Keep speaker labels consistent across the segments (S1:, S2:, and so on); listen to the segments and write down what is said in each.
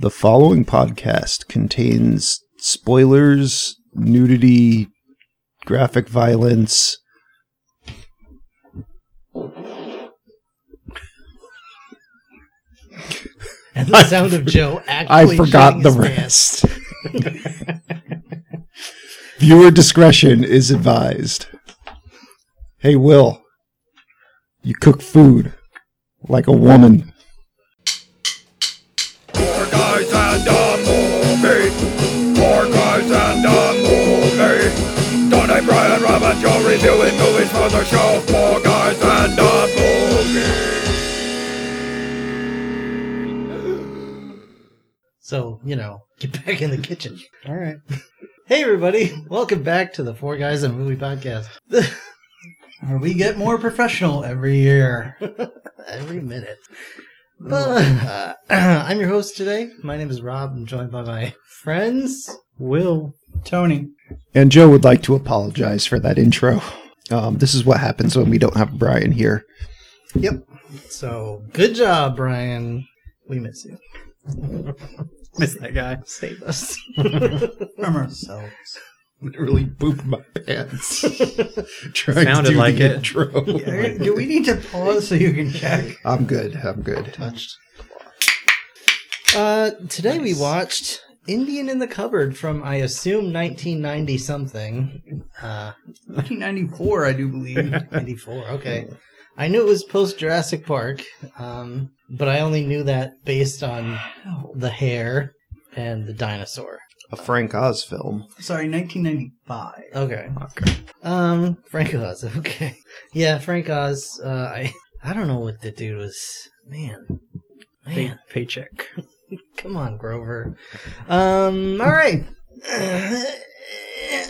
S1: The following podcast contains spoilers, nudity, graphic violence.
S2: And the sound of Joe
S1: I
S2: actually.
S1: forgot
S2: shitting
S1: the
S2: his
S1: rest. Viewer discretion is advised. Hey, Will, you cook food like a woman.
S3: Four guys and a movie. Four guys and a movie. Donnie, Brian, Rob, and Joe reviewing movies for the show. Four guys and a movie.
S2: So, you know, get back in the kitchen. All right. Hey, everybody. Welcome back to the Four Guys and a Movie podcast, where we get more professional every year, every minute. But, uh, I'm your host today. My name is Rob. I'm joined by my friends, Will.
S4: Tony.
S1: And Joe would like to apologize for that intro. Um, this is what happens when we don't have Brian here.
S2: So, good job, Brian. We miss you.
S4: Miss that guy.
S2: Save us.
S4: From ourselves.
S1: Literally pooped my pants. Trying
S5: Sounded like it.
S1: intro.
S4: Do we need to pause so you can check?
S1: I'm good. I'm good.
S2: touched. Uh, today we watched Indian in the Cupboard from I assume 1990 something. Uh,
S4: 1994, I do believe.
S2: 94. Okay, I knew it was post Jurassic Park, um, but I only knew that based on the hair and the dinosaur.
S1: A Frank Oz film.
S4: Sorry, 1995.
S2: Okay.
S1: Okay.
S2: Um, Frank Oz. Okay. Yeah, Frank Oz. Uh, I I don't know what the dude was. Man, man.
S4: paycheck.
S2: Come on, Grover. Um, all right.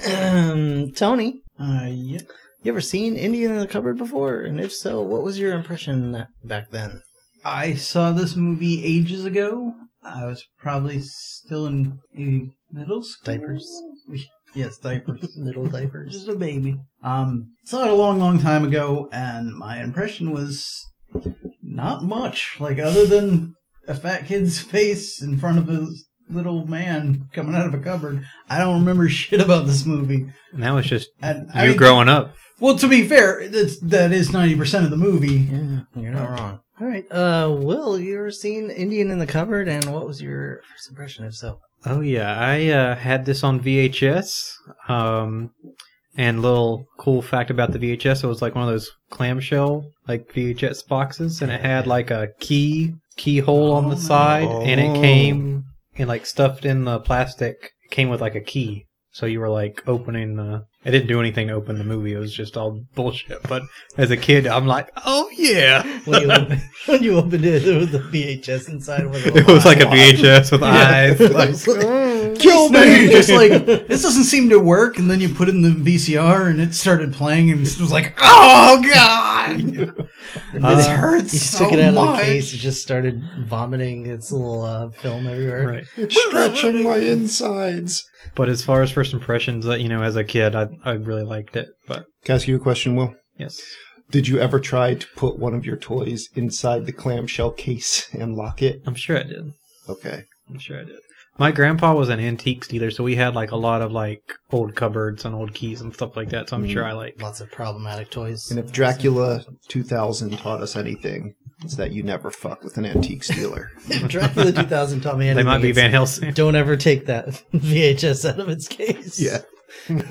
S2: Um, Tony,
S4: Uh, yep.
S2: you ever seen Indian in the Cupboard before? And if so, what was your impression back then?
S4: I saw this movie ages ago. I was probably still in maybe middle school.
S2: Diapers.
S4: Yes, diapers.
S2: Little diapers.
S4: Just a baby. Um, saw it a long, long time ago, and my impression was not much. Like other than a fat kid's face in front of a little man coming out of a cupboard, I don't remember shit about this movie.
S5: And that was just
S4: And
S5: you
S4: I mean,
S5: growing up.
S4: well, to be fair, that's, that is ninety percent of the movie.
S2: Yeah, you're not wrong. All right. Uh, Will, you ever seen Indian in the Cupboard? And what was your first impression, if so?
S5: Oh yeah, I uh, had this on VHS. Um, and little cool fact about the VHS, it was like one of those clamshell like VHS boxes, and it had like a key keyhole on
S4: Oh,
S5: the
S4: my-
S5: side, and
S1: Oh.
S5: it came and like stuffed in the plastic it came with like a key. So you were like opening the. It didn't do anything to open the movie. It was just all bullshit. But as a kid, I'm like, oh yeah.
S2: When you, opened, when you opened it, there was a VHS inside. With
S5: It was like a VHS with eyes. like-
S4: Kill me! Just like this doesn't seem to work, and then you put it in the VCR, and it started playing, and it was like, oh god, this
S5: Uh,
S4: hurts.
S2: You
S4: so
S2: took it out
S4: much.
S2: of the case. You just started vomiting its little uh, film everywhere.
S5: right.
S1: Stretching my insides.
S5: But as far as first impressions, that you know, as a kid, I I really liked it. But
S1: Can I ask you a question, Will?
S5: yes,
S1: Did you ever try to put one of your toys inside the clamshell case and lock it?
S5: I'm sure I did.
S1: Okay.
S5: I'm sure I did. My grandpa was an antiques dealer, so we had like a lot of like old cupboards and old keys and stuff like that. So I'm
S1: Mm.
S5: sure I like.
S2: Lots of problematic toys.
S1: And if Dracula 2000 taught us anything, it's that you never fuck with an antique dealer.
S2: Dracula 2000 taught me
S5: They
S2: anything.
S5: might be Van Helsing.
S2: it's- Don't ever take that VHS out of its case.
S1: yeah.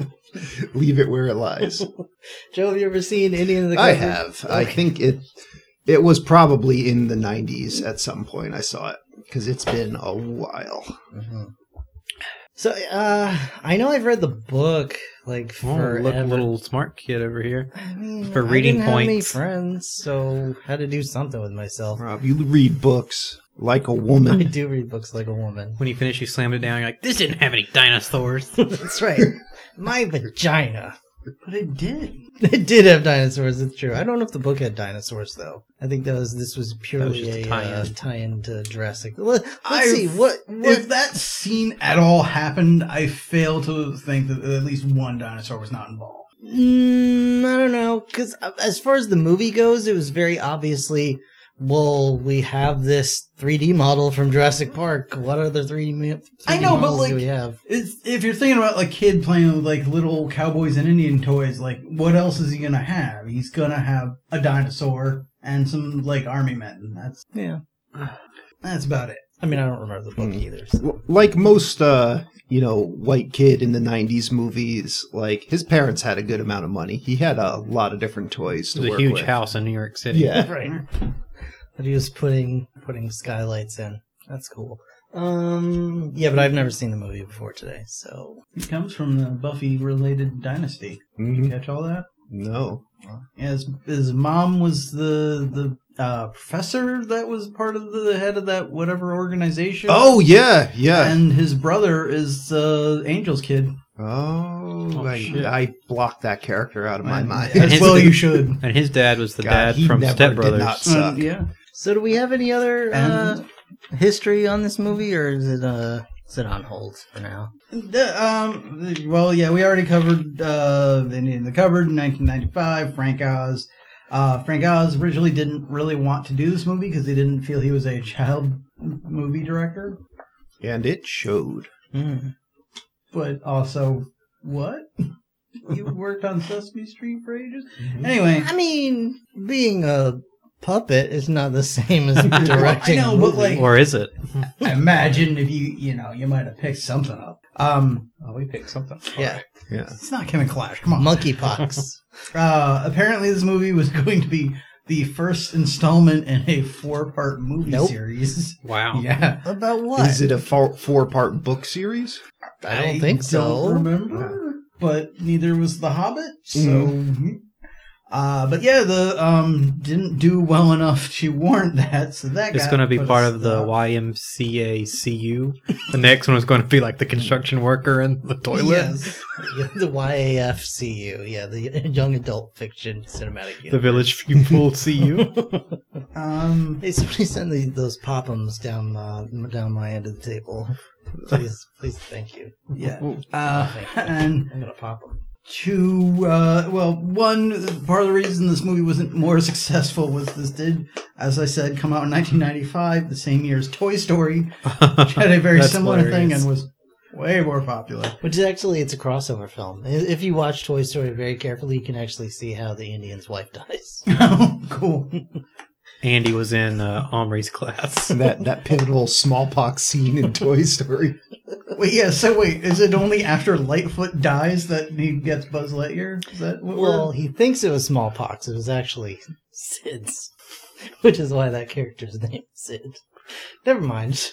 S1: Leave it where it lies.
S2: Joe, have you ever seen Indian in the
S1: I
S2: Cupboard?
S1: have. I think it it was probably in the 90s at some point I saw it because it's been a while.
S2: So, uh, I know I've read the book, like,
S5: Oh,
S2: for
S5: look, little smart kid over here.
S2: I mean,
S5: for
S2: I
S5: reading
S2: didn't have any
S5: points.
S2: friends, so had to do something with myself.
S1: Rob, you read books like a
S2: I
S1: woman.
S2: do read books like a woman.
S5: When you finish, you slammed it down. You're like, this didn't have any dinosaurs.
S2: That's right. My vagina.
S4: But it did.
S2: It did have dinosaurs. It's true. I don't know if the book had dinosaurs though. I think that was this was purely
S5: just a
S2: a,
S5: tie-in.
S2: uh, tie-in to Jurassic. Let, us
S4: I-
S2: see what what
S4: If that scene at all happened, I fail to think that at least one dinosaur was not involved.
S2: uh, Mm, I don't know because as far as the movie goes, it was very obviously well, we have this 3D model from Jurassic Park. What other 3D, mo- 3D
S4: I know, but,
S2: models
S4: like-
S2: do we have?
S4: It's, if you're thinking about like kid playing with like little cowboys and Indian toys, like what else is he gonna have? He's gonna have a dinosaur and some like army men. That's
S2: Yeah.
S4: that's about it.
S2: I mean, I don't remember the book
S1: Hmm.
S2: either. So.
S1: L- Like most, uh, you know, white kid in the '90s movies, like his parents had a good amount of money. He had a lot of different toys to
S5: There's a
S1: work
S5: huge
S1: with.
S5: house in New York City.
S1: Yeah,
S2: right. But he was putting putting skylights in. That's cool. Um, yeah, but I've never seen the movie before today, so
S4: He comes from the Buffy related dynasty.
S1: Mhm.
S4: Catch all that?
S1: no,
S4: Yeah, his, his mom was the the uh, professor that was part of the head of that whatever organization.
S1: Oh yeah, yeah.
S4: and his brother is uh, Angel's kid.
S1: Oh,
S5: Oh,
S1: I,
S5: shit.
S1: I blocked that character out of my
S4: And-
S1: mind.
S4: As well, you should.
S5: And his dad was the
S1: God,
S5: dad
S1: he
S5: from
S1: never
S5: Step
S1: did
S5: Brothers.
S1: not suck.
S4: Um, yeah.
S2: so do we have any other uh,
S4: And-
S2: history on this movie, or is it uh is it on hold for now?
S4: The- um. Well, yeah, we already covered uh, Indian in the Cupboard in 1995. Frank Oz. Uh, Frank Oz originally didn't really want to do this movie because he didn't feel he was a child movie director,
S1: and it showed.
S2: Hmm.
S4: but also what you worked on Sesame Street for ages.
S5: Mm-hmm.
S4: Anyway,
S2: I mean, being a puppet is not the same as directing.
S4: I know,
S2: a
S4: but,
S2: movie.
S4: like-
S5: Or is it?
S4: imagine if you you know you might have picked something up. Um,
S5: Oh, we picked something.
S2: yeah,
S1: Yeah.
S4: it's not Kevin Clash. Come on.
S2: monkeypox.
S4: Uh, apparently, this movie was going to be the first installment in a four-part movie
S2: Nope.
S4: series.
S5: Wow.
S4: Yeah,
S2: About
S1: is
S2: what?
S1: it a four, four-part book series?
S2: I don't think so.
S4: Don't remember, but neither was The Hobbit. So,
S2: Mm-hmm.
S4: uh, but yeah, the um didn't do well enough to warrant that. So that
S5: It's
S4: got
S5: going to be
S4: put
S5: part
S4: us-
S5: of the YMCACU. The next one is going to be like the construction worker and the toilet.
S4: Yes.
S2: Yeah, the YAFCU, yeah, the Young Adult Fiction Cinematic
S5: The
S2: Universe.
S5: village people see you.
S4: Um,
S2: Hey, somebody send the, those pop-ums down, uh, down my end of the table. Please, please, thank you.
S4: yeah, uh, and
S2: I'm gonna pop them.
S4: two uh, well one part of the reason this movie wasn't more successful was this did as i said come out in 1995 the same year as toy story which had a very
S5: That's
S4: similar thing
S5: hilarious.
S4: and was way more popular
S2: Which is actually, it's a crossover film. I- If you watch Toy Story very carefully, you can actually see how the Indian's wife dies.
S4: cool
S5: Andy was in uh, Omri's class.
S1: that that pivotal smallpox scene in Toy Story.
S4: wait yeah so wait is it only after lightfoot dies that he gets buzz lightyear is that what
S2: Well,
S4: well
S2: he thinks it was smallpox. It was actually SIDS, which is why that character's name is Sid. Never mind.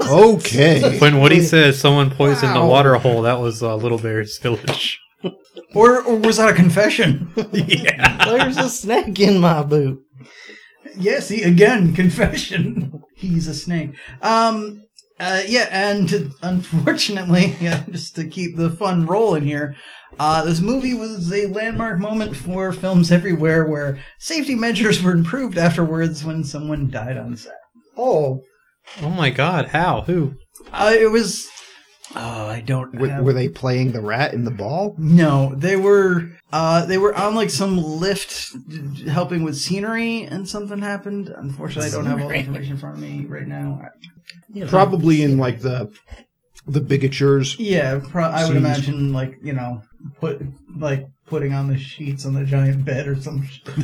S1: Okay.
S5: When Woody says someone poisoned
S4: Wow.
S5: the water hole, that was uh, Little Bear's village.
S4: or, or was that a confession
S5: yeah.
S2: There's a snake in my boot.
S4: Yes, he again confession. He's a snake. Um, uh, yeah, and to- unfortunately, yeah, just to keep the fun rolling here, uh, this movie was a landmark moment for films everywhere, where safety measures were improved afterwards when someone died on set.
S2: Oh,
S5: Oh my God! How? Who?
S4: Uh, it was. Oh, I don't.
S1: Were,
S4: have-
S1: were they playing the rat in the ball?
S4: No, they were uh they were on like some lift helping with scenery and something happened. Unfortunately, I don't have all the information in front of me right now.
S2: you know.
S1: Probably in like the the bigatures.
S4: Yeah, pro- I would
S1: Scenes.
S4: imagine like, you know, put like putting on the sheets on the giant bed or some shit.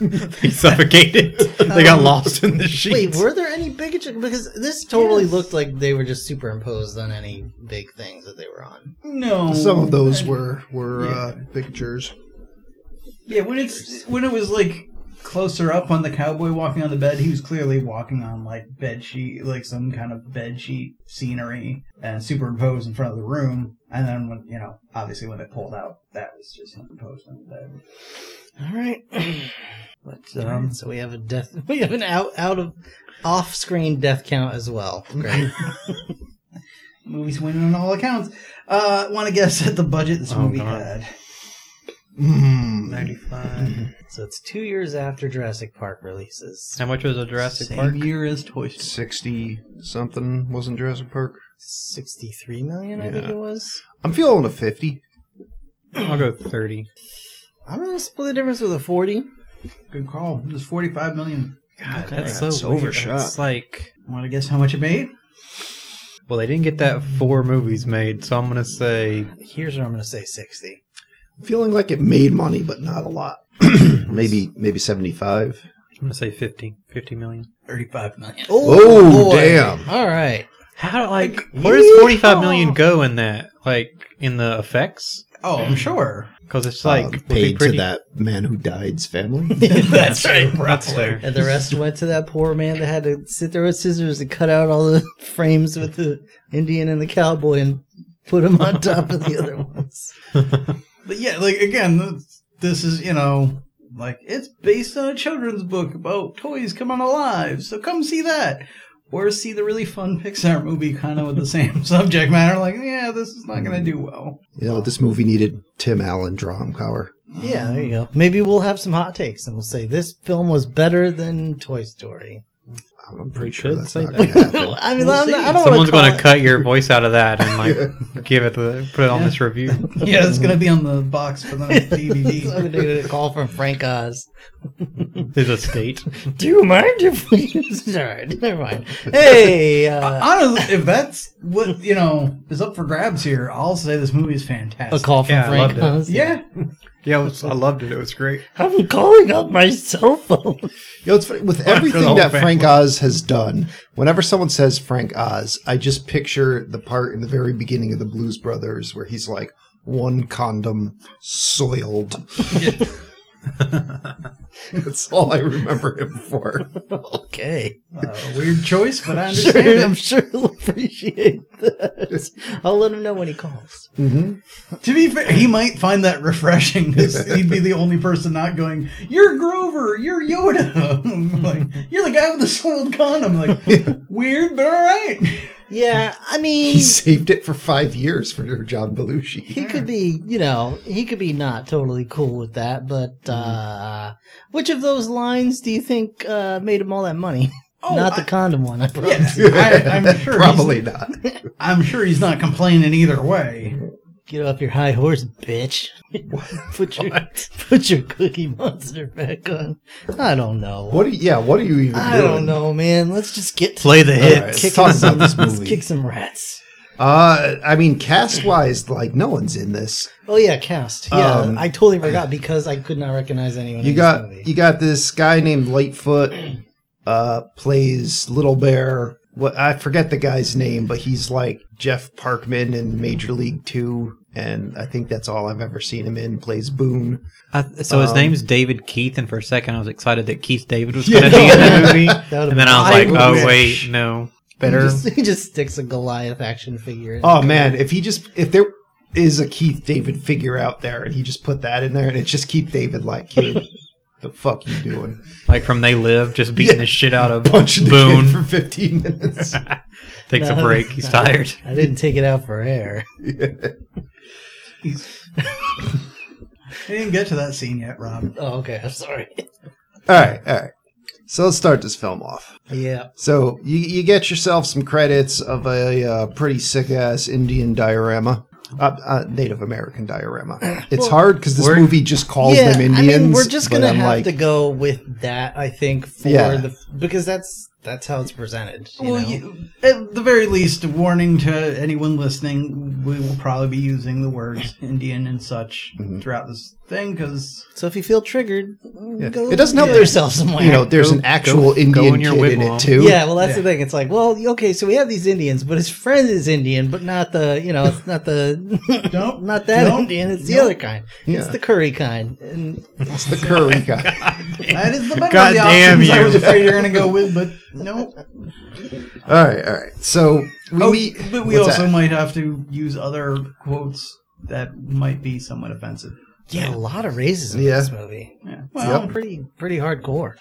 S5: They suffocated. they got lost in the
S2: Wait,
S5: sheets.
S2: were there any bigotry? Because this totally looked like they were just superimposed on any big things that they were on.
S4: No.
S1: Some of those
S4: I-
S1: were were
S4: Yeah.
S1: uh, bigatures.
S4: Yeah, when it's when it was like closer up on the cowboy walking on the bed, he was clearly walking on like bed sheet, like some kind of bed sheet scenery, and superimposed in front of the room. And then when you know, obviously when it pulled out, that was just imposed on the bed.
S2: All right.
S4: But um,
S2: so we have a death. We have an out out of off screen death count as well. Great.
S4: movie's winning on all accounts. Uh, want to guess at the budget this
S5: Oh,
S4: movie
S5: God.
S4: had?
S1: Mm.
S5: Ninety-five.
S2: so it's two years after Jurassic Park releases.
S5: How much was a Jurassic
S4: Same
S5: Park?
S4: year as Toy Story.
S1: Sixty something wasn't Jurassic Park.
S2: Sixty three million, I think
S1: Yeah.
S2: it was.
S1: I'm feeling a fifty.
S5: I'll go thirty.
S2: I'm gonna split the difference with a forty.
S4: Good call. It was 45 million.
S5: God,
S1: Okay.
S5: that's so
S1: That's
S5: weird.
S1: overshot.
S5: That's like,
S4: Want to guess how much it made?
S5: well, they didn't get that four movies made, so I'm gonna say
S6: Here's what I'm going to say 60.
S1: Feeling like it made money, but not a lot. maybe maybe seventy five.
S5: I'm gonna say 50, 50 million.
S6: 35 million.
S1: Oh,
S6: boy.
S1: damn!
S6: All right.
S5: How like where does forty five million go in that? Like in the effects?
S6: Oh, I'm sure.
S5: Because it's
S1: Like
S5: like would be
S1: Uh, um, paid to
S5: pretty-
S1: that man who died's family.
S6: That's right.
S5: That's fair.
S2: And the rest went to that poor man that had to sit there with scissors and cut out all the frames with the Indian and the cowboy and put them on top of the other ones.
S4: But yeah, like again, this- this is you know, like it's based on a children's book about toys coming alive. So come see that, or see the really fun Pixar movie, kind of with the same subject matter. Like, yeah, this is not gonna do well.
S1: you know, this movie needed Tim Allen Dromcower.
S2: Yeah, there you go. Maybe we'll have some hot takes and we'll say this film was better than Toy Story.
S1: I'm pretty sure
S5: should
S1: that's
S5: say
S1: not
S5: that.
S1: going to happen.
S2: I mean,
S4: We'll
S2: I'm not- I don't
S5: Someone's
S2: want
S5: gonna
S2: to
S5: cut your voice out of that and like give it the put it on
S4: Yeah.
S5: this review.
S4: Yeah, it's gonna be on the box for the next
S2: So
S4: DVD.
S2: I'm gonna get a call from Frank Oz.
S5: There's a state.
S2: Do you mind if we? All right, never mind. Hey, uh,
S4: Honestly, if that's what you know is up for grabs here, I'll say this movie is fantastic.
S2: a call from
S5: Yeah, I
S2: Frank
S5: loved it.
S2: Oz.
S4: Yeah,
S5: Yeah, it was- I loved it. It was great.
S2: I'm calling up my cell phone.
S1: Yo, it's funny. With
S5: the
S1: everything
S5: whole
S1: that
S5: family.
S1: Frank Oz has done, whenever someone says Frank Oz, I just picture the part in the very beginning of the Blues Brothers where he's like, one condom soiled. That's all I remember him for.
S2: Okay.
S4: uh, weird choice, but I
S2: Sure,
S4: understand.
S2: I'm sure he'll appreciate that. I'll let him know when he calls.
S4: To be fair, he might find that refreshing because he'd be the only person not going, You're Grover, you're Yoda. like, you're the guy with the soiled condom. Like, weird, but all right.
S2: Yeah, I mean,
S1: He saved it for five years for John Belushi.
S2: he could be, you know, he could be not totally cool with that, but
S1: Mm-hmm.
S2: uh which of those lines do you think uh made him all that money?
S4: Oh,
S2: not the
S4: I-
S2: condom one, I promise.
S4: I, I'm sure.
S1: Probably
S4: He's,
S1: not.
S4: I'm sure he's not complaining either way.
S2: Get off your high horse, bitch. put your put your cookie monster back on. I don't know.
S1: What? Are, yeah. What are you even?
S2: I
S1: doing?
S2: don't know, man. Let's just get to
S5: Play the
S1: All right, let's
S2: Kick
S1: talk
S2: us
S1: about this
S2: let's
S1: movie.
S2: kick some rats.
S1: Uh, I mean, cast wise, like no one's in this.
S2: Oh yeah, cast. Yeah,
S1: Um,
S2: I totally forgot because I could not recognize anyone.
S1: You
S2: in
S1: got
S2: this movie.
S1: you got this guy named Lightfoot uh plays Little Bear. What I forget the guy's name, but he's like Jeff Parkman in Major League 2 and I think that's all I've ever seen him in. Plays Boone.
S5: I, so his
S1: Um,
S5: name's David Keith, and for a second I was excited that Keith David was
S1: Yeah.
S5: going to be in the movie,
S2: would've
S5: and then I was
S1: been-
S5: like,
S1: I
S5: oh
S1: wish.
S5: wait, no,
S2: he
S1: Better.
S2: just, he just sticks a Goliath action figure. In.
S1: Oh man, if he just if there is a Keith David figure out there and he just put that in there and it's just Keith David like kid. the fuck you doing?
S5: like from They Live, just beating
S1: Yeah.
S5: the shit out of
S1: Punching the
S5: Boone.
S1: kid for 15 minutes.
S5: Takes
S2: No.
S5: a break. He's tired.
S2: I didn't take it out for air.
S4: I didn't get to that scene yet, Rob.
S2: Oh, okay. I'm sorry.
S1: all right, all right. So let's start this film off.
S2: Yeah.
S1: So you, you get yourself some credits of a uh, pretty sick ass Indian diorama, uh, uh, Native American diorama. It's hard because this movie just calls
S2: yeah,
S1: them Indians.
S2: I mean, we're just
S1: but
S2: gonna
S1: I'm
S2: have
S1: like,
S2: to go with that. I think for
S1: Yeah.
S2: the because that's that's how it's presented. You
S4: well,
S2: know?
S4: you, at the very least, a warning to anyone listening: we will probably be using the words Indian and such
S1: Mhm.
S4: throughout this thing because
S2: so if you feel triggered,
S1: Yeah.
S2: go
S1: It doesn't help
S2: get
S1: there's-
S2: yourself somewhere.
S1: you know, there's an actual Indian
S5: in your
S1: kid in
S5: wigwam.
S1: it too.
S2: Yeah, well, that's the
S4: Yeah.
S2: thing. It's like, well, okay, so we have these Indians, but his friend is Indian, but not the, you know, it's not the,
S4: Nope.
S2: not that
S4: Nope.
S2: Indian. It's the
S4: Nope.
S2: other kind. It's
S1: Yeah.
S2: the curry kind. And
S1: it's the curry guy.
S4: that is the better
S5: God
S4: of the
S5: damn
S4: options I
S5: you.
S4: was afraid you're going to go with, but no.
S1: all right, all right. So we,
S4: Oh,
S1: meet-
S4: but we
S1: what's
S4: also
S1: that?
S4: might have to use other quotes that might be somewhat offensive.
S2: yeah, a lot of racism in
S1: Yeah.
S2: this movie.
S4: Yeah. Well,
S2: Pretty, pretty hardcore.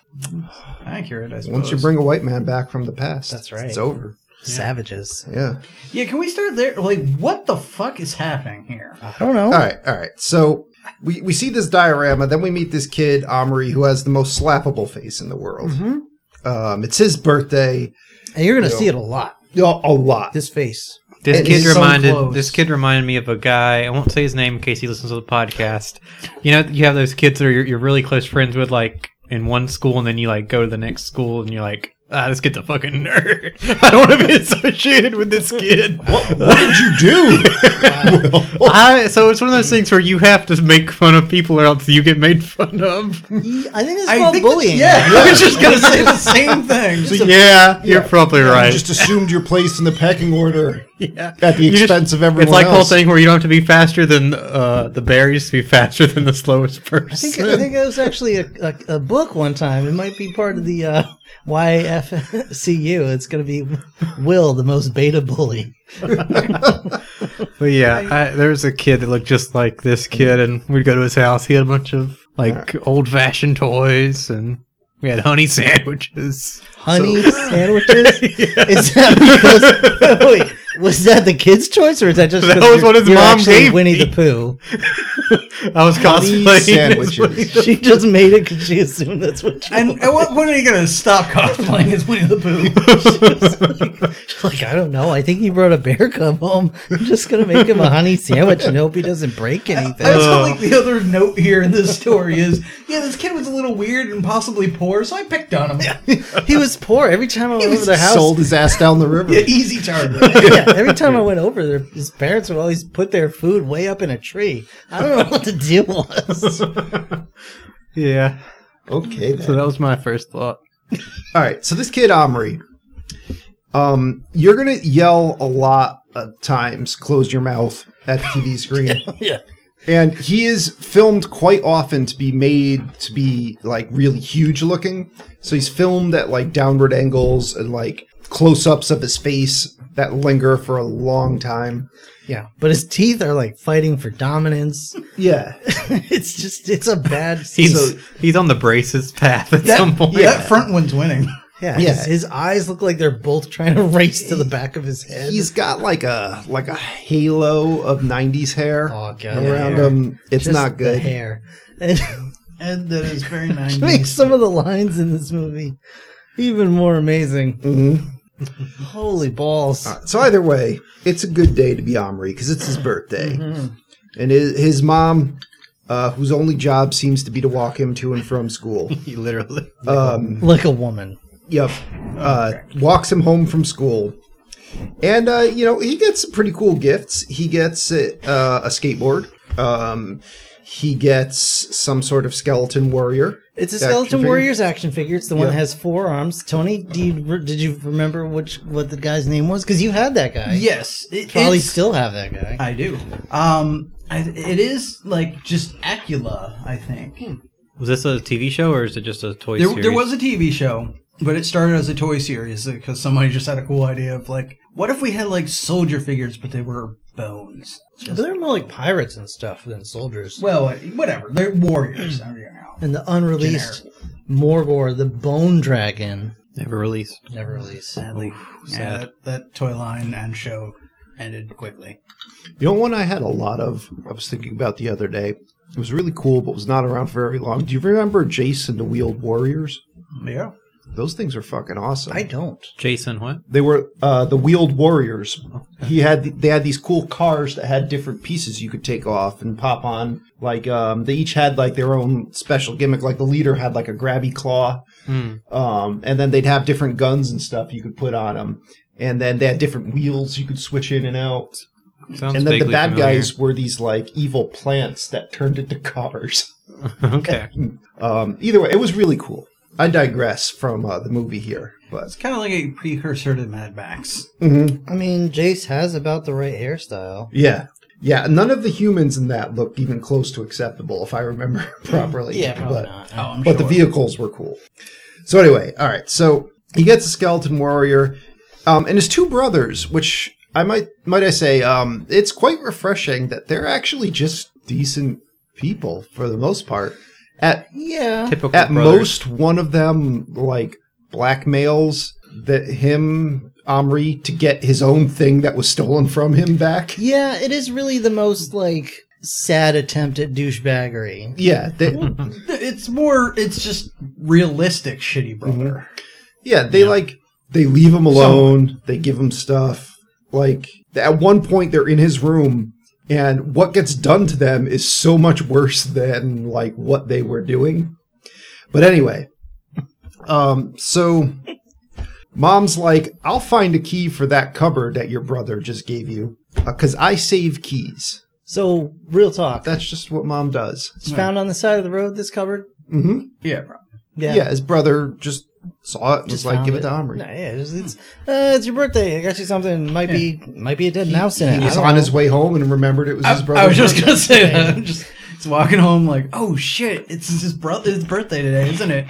S4: accurate, I suppose.
S1: once you bring a white man back from the past,
S2: That's right.
S1: It's over.
S2: Savages.
S1: Yeah.
S4: yeah, can we start there? Like, what the fuck is happening here?
S2: I don't know.
S1: All right, all right. So we, we see this diorama, then we meet this kid, Omri, who has the most slappable face in the world.
S5: Mm-hmm.
S1: Um, it's his birthday.
S2: And you're going to
S1: Yeah.
S2: see it a lot.
S1: A, a lot.
S2: This face.
S5: This
S1: It
S5: kid
S1: is so
S5: reminded
S1: close.
S5: this kid reminded me of a guy. I won't say his name in case he listens to the podcast. You know, you have those kids that are, you're, you're really close friends with, like in one school, and then you like go to the next school, and you're like, ah, this kid's a fucking nerd. I don't want to be associated with this kid.
S7: What did you do?
S5: I, so it's one of those things where you have to make fun of people, or else you get made fun of.
S2: I think it's
S4: I
S2: called
S4: think that-
S2: bullying.
S4: yeah.
S5: I was just gonna say,
S4: Say the same thing.
S5: yeah, you're probably
S7: I
S5: right.
S7: just assumed your place in the pecking order
S5: Yeah.
S7: at the
S5: You just-
S7: expense of everyone
S5: It's like the whole
S7: else.
S5: thing where you don't have to be faster than uh, the bear. You just be faster than the slowest person.
S2: I think I think it was actually a, a, a book one time. It might be part of the uh, YFCU. It's going to be Will, the most beta bully.
S5: But yeah, I, there was a kid that looked just like this
S1: Mm.
S5: kid, and we'd go to his house. He had a bunch of like old-fashioned toys, and we had honey sandwiches.
S2: Honey sandwiches.
S5: Yeah.
S2: Is that because? wait, was that the kid's choice, or is that just
S5: That
S2: 'cause
S5: was what his
S2: you're
S5: mom
S2: actually
S5: gave
S2: Winnie
S5: me.
S2: the Pooh.
S5: I was cosplaying
S1: sandwiches.
S2: She just made it because she assumed that's what she.
S4: And at what point are you going to stop cosplaying as Winnie the Pooh?
S2: Like I don't know. I think he brought a bear cub home. I'm just gonna make him a honey sandwich and hope he doesn't break anything.
S4: I
S1: Uh.
S4: also like the other note here in this story is, yeah, this kid was a little weird and possibly poor, so I picked on him. Yeah,
S2: He was poor. Every time I went over
S7: He
S2: their house,
S7: sold his ass down the river.
S4: easy target.
S2: yeah, every time I went over there, his parents would always put their food way up in a tree. I don't know what the deal was.
S5: yeah.
S1: Okay, then.
S5: So that was my first thought.
S1: All right, so this kid Omri, um, you're gonna yell a lot of times. Close your mouth at the TV screen.
S2: yeah.
S1: And he is filmed quite often to be made to be like really huge looking. So he's filmed at like downward angles and like close ups of his face that linger for a long time.
S2: Yeah, but his teeth are like fighting for dominance.
S1: Yeah.
S2: it's just it's a bad.
S5: He's
S2: So-
S5: he's on the braces path at some point.
S4: That front one's winning.
S2: yeah,
S1: yeah.
S2: His, his eyes look like they're both trying to race to the back of his head.
S1: He's got like a like a halo of nineties hair
S2: oh god,
S1: around
S2: hair.
S1: him. It's
S2: Just
S1: not
S2: The
S1: good.
S2: hair. And
S4: And that is very nice.
S2: makes some of the lines in this movie even more amazing.
S1: Mhm.
S2: Mm-hmm. Holy balls!
S1: So either way, it's a good day to be Omri because it's his birthday, and his, his mom, uh, whose only job seems to be to walk him to and from school.
S5: He literally.
S1: Um,
S2: Like a woman.
S1: yep, uh, walks him home from school, and uh, you know he gets some pretty cool gifts. He gets uh, a skateboard. Um, he gets some sort of skeleton warrior.
S2: It's a
S1: Action
S2: Skeleton
S1: figure?
S2: Warriors action figure. It's the one
S1: Yeah.
S2: that has four arms. Tony, do you, re- did you remember which what the guy's name was? Because you had that guy.
S4: Yes. It,
S2: probably
S4: it's-
S2: still have that guy.
S4: I do. Um, I, it is like just Acula, I think.
S5: Was this a TV show or is it just a toy
S4: There,
S5: series?
S4: there was a TV show, but it started as a toy series because somebody just had a cool idea of like, what if we had like soldier figures, but they were bones?
S2: but they're more like pirates and stuff than soldiers.
S4: Well, uh, whatever. They're warriors. I don't know.
S2: And the unreleased Morgor, the Bone Dragon,
S5: never released.
S2: never released.
S4: Sadly, yeah,
S5: sad.
S4: that, that toy line and show ended quickly.
S1: You know, one I had a lot of. I was thinking about the other day. It was really cool, but was not around for very long. Do you remember Jason the Wheeled Warriors?
S4: Yeah.
S1: Those things are fucking awesome.
S2: I don't.
S5: Jason, what?
S1: they were uh, the wheeled warriors. He had they had these cool cars that had different pieces you could take off and pop on. Like um, they each had like their own special gimmick. Like the leader had like a grabby claw,
S5: Hmm.
S1: um, and then they'd have different guns and stuff you could put on them. And then they had different wheels you could switch in and out.
S5: Sounds
S1: and then the
S5: vaguely
S1: bad
S5: familiar.
S1: guys were these like evil plants that turned into cars.
S5: okay.
S1: Um, either way, it was really cool. I digress from uh, the movie here, but
S4: It's kind of like a precursor to Mad Max.
S2: I mean, Jace has about the right hairstyle.
S1: Yeah. Yeah, none of the humans in that looked even close to acceptable, if I remember properly. but,
S2: not.
S4: Oh, I'm
S1: But the
S4: sure.
S1: vehicles were cool. So anyway, all right. So he gets a skeleton warrior, um, and his two brothers, which I might might I say, um, it's quite refreshing that they're actually just decent people for the most part. At
S2: Yeah.
S5: Typical
S1: at
S5: brothers.
S1: most, one of them like blackmails that him Omri to get his own thing that was stolen from him back.
S2: Yeah, it is really the most, like, sad attempt at douchebaggery.
S1: Yeah, they,
S4: It's more. It's just realistic, shitty brother.
S1: Yeah, they like they leave him alone. They give him stuff. Like at one point they're in his room and what gets done to them is so much worse than like what they were doing. But anyway, um so mom's like, "I'll find a key for that cupboard that your brother just gave you uh, cuz I save keys."
S2: So, real talk.
S1: That's just what mom does.
S2: It's found on the side of the road, this cupboard?
S1: Mhm.
S4: Yeah, bro.
S1: Yeah. his brother just saw it and was like,
S2: found
S1: give it to Omri.
S2: No, yeah, it's, it's, uh, it's your birthday. I got you something. It might be might be a dead mouse in it.
S1: He
S2: I
S1: was
S2: don't
S1: on
S2: know.
S1: his way home and remembered it was his brother.
S4: I was just gonna say that. I'm just, just walking home, like, oh shit, it's his brother's birthday today, isn't it?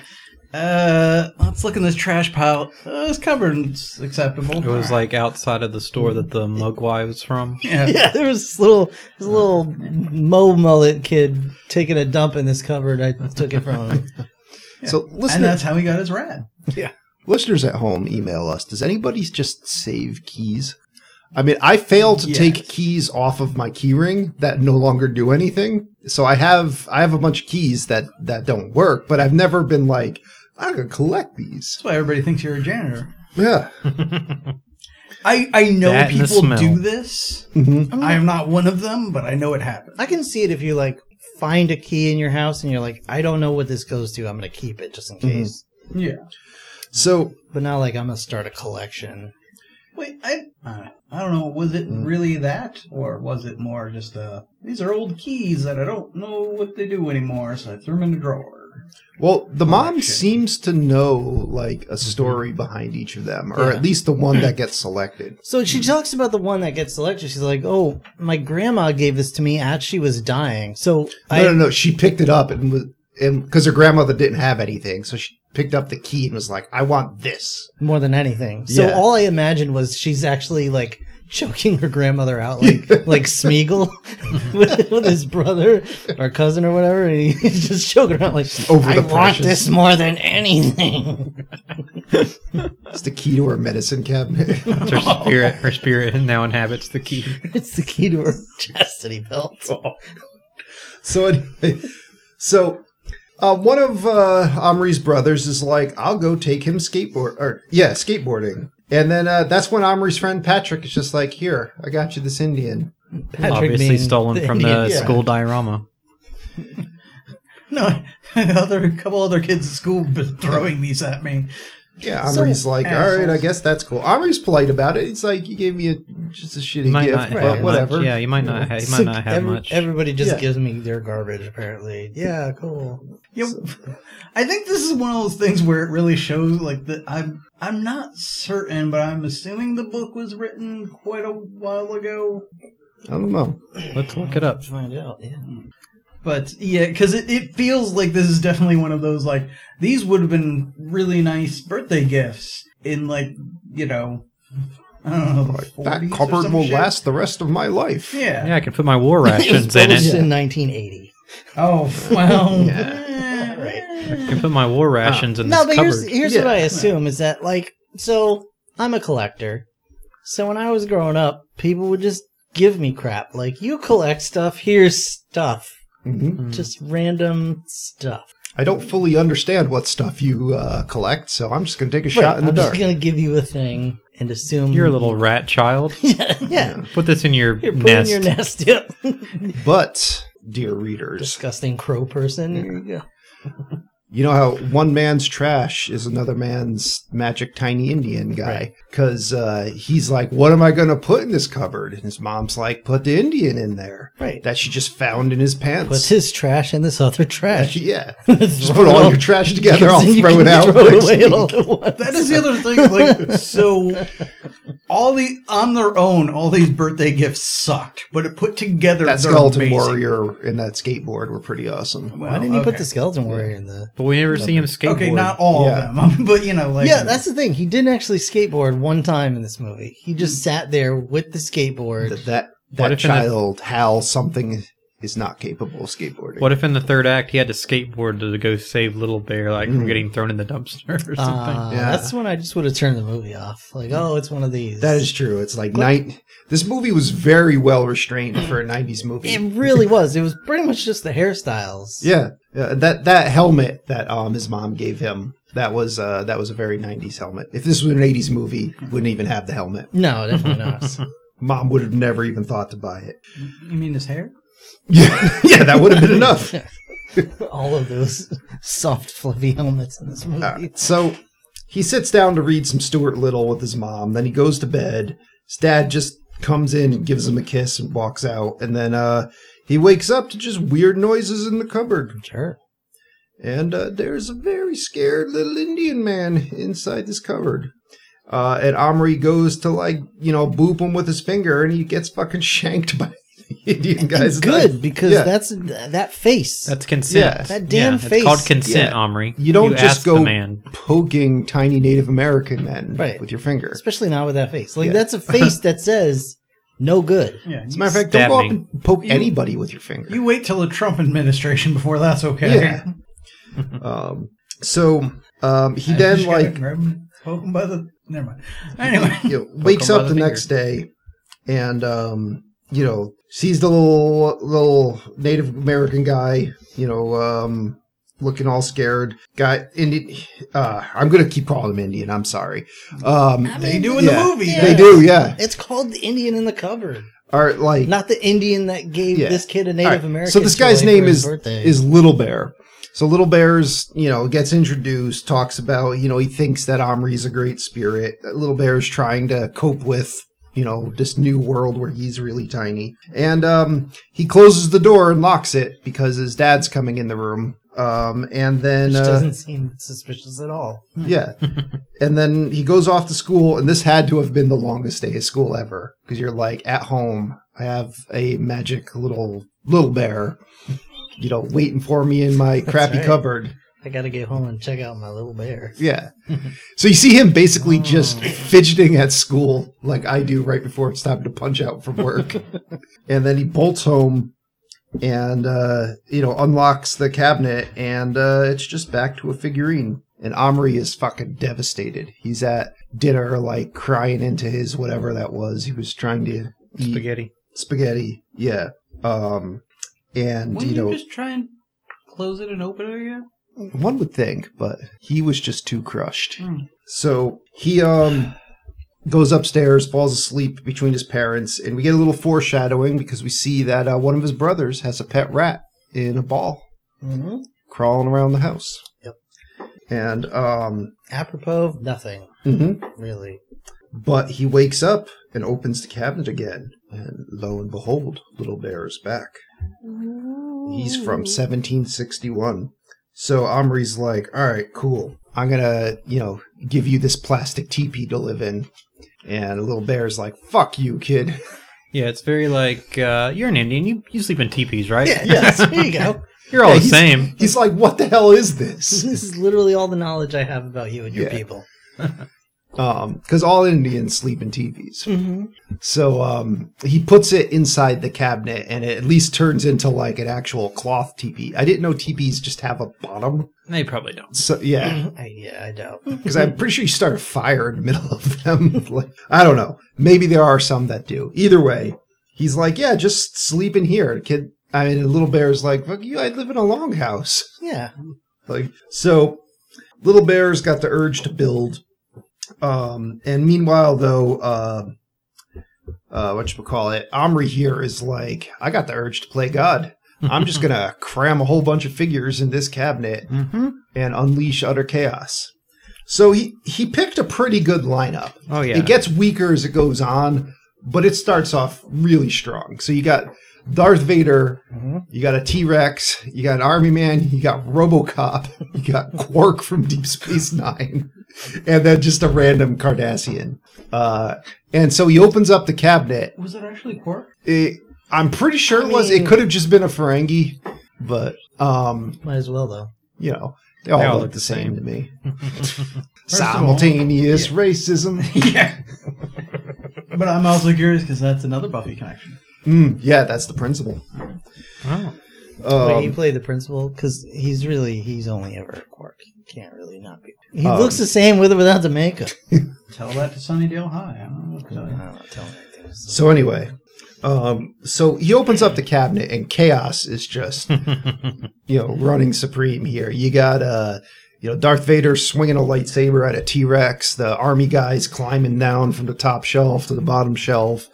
S4: Uh, let's look in this trash pile. Uh, this cupboard's acceptable.
S5: It was like outside of the store that the Mugwai was from.
S4: yeah,
S2: Yeah, there was this little this little mo mullet kid taking a dump in this cupboard. I took it from him.
S1: so
S4: and
S1: listeners,
S4: that's how he got his rad.
S1: listeners at home, email us. Does anybody just save keys? I mean, I fail to take keys off of my keyring that no longer do anything. So I have I have a bunch of keys that that don't work, but I've never been like I'm gonna collect these.
S4: That's why everybody thinks you're a janitor.
S1: Yeah,
S4: I I know
S5: That and the
S4: people
S5: smell.
S4: do this.
S1: Mm-hmm.
S4: I am not one of them, but I know it happens.
S2: I can see it if you like find a key in your house and you're like, I don't know what this goes to. I'm gonna keep it just in
S1: Mm-hmm.
S2: case.
S4: Yeah.
S1: so
S2: But not like I'm gonna start a collection.
S4: Wait, I uh, I don't know. Was it
S5: Mm.
S4: really that, or was it more just uh these are old keys that I don't know what they do anymore, so I threw them in the drawer.
S1: Well, the mom
S4: shit.
S1: seems to know like a story behind each of them, or at least the one that gets selected.
S2: So she talks about the one that gets selected. She's like, "Oh, my grandma gave this to me as she was dying." So I
S1: No, no, no. She picked it up and was and because her grandmother didn't have anything, so she picked up the key and was like, "I want this."
S2: more than anything. So
S1: Yeah.
S2: all I imagined was she's actually like choking her grandmother out, like like Smeagol with, with his brother or cousin or whatever, and he- he's just choking her out like
S1: Over
S2: I
S1: the
S2: want
S1: precious."
S2: this more than anything.
S1: It's the key to her medicine cabinet.
S5: It's her spirit. Her spirit now inhabits the key.
S2: it's the key to her chastity belt.
S5: Oh,
S1: so anyway, so uh, one of uh, Omri's brothers is like, "I'll go take him skateboard or yeah, skateboarding." And then uh, that's when Omri's friend Patrick is just like, "Here, I got you this Indian."
S2: Patrick
S5: Obviously
S2: being
S5: stolen from
S2: Indian-
S5: the
S1: yeah.
S5: school diorama.
S4: No, other a couple other kids at school been throwing these at me.
S1: Yeah, Omri's like, "All right, I guess that's cool." Omri's polite about it. He's like, "You gave me a just a shitty
S5: You might
S1: gift,
S5: not
S1: but
S5: have much.
S1: whatever."
S5: Yeah, you might not. Ha- you might not have
S2: Every-
S5: much.
S2: Everybody just
S1: Yeah.
S2: gives me their garbage, apparently. Yeah, cool.
S4: Yeah, I think this is one of those things where it really shows like that I'm I'm not certain, but I'm assuming the book was written quite a while ago.
S1: I don't know.
S5: Let's look it up.
S2: Find out. Yeah.
S4: But yeah, because it, it feels like this is definitely one of those like these would have been really nice birthday gifts in like you know I don't know the
S1: That
S4: 40s or
S1: cupboard
S4: some
S1: will
S4: shit.
S1: last the rest of my life.
S4: Yeah.
S5: Yeah, I can put my war
S2: It was
S5: rations in
S2: published
S5: it.
S2: in 1980.
S4: Oh well.
S5: I can put my war rations in this
S2: Uh, No, but
S5: cupboard.
S2: here's here's what I assume is that like so I'm a collector. So when I was growing up, people would just give me crap like you collect stuff, here's stuff,
S1: Mhm.
S2: just random stuff.
S1: I don't fully understand what stuff you uh, collect, so I'm just going to take a
S2: Right,
S1: shot in the
S2: I'm
S1: dark.
S2: just gonna give you a thing and assume
S5: You're a little rat child.
S2: yeah yeah.
S5: Put this in your
S2: You're putting
S5: nest.
S2: your nest. Yep.
S1: But, dear readers,
S2: Disgusting crow person. Here you go.
S1: you know how one man's trash is another man's magic tiny Indian guy? Because uh, he's like, What am I going to put in this cupboard? And his mom's like, Put the Indian in there
S2: Right.
S1: that she just found in his
S2: Puts
S1: pants.
S2: his trash in this other trash.
S1: yeah.
S2: Just
S1: Just put all your trash together, I'll throw it out.
S2: Throw it
S1: next
S2: away
S1: week.
S2: all at once.
S4: That is the other thing. Like, so all the on their own, all these birthday gifts sucked, but it put together
S1: That
S4: they're
S1: skeleton
S4: amazing.
S1: warrior and that skateboard were pretty awesome.
S4: Well,
S2: Why didn't he put
S4: okay.
S2: the skeleton warrior in the?
S5: But we never see him skateboard.
S4: Okay, not all
S1: Yeah.
S4: of them, but you know, like
S2: Yeah, that's the thing. He didn't actually skateboard one time in this movie. He just sat there with the skateboard.
S1: That that,
S5: What
S1: that
S5: if in the-
S1: child, Hal, something is not capable of skateboarding.
S5: What if in the third act he had to skateboard to go save Little Bear, like
S2: Mm.
S5: from getting thrown in the dumpster or something?
S2: Uh,
S1: Yeah.
S2: That's when I just would have turned the movie off. Like, oh, it's one of these.
S1: That is true. It's like night. This movie was very well restrained for a '90s movie.
S2: It really was. It was pretty much just the hairstyles.
S1: yeah, yeah. That that helmet that um his mom gave him That was uh, that was a very '90s helmet. If this was an '80s movie, wouldn't even have the helmet.
S2: No, definitely not.
S1: Mom would have never even thought to buy it.
S4: You mean his hair?
S1: Yeah, yeah, that would have been enough.
S2: All of those soft, fluffy helmets in this movie.
S1: All right, so he sits down to read some Stuart Little with his mom. Then he goes to bed. His dad just comes in and gives him a kiss and walks out. And then uh, he wakes up to just weird noises in the cupboard.
S2: Sure.
S1: And uh, there's a very scared little Indian man inside this cupboard. Uh, and Omri goes to like you know boop him with his finger, and he gets fucking shanked by the Indian guys.
S2: Good because
S1: Yeah.
S2: that's that face.
S5: That's consent.
S1: Yeah.
S2: That damn face.
S5: It's called consent,
S1: Yeah.
S5: Omri.
S1: You don't just
S5: ask the
S1: go-
S5: man.
S1: poking tiny Native American men
S2: Right.
S1: with your finger.
S2: especially not with that face. Like
S1: Yeah.
S2: that's a face that says no good.
S4: Yeah.
S1: As a
S4: You,
S1: matter of fact, don't
S5: Stab
S1: go
S5: me.
S1: up and poke
S4: You-
S1: anybody with your finger.
S4: you wait till the Trump administration before that's okay.
S1: Yeah. um, so um, he
S4: I
S1: then
S4: just gotta
S1: like
S4: grab him, poke him by the. Never mind. Anyway,
S1: you know, wakes
S5: him by
S1: up
S5: the
S1: the
S5: finger.
S1: next day, and um, you know sees the little little Native American guy. You know, um, looking all scared. Guy, Indian. Uh, I'm gonna keep calling him Indian. I'm sorry. Um,
S4: they do in
S1: yeah,
S4: the movie.
S1: They do. Yeah.
S2: It's called the Indian in the cupboard,
S1: Are like
S2: not the Indian that gave
S1: Yeah.
S2: this kid a
S1: All
S2: Native
S1: right,
S2: American.
S1: So this
S2: toy
S1: guy's
S2: for
S1: name
S2: his
S1: is
S2: birthday.
S1: is Little Bear. So Little Bear's, you know, gets introduced, talks about, you know, he thinks that Omri's a great spirit. Little Bear's trying to cope with, you know, this new world where he's really tiny. And um he closes the door and locks it because his dad's coming in the room. Um and then
S2: which
S1: uh,
S2: doesn't seem suspicious at all.
S1: yeah. and then he goes off to school, and this had to have been the longest day of school ever because you're like at home. I have a magic little little bear, you know, waiting for me in my crappy
S2: right.
S1: cupboard.
S2: I gotta get home and check out my little bear.
S1: Yeah. so you see him basically just fidgeting at school like I do right before it's time to punch out from work. and then he bolts home and uh you know unlocks the cabinet and uh it's just back to a figurine and Omri is fucking devastated. He's at dinner like crying into his whatever that was. He was trying to eat spaghetti.
S5: Spaghetti.
S1: Yeah. Um and
S4: Wouldn't
S1: you know
S4: just try and close it and open it again?
S1: one would think, but he was just too crushed.
S4: Hmm.
S1: So he um goes upstairs, falls asleep between his parents, and we get a little foreshadowing because we see that uh, one of his brothers has a pet rat in a ball
S2: Mm-hmm.
S1: crawling around the house.
S2: Yep.
S1: And um,
S2: Apropos of nothing,
S1: mhm.
S2: really.
S1: but he wakes up and opens the cabinet again, and lo and behold, little bear is back. He's from 1761. So Omri's like, all right, cool. I'm going to, you know, give you this plastic teepee to live in. And Little Bear's like, fuck you, kid.
S5: Yeah, it's very like uh, you're an Indian. You you sleep in teepees, right? Yeah,
S2: Yes, there you go.
S5: you're all
S1: Yeah,
S5: the
S1: he's-
S5: same.
S1: He's like, what the hell is this?
S2: This is literally all the knowledge I have about you and your
S1: Yeah.
S2: people.
S1: Because Um, all Indians sleep in teepees.
S2: Mm-hmm.
S1: So um, he puts it inside the cabinet and it at least turns into like an actual cloth teepee. I didn't know teepees just have a bottom.
S5: They probably don't.
S1: So yeah.
S2: I, yeah, I doubt.
S1: because I'm pretty sure you start a fire in the middle of them. like, I don't know. Maybe there are some that do. Either way, he's like, yeah, just sleep in here. The Kid, I mean, the little bear's like, fuck you, I live in a longhouse.
S2: Yeah,
S1: Like, so little bear's got the urge to build. Um, and meanwhile, though, uh, uh, what you call it, Omri here is like, I got the urge to play God. I'm just gonna cram a whole bunch of figures in this cabinet
S5: Mm-hmm.
S1: and unleash utter chaos. So he he picked a pretty good lineup.
S5: Oh yeah.
S1: It gets weaker as it goes on, but it starts off really strong. So you got Darth Vader, you got a T Rex, you got Army Man, you got Robocop, you got Quark from Deep Space Nine, and then just a random Cardassian. Uh, and so he opens up the cabinet.
S4: Was it actually quark?
S1: It, I'm pretty sure it was.
S2: mean-
S1: It could have just been a Ferengi, but um,
S2: might as well though.
S1: you know, they all,
S5: They all
S1: look, the same, to me. Simultaneous racism.
S4: Yeah. but I'm also curious because that's another Buffy connection.
S1: Mm, yeah, that's the principle.
S5: Oh.
S2: Wait, you
S1: Um,
S2: play the principal because he's really he's only ever a quark. He can't really not be. He
S1: Um,
S2: looks the same with or without the makeup.
S4: Tell that to Sunnydale High. I don't know what to tell
S2: I
S4: you.
S2: don't know, tell me anything.
S1: so anyway, um, so he opens up the cabinet and chaos is just, you know, running supreme here. You got uh, you know, Darth Vader swinging a lightsaber at a T Rex, the army guys climbing down from the top shelf to the bottom shelf.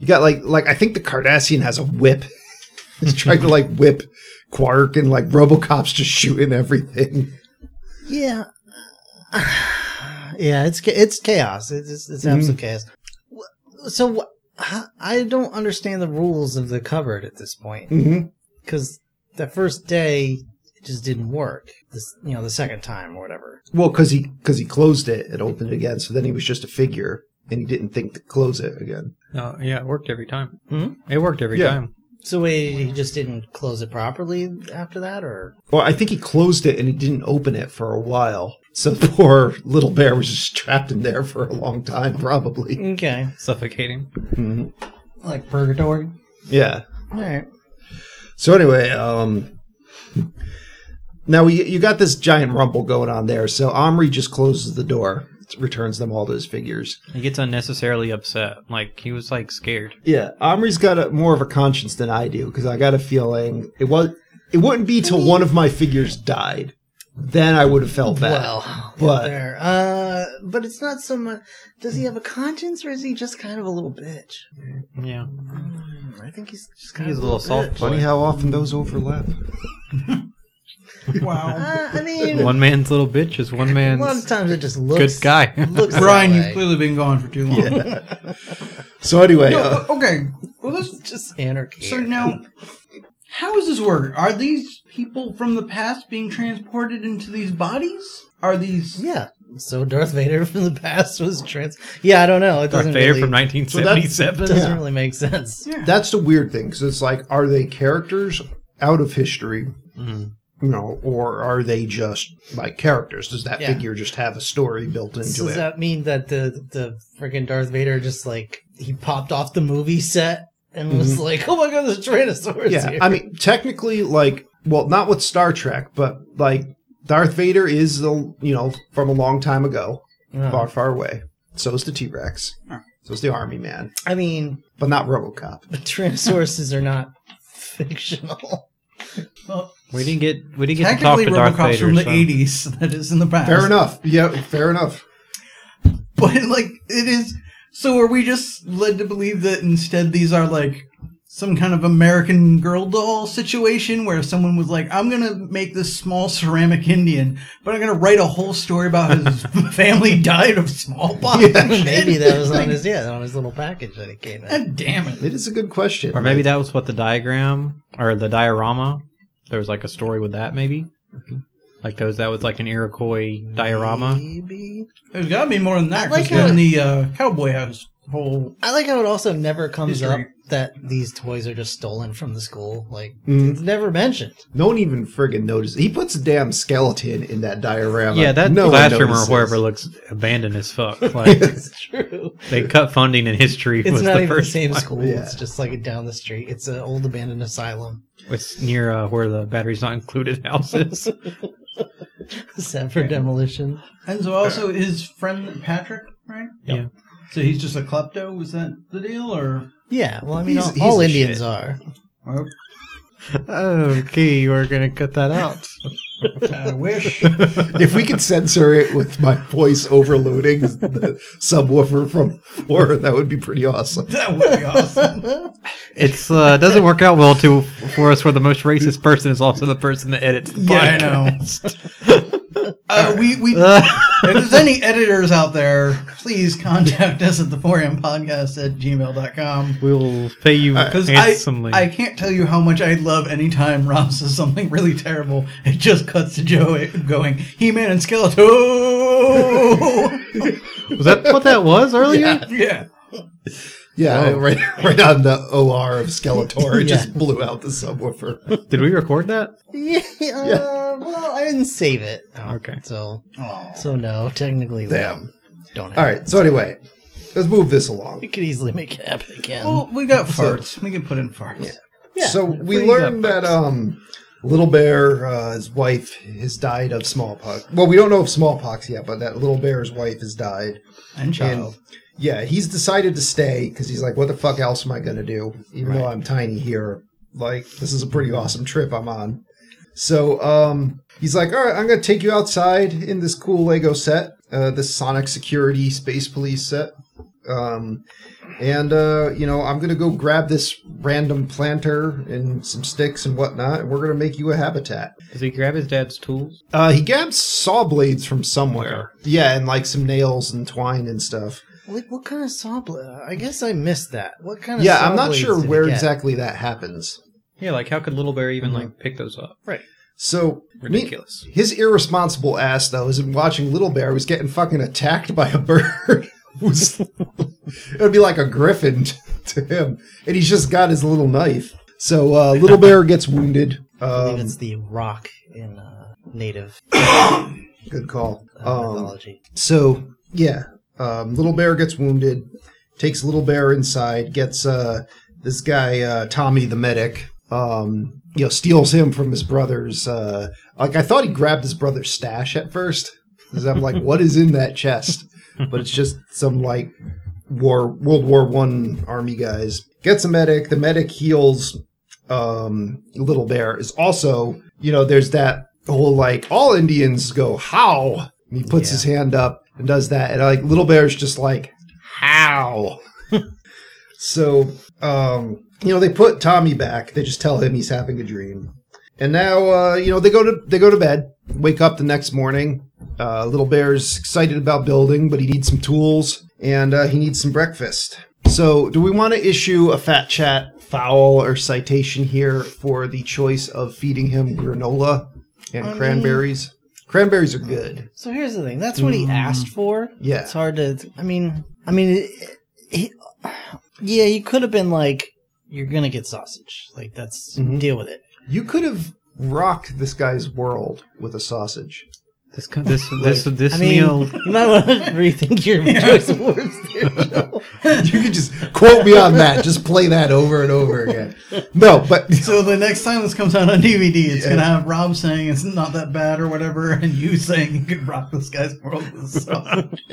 S1: You got like, like I think the Cardassian has a whip. He's trying to like whip Quark and like Robocop's just shooting everything.
S2: Yeah, yeah. It's cha- it's chaos. It's it's, it's absolute chaos. Wh- So wh- h- I don't understand the rules of the cupboard at this point
S1: Mm-hmm.
S2: because the first day it just didn't work. This you know the second time or whatever.
S1: Well, because he because he closed it, it opened it again. So then he was just a figure, and he didn't think to close it again.
S5: No, yeah, it worked every time.
S2: Hmm?
S5: It worked every
S1: Yeah.
S5: time.
S2: So wait, he just didn't close it properly after that, or
S1: Well, I think he closed it and he didn't open it for a while. So poor little bear was just trapped in there for a long time, probably.
S2: okay,
S5: Suffocating.
S1: Mhm.
S6: Like purgatory.
S1: Yeah.
S2: all right.
S1: So anyway, um, now we, you got this giant rumble going on there. So Omri just closes the door, returns them all to his figures.
S5: He gets unnecessarily upset. Like he was like scared.
S1: Yeah, Omri's got a, more of a conscience than I do because I got a feeling it was it wouldn't be till one of my figures died, then I would have felt bad.
S2: Well,
S1: but-
S2: there. Uh, but it's not so much. Does he have a conscience, or is he just kind of a little bitch?
S5: Yeah,
S2: Hmm, I think he's just kind
S5: he's a
S2: of
S5: little soft.
S1: Funny
S5: boy.
S1: how often those overlap.
S4: Wow.
S2: Uh, I mean,
S5: one man's little bitch is one
S2: a
S5: man's
S2: lot of times it just
S5: good
S2: looks
S5: guy.
S2: Looks
S4: Brian,
S2: that
S4: you've
S2: way.
S4: clearly been gone for too long.
S1: So anyway,
S4: No,
S1: uh,
S4: okay. Well, let's
S2: just anarchy.
S4: So now, how does this work? Are these people from the past being transported into these bodies? Are these?
S2: yeah. So Darth Vader from the past was trans. Yeah, I don't know. It
S5: Darth
S2: doesn't
S5: Vader
S2: really,
S5: from
S2: it
S5: 1977.
S2: doesn't
S1: Yeah.
S2: really make sense.
S4: Yeah.
S1: that's the weird thing because it's like, are they characters out of history?
S5: Mhm.
S1: You know, or are they just like characters? Does that
S2: Yeah.
S1: figure just have a story built into
S2: So
S1: it?
S2: does that mean that the the freaking Darth Vader just like he popped off the movie set and
S5: Mm-hmm.
S2: was like, "Oh my god, there's a Tyrannosaurus
S1: yeah,
S2: here."
S1: I mean, technically, like, well, not with Star Trek, but like, Darth Vader is the you know from a long time ago,
S2: Uh,
S1: far, far away. So is the T Rex.
S4: Huh.
S1: So is the Army Man,
S2: I mean,
S1: but not RoboCop.
S2: but Tyrannosauruses are not fictional.
S5: We didn't get we didn't get to talk
S4: Technically,
S5: to Darth
S4: RoboCop's
S5: Vader.
S4: from the
S5: so-
S4: '80s. That is in the past.
S1: Fair enough. Yeah, fair enough.
S4: But like, it is. So are we just led to believe that instead these are like some kind of American Girl doll situation where someone was like, "I'm gonna make this small ceramic Indian, but I'm gonna write a whole story about his family died of smallpox."
S2: Maybe that was on his yeah on his little package that he came in.
S4: God damn it.
S1: It is a good question.
S5: Or maybe that was what the diagram or the diorama. There was like a story with that, maybe. Like those, that was like an Iroquois diorama.
S2: Maybe.
S4: There's gotta be more than that.
S2: I like
S4: 'cause
S2: how-
S4: then the uh, cowboy house whole.
S2: I like how it also never comes
S4: History.
S2: up that these toys are just stolen from the school. Like
S1: Mhm.
S2: it's never mentioned.
S1: No one even friggin' noticed. He puts a damn skeleton in that diorama.
S5: Yeah, that
S1: no one
S5: classroom or
S1: notices.
S5: wherever looks abandoned as fuck. Like
S2: It's true.
S5: they cut funding in history.
S2: It's
S5: was
S2: not
S5: the
S2: even the
S5: first
S2: same
S5: one.
S2: school.
S1: Yeah.
S2: It's just like down the street. It's an old abandoned asylum.
S5: It's near uh, where the batteries not included houses.
S2: Set for demolition.
S4: And so also his friend Patrick, right?
S5: Yeah.
S4: So he's just a klepto. Was that the deal, or?
S2: Yeah. Well, I mean,
S1: He's-
S2: all,
S1: he's
S2: all
S1: a
S2: Indians
S1: shit.
S2: are.
S4: or
S5: okay, you are gonna cut that out.
S4: I wish.
S1: If we could censor it with my voice overloading the subwoofer from four, that would be pretty awesome.
S4: that would be awesome.
S5: It's uh, doesn't work out well to for us. Where the most racist person is also the person that edits. The
S4: Yeah, I know. Uh, we we. if there's any editors out there, please contact us at the forum podcast at gmail.com.
S5: We'll pay you
S4: Because I,
S5: handsomely.
S4: I can't tell you how much I love anytime Rob says something really terrible. It just cuts to Joe going, He Man and Skeletor!
S5: Was that what that was earlier?
S4: yeah.
S1: Yeah, Uh, right, right on the OR of Skeletor, it
S2: Yeah.
S1: just blew out the subwoofer.
S5: Did we record that?
S2: Yeah. uh, Well, I didn't save it.
S5: Okay.
S2: So,
S4: Aw.
S2: so no. Technically, we
S1: Damn.
S2: Don't. Have
S1: All
S2: It.
S1: right, so anyway, let's move this along.
S2: We could easily make it happen again.
S4: Well, we got farts. We can put in farts.
S2: Yeah,
S1: so we
S5: please
S1: learned
S5: up,
S1: that um, Little Bear, uh, his wife, has died of smallpox. Well, we don't know of smallpox yet, but that Little Bear's wife has died.
S4: And child.
S1: Yeah, he's decided to stay because he's like, what the fuck else am I going to do? Even though I'm tiny here, like, this is a pretty awesome trip I'm on. So um, he's like, all right, I'm going to take you outside in this cool Lego set, uh, this Sonic Security Space Police set. Um, and, uh, you know, I'm going to go grab this random planter and some sticks and whatnot, and we're going to make you a habitat.
S5: Does he grab his dad's tools?
S1: Uh, he grabs saw blades from somewhere. Yeah, and like some nails and twine and stuff.
S2: Like what kind of saw blade? I guess I missed that. What kind of
S1: Yeah,
S2: saw
S1: I'm not
S2: blades
S1: sure
S2: did he
S1: where
S2: get?
S1: exactly that happens.
S5: Yeah, like how could Little Bear even like pick those up?
S1: So me-
S5: Ridiculous.
S1: his irresponsible ass though is watching Little Bear was getting fucking attacked by a bird. was, it would be like a griffin t- to him, and he's just got his little knife. So uh, Little Bear gets wounded.
S2: I believe
S1: Um,
S2: it's the rock in uh, native
S1: good call.
S2: uh,
S1: Um,
S2: mythology.
S1: So yeah, um, little bear gets wounded. Takes little bear inside. Gets uh, this guy uh, Tommy the medic. Um, you know, steals him from his brother's. Uh, like I thought he grabbed his brother's stash at first. 'Cause I'm like, what is in that chest? But it's just some like war World War One army guys. Gets a medic. The medic heals um, Little Bear is also, you know, there's that whole like all Indians go how. And he puts his hand up and does that, and like Little Bear's just like how. so, um, you know, they put Tommy back. They just tell him he's having a dream, and now uh, you know they go to they go to bed. Wake up the next morning. Uh, Little Bear's excited about building, but he needs some tools and uh, he needs some breakfast. So, do we want to issue a fat chat foul or citation here for the choice of feeding him granola and cranberries? Cranberries are good.
S2: So here's the thing. That's what he asked for.
S1: Yeah.
S2: It's hard to. I mean. I mean. It, he, yeah, you could have been like, "You're gonna get sausage. Like that's deal with it."
S1: You could have rocked this guy's world with a sausage.
S5: This co- this this this,
S2: I mean,
S5: meal.
S2: you might want to rethink your choice of words. There.
S1: You could just quote me on that. Just play that over and over again. No, but
S4: So the next time this comes out on DVD, it's gonna have Rob saying it's not that bad or whatever, and you saying you could rock this guy's world with sausage.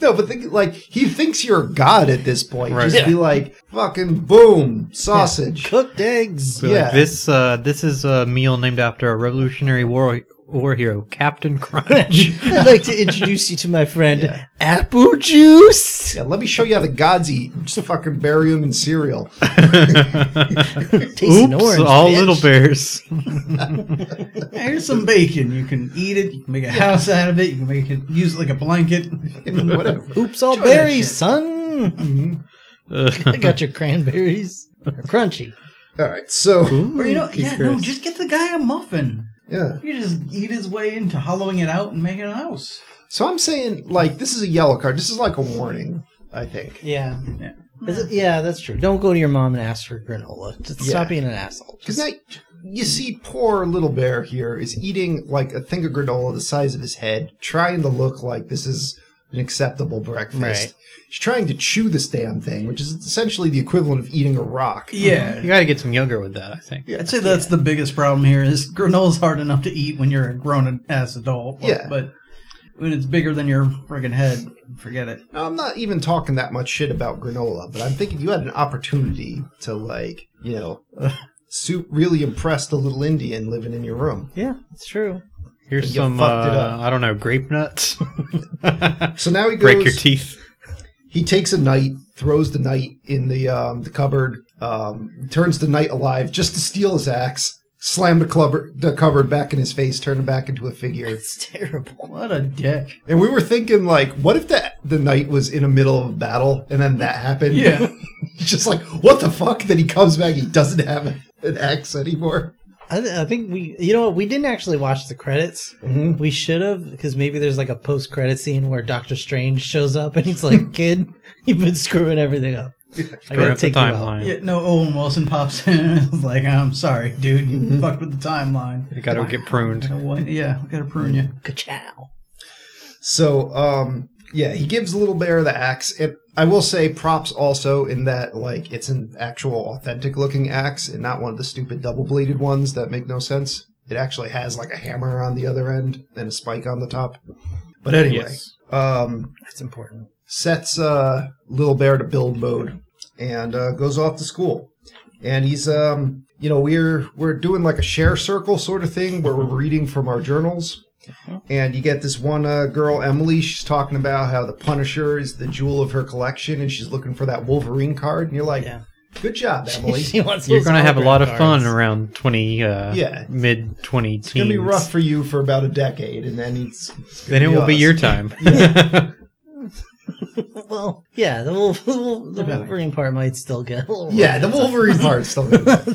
S1: No, but think like he thinks you're a god at this point.
S5: Right.
S1: Just be like, fucking boom, sausage.
S2: Cooked eggs.
S5: Be
S1: yeah.
S5: Like, this uh, this is a meal named after a Revolutionary War war hero, Captain Crunch.
S2: I'd like to introduce you to my friend Apple Juice.
S1: Yeah, let me show you how the gods eat. Just fucking bury them in cereal.
S2: Tastes an
S5: Oops,
S2: orange,
S5: all
S2: bitch.
S5: little bears.
S4: Here's some bacon. You can eat it. You can make a house out of it. You can make it use it like a blanket.
S1: Whatever.
S2: Oops, all berries, son.
S5: Mm-hmm.
S2: I got your cranberries. They're crunchy.
S1: All right, so
S4: Or you know, yeah, no,
S5: Chris.
S4: just get the guy a muffin.
S1: yeah,
S4: You just eat his way into hollowing it out and making a house.
S1: so I'm saying like this is a yellow card. This is like a warning. I think
S2: Yeah.
S4: Yeah.
S2: Is it- yeah, that's true. Don't go to your mom and ask for granola. Just
S1: Yeah.
S2: stop being an asshole.
S1: because now you see, poor little bear here is eating like a thing of granola the size of his head, trying to look like this is an acceptable breakfast.
S2: Right.
S1: He's trying to chew this damn thing, which is essentially the equivalent of eating a rock.
S4: Yeah.
S5: You got to get some younger with that, I think.
S4: Uh-huh. I'd say that's the biggest problem here is granola's hard enough to eat when you're a grown ass adult.
S1: Yeah.
S4: But when it's bigger than your friggin' head, forget it.
S1: Now, I'm not even talking that much shit about granola, but I'm thinking you had an opportunity to, like, you know, su- really impress the little Indian living in your room.
S2: Yeah, it's true.
S5: Here's
S1: You
S5: some,
S1: fucked it
S5: uh,
S1: up.
S5: I don't know, grape nuts.
S1: So now he goes.
S5: Break your teeth.
S1: He takes a knight, throws the knight in the um, the cupboard, um, turns the knight alive just to steal his axe, slam the, clubber- the cupboard back in his face, turn him back into a figure.
S2: It's terrible.
S4: What a dick.
S1: And we were thinking, like, what if that the knight was in the middle of a battle and then that happened?
S4: Yeah.
S1: He's just like, what the fuck? Then he comes back, he doesn't have an axe anymore.
S2: I, th- I think we, you know, what? we didn't actually watch the credits.
S5: Mm-hmm.
S1: Mhm.
S2: We should have, because maybe there's like a post credit scene where Doctor Strange shows up and he's like, "Kid, you've been screwing everything up. I
S5: Screw
S2: gotta
S5: up the
S2: take you out."
S5: timeline.
S4: Yeah, no, Owen Wilson pops in and is like, I'm sorry, dude, you fucked with the timeline.
S5: You got to get pruned.
S4: What? Yeah, I gotta prune you.
S2: Ka-chow.
S1: So, um, yeah, he gives Little Bear the axe. And I will say props also in that, like, it's an actual authentic looking axe and not one of the stupid double bladed ones that make no sense. It actually has, like, a hammer on the other end and a spike on the top. But anyway,
S5: Yes.
S1: um,
S2: That's important.
S1: sets uh, Little Bear to build mode and uh, goes off to school. and he's um you know we're we're doing like a share circle sort of thing where we're reading from our journals and you get this one uh, girl emily she's talking about how the punisher is the jewel of her collection and she's looking for that wolverine card and you're like
S2: Yeah.
S1: good job emily
S2: she wants
S5: You're
S2: those
S5: going to have a lot of
S2: autograph
S5: fun
S2: cards.
S5: around 20, uh,
S1: Yeah.
S5: mid 20 teens.
S1: it's gonna be rough for you for about a decade and then it's, it's gonna
S5: Then it will be
S1: us.
S5: your time.
S2: Well, yeah, the, wolf, the, wolf, the Wolverine part might still get a little.
S1: yeah the wolverine part's still gonna be-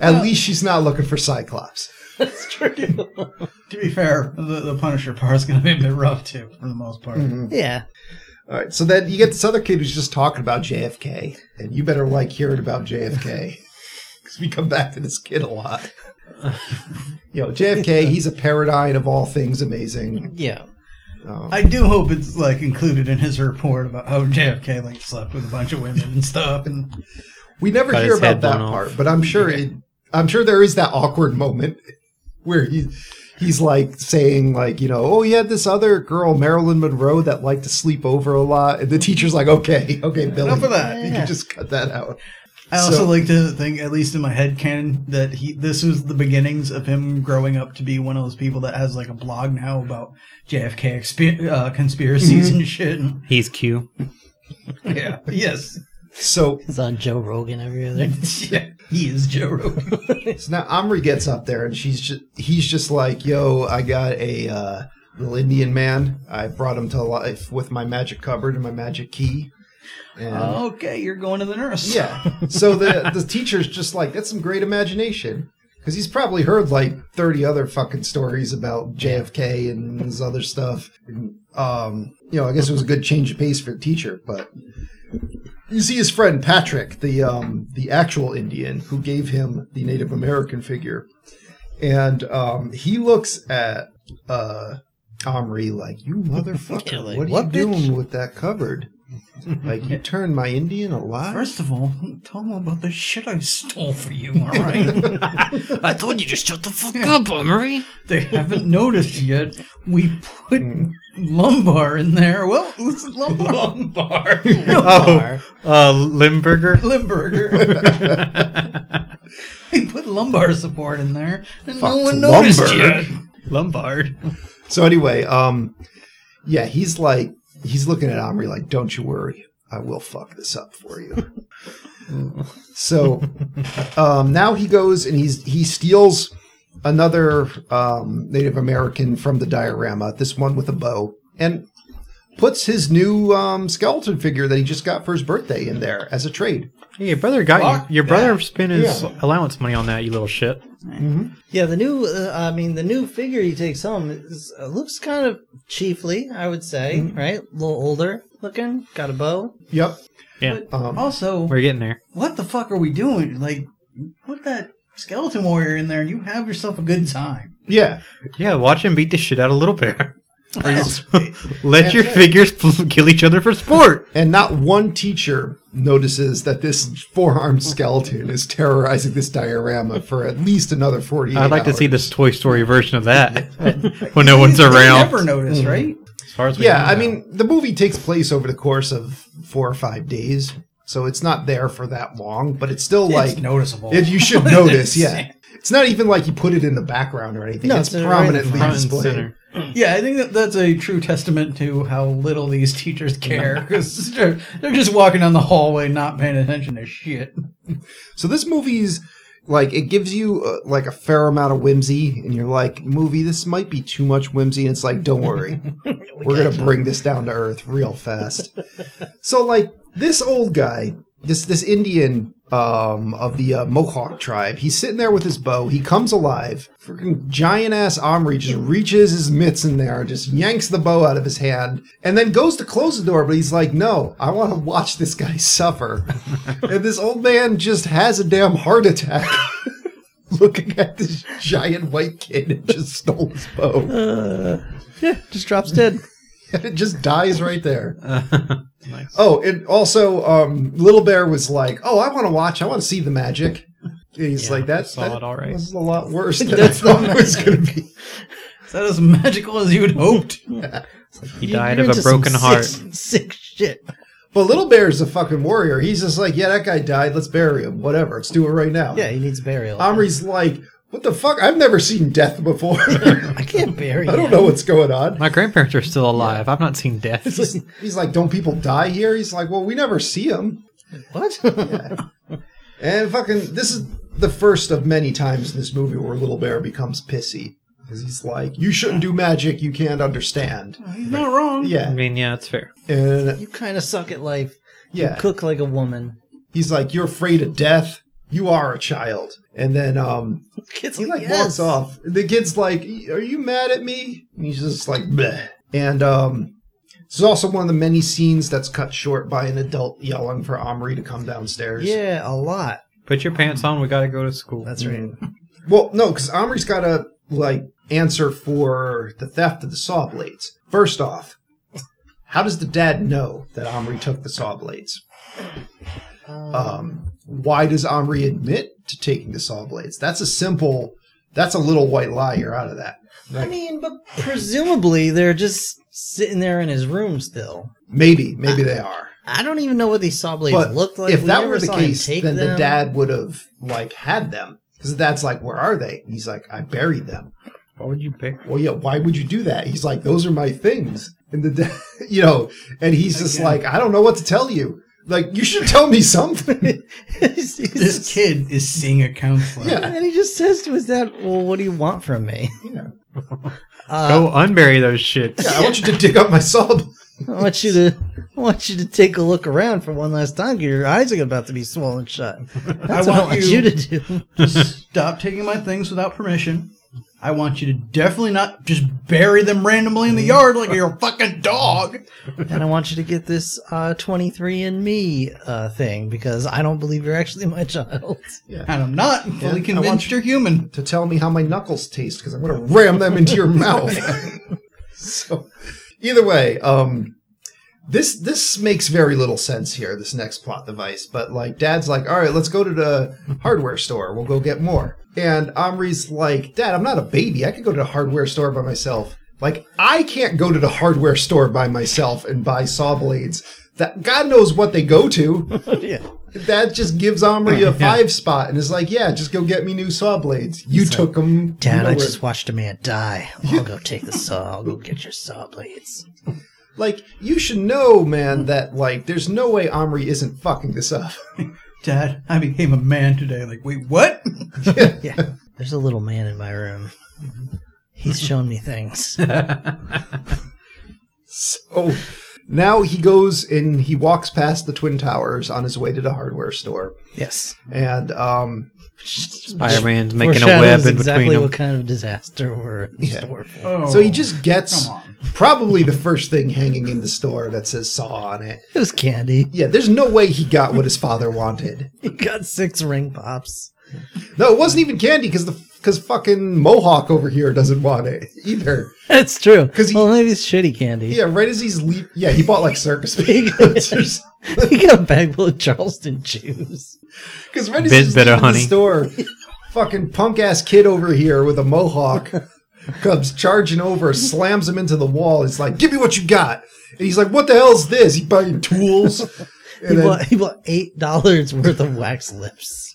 S1: at least she's not looking for cyclops
S2: That's true.
S4: To be fair, the, the Punisher part's going to be a bit rough too, for the most part.
S2: yeah.
S1: All right, so then you get this other kid who's just talking about JFK, and you better like hearing about JFK because we come back to this kid a lot. you know, JFK, he's a paradigm of all things amazing.
S2: Yeah.
S1: Um,
S4: I do hope it's like included in his report about how JFK like slept with a bunch of women and stuff. And
S1: we never
S5: Cut
S1: hear
S5: his
S1: about
S5: head
S1: that
S5: blown off.
S1: part, but I'm sure it, I'm sure there is that awkward moment where he he's like saying like you know oh he had this other girl Marilyn Monroe that liked to sleep over a lot, and the teacher's like okay okay Billy,
S4: enough of that.
S1: you can just cut that out.
S4: I also
S1: So-
S4: like to think, at least in my head canon, that he this was the beginnings of him growing up to be one of those people that has like a blog now about JFK expe- uh, conspiracies and shit. And,
S5: He's Q.
S4: yeah. yes.
S1: So
S2: It's on Joe Rogan every other.
S4: Yeah. He is Joe Rogan.
S1: So now Omri gets up there and she's just he's just like, "Yo, I got a uh, little Indian man. I brought him to life with my magic cupboard and my magic key." And
S4: okay, you're going to the nurse.
S1: yeah, so the the teacher's just like, "That's some great imagination," because he's probably heard like thirty other fucking stories about JFK and his other stuff. And, um, you know, I guess it was a good change of pace for the teacher, but. You see his friend Patrick, the um, the actual Indian who gave him the Native American figure, and um, he looks at uh, Omri like, "You motherfucker!
S2: Yeah, like,
S1: what are
S2: what,
S1: you doing with that cupboard? like, you turned my Indian alive."
S4: First of all, tell them about the shit I stole for you, alright?
S8: I told you to shut the fuck up, Omri.
S4: they haven't noticed yet. We put
S1: Hmm.
S4: lumbar in there. Well, it's lumbar. Lumbar.
S5: Oh, uh, Limburger.
S4: Limburger. we put lumbar support in there, and no
S1: Fucked
S4: one noticed
S1: lumbar.
S4: yet.
S5: Lombard.
S1: So anyway, um, yeah, he's like, he's looking at Omri like, "Don't you worry, I will fuck this up for you." so um, now he goes and he's he steals another um, Native American from the diorama. This one with a bow and puts his new um, skeleton figure that he just got for his birthday in there as a trade.
S5: Hey, your brother got you. Your brother spent his
S1: Yeah.
S5: allowance money on that, you little shit.
S2: Yeah, the new. Uh, I mean, the new figure he takes home is, uh, looks kind of chiefly, I would say,
S1: Mm-hmm.
S2: right? A little older looking, got a bow.
S1: Yep.
S5: Yeah.
S1: Um,
S4: Also,
S5: We're getting there.
S4: what the fuck are we doing? Like, put that skeleton warrior in there, and you have yourself a good time.
S1: yeah.
S5: Yeah, watch him beat the shit out of Little Bear.
S4: That's-
S5: Let your figures kill each other for sport.
S1: And not one teacher notices that this forearmed skeleton is terrorizing this diorama for at least another 48
S5: I'd like to see
S1: hours.
S5: this Toy Story version of that when no one's
S4: They
S5: around.
S4: Never notice, right?
S5: As far as we
S1: Yeah,
S5: know.
S1: I mean, the movie takes place over the course of four or five days, so it's not there for that long, but it's still like.
S4: it's noticeable.
S1: If you should notice, yeah. It's not even like you put it in the background or anything.
S2: No,
S1: it's
S2: it's right in the
S1: prominently
S5: front and
S1: displayed.
S5: center.
S4: yeah, I think that that's a true testament to how little these teachers care because they're, they're just walking down the hallway, not paying attention to shit.
S1: So this movie's like it gives you uh, like a fair amount of whimsy, and you're like, movie, this might be too much whimsy. And it's like, don't worry, we're gonna bring this down to earth real fast. so like this old guy, this this Indian um of the uh, Mohawk tribe, he's sitting there with his bow. He comes alive. Freaking giant ass Omri just reaches his mitts in there, just yanks the bow out of his hand, and then goes to close the door. But he's like, no, I want to watch this guy suffer. and this old man just has a damn heart attack. Looking at this giant white kid and just stole his bow.
S2: Yeah, just drops dead.
S1: And it just dies right there. Oh, and also, um, Little Bear was like, "Oh, I want to watch. I want to see the magic." And he's like, "That's
S5: saw
S1: that
S5: it all right."
S1: was a lot worse than I thought it was going to be."
S4: Is that as magical as you'd hoped?
S5: He died of a broken heart.
S2: Sick, sick shit.
S1: But Little Bear's a fucking warrior. He's just like, yeah, that guy died. Let's bury him. Whatever. Let's do it right now.
S2: Yeah, he needs burial.
S1: Omri's like, what the fuck? I've never seen death before.
S2: I can't bury
S1: I don't
S2: him.
S1: know what's going on.
S5: My grandparents are still alive. I've not seen death.
S1: He's, he's like, don't people die here? He's like, well, we never see them.
S2: What?
S1: And fucking, this is the first of many times in this movie where Little Bear becomes pissy. Because he's like, you shouldn't do magic you can't understand.
S4: He's not wrong.
S5: I
S1: Yeah.
S5: mean, yeah, it's fair.
S1: And
S2: you kind of suck at life.
S1: yeah.
S2: Cook like a woman.
S1: He's like, "You're afraid of death. You are a child." And then um,
S2: Kids
S1: he like
S2: yes.
S1: walks off. The kid's like, "Are you mad at me?" And he's just like, Bleh. "And um, this is also one of the many scenes that's cut short by an adult yelling for Omri to come downstairs."
S2: Yeah, a lot.
S5: Put your pants on. We gotta go to school.
S2: That's right.
S1: Well, no, because Omri's got to like answer for the theft of the saw blades. First off, how does the dad know that Omri took the saw blades?
S2: Uh.
S1: Um, why does Omri admit to taking the saw blades? That's a simple. That's a little white lie. You're out of that.
S2: I mean, but presumably they're just sitting there in his room still.
S1: Maybe, maybe they are.
S2: I don't even know what these saw blades
S1: But
S2: looked like.
S1: if
S2: We
S1: that
S2: never
S1: were the
S2: saw him
S1: case,
S2: take
S1: then the
S2: them.
S1: dad would have like had them because the dad's like, "Where are they?" He's like, "I buried them."
S5: Why would you pick?
S1: well, yeah, why would you do that? He's like, those are my things. And the, dad- you know, and he's just like, I don't know what to tell you. Like, you should tell me something.
S2: He's- he's
S4: This
S2: just-
S4: kid is seeing a counselor.
S1: yeah.
S2: And then he just says to his dad, "Well, what do you want from me?
S5: Go unbury those shits.
S1: Uh, Yeah, I want you to dig up my sub.
S2: I want you to, I want you to take a look around for one last time. 'cause Your eyes are about to be swollen shut. That's what I
S4: want
S2: want
S4: you-
S2: you to do.
S4: Stop taking my things without permission. I want you to definitely not just bury them randomly in the yard like you're a fucking dog.
S2: and I want you to get this uh, 23 and Me uh, thing because I don't believe you're actually my child.
S4: And I'm not
S1: I
S4: fully
S1: want
S4: convinced you're human.
S1: To tell me how my knuckles taste because I'm going to ram them into your mouth. so, either way, um, this this makes very little sense here. This next plot device, but like, Dad's like, all right, let's go to the hardware store. We'll go get more. And Omri's like, Dad, I'm not a baby. I could go to the hardware store by myself. Like, I can't go to the hardware store by myself and buy saw blades. That God knows what they go to. That just gives Omri a five spot and is like, yeah, just go get me new saw blades. You took 'em. took them.
S2: Dad, I just watched a man die. I'll go take the saw. I'll go get your saw blades.
S1: Like, you should know, man, that, like, there's no way Omri isn't fucking this up.
S4: Dad, I became a man today. Like, wait, what?
S2: Yeah, there's a little man in my room.
S4: Mm-hmm.
S2: He's shown me things.
S1: so Oh. now he goes and he walks past the Twin Towers on his way to the hardware store.
S2: Yes,
S1: And, um,
S5: Spider Man's making a
S2: Foreshadows
S5: web in
S2: exactly
S5: between
S2: what
S5: them.
S2: kind of disaster we're in store for.
S4: Oh,
S1: so he just gets
S4: come on.
S1: probably the first thing hanging in the store that says saw on it.
S2: It was candy.
S1: Yeah, there's no way he got what his father wanted.
S2: He got six ring pops.
S1: No, it wasn't even candy because the because fucking Mohawk over here doesn't want it either.
S2: That's true.
S1: 'Cause he-
S2: well, maybe it's shitty candy.
S1: Yeah, right as he's leap, yeah, he bought like circus figures.
S2: he got a bag full of Charleston chews.
S1: Because right as
S5: Bit
S1: he's
S5: better,
S1: leaving
S5: honey.
S1: the store, fucking punk ass kid over here with a mohawk comes charging over, slams him into the wall. He's like, "Give me what you got," and he's like, "What the hell's this? He buying tools?"
S2: He
S1: And then,
S2: bought, he bought eight dollars worth of wax lips.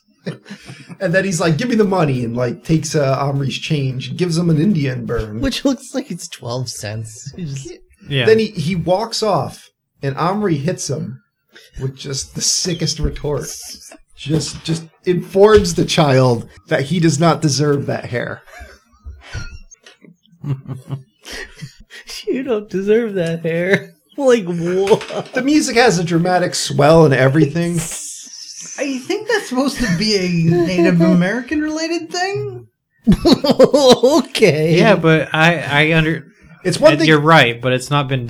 S1: and then he's like, "Give me the money," and like takes uh, Omri's change, and gives him an Indian burn.
S2: which looks like it's 12 cents. You just-
S5: Yeah.
S1: Then he, he walks off, and Omri hits him with just the sickest retort. Just just informs the child that he does not deserve that hair.
S2: you don't deserve that hair. Like, what?
S1: The music has a dramatic swell and everything.
S4: I think that's supposed to be a Native American related thing.
S2: okay.
S5: yeah, but I I under
S1: It's one thing.
S5: you're right, but it's not been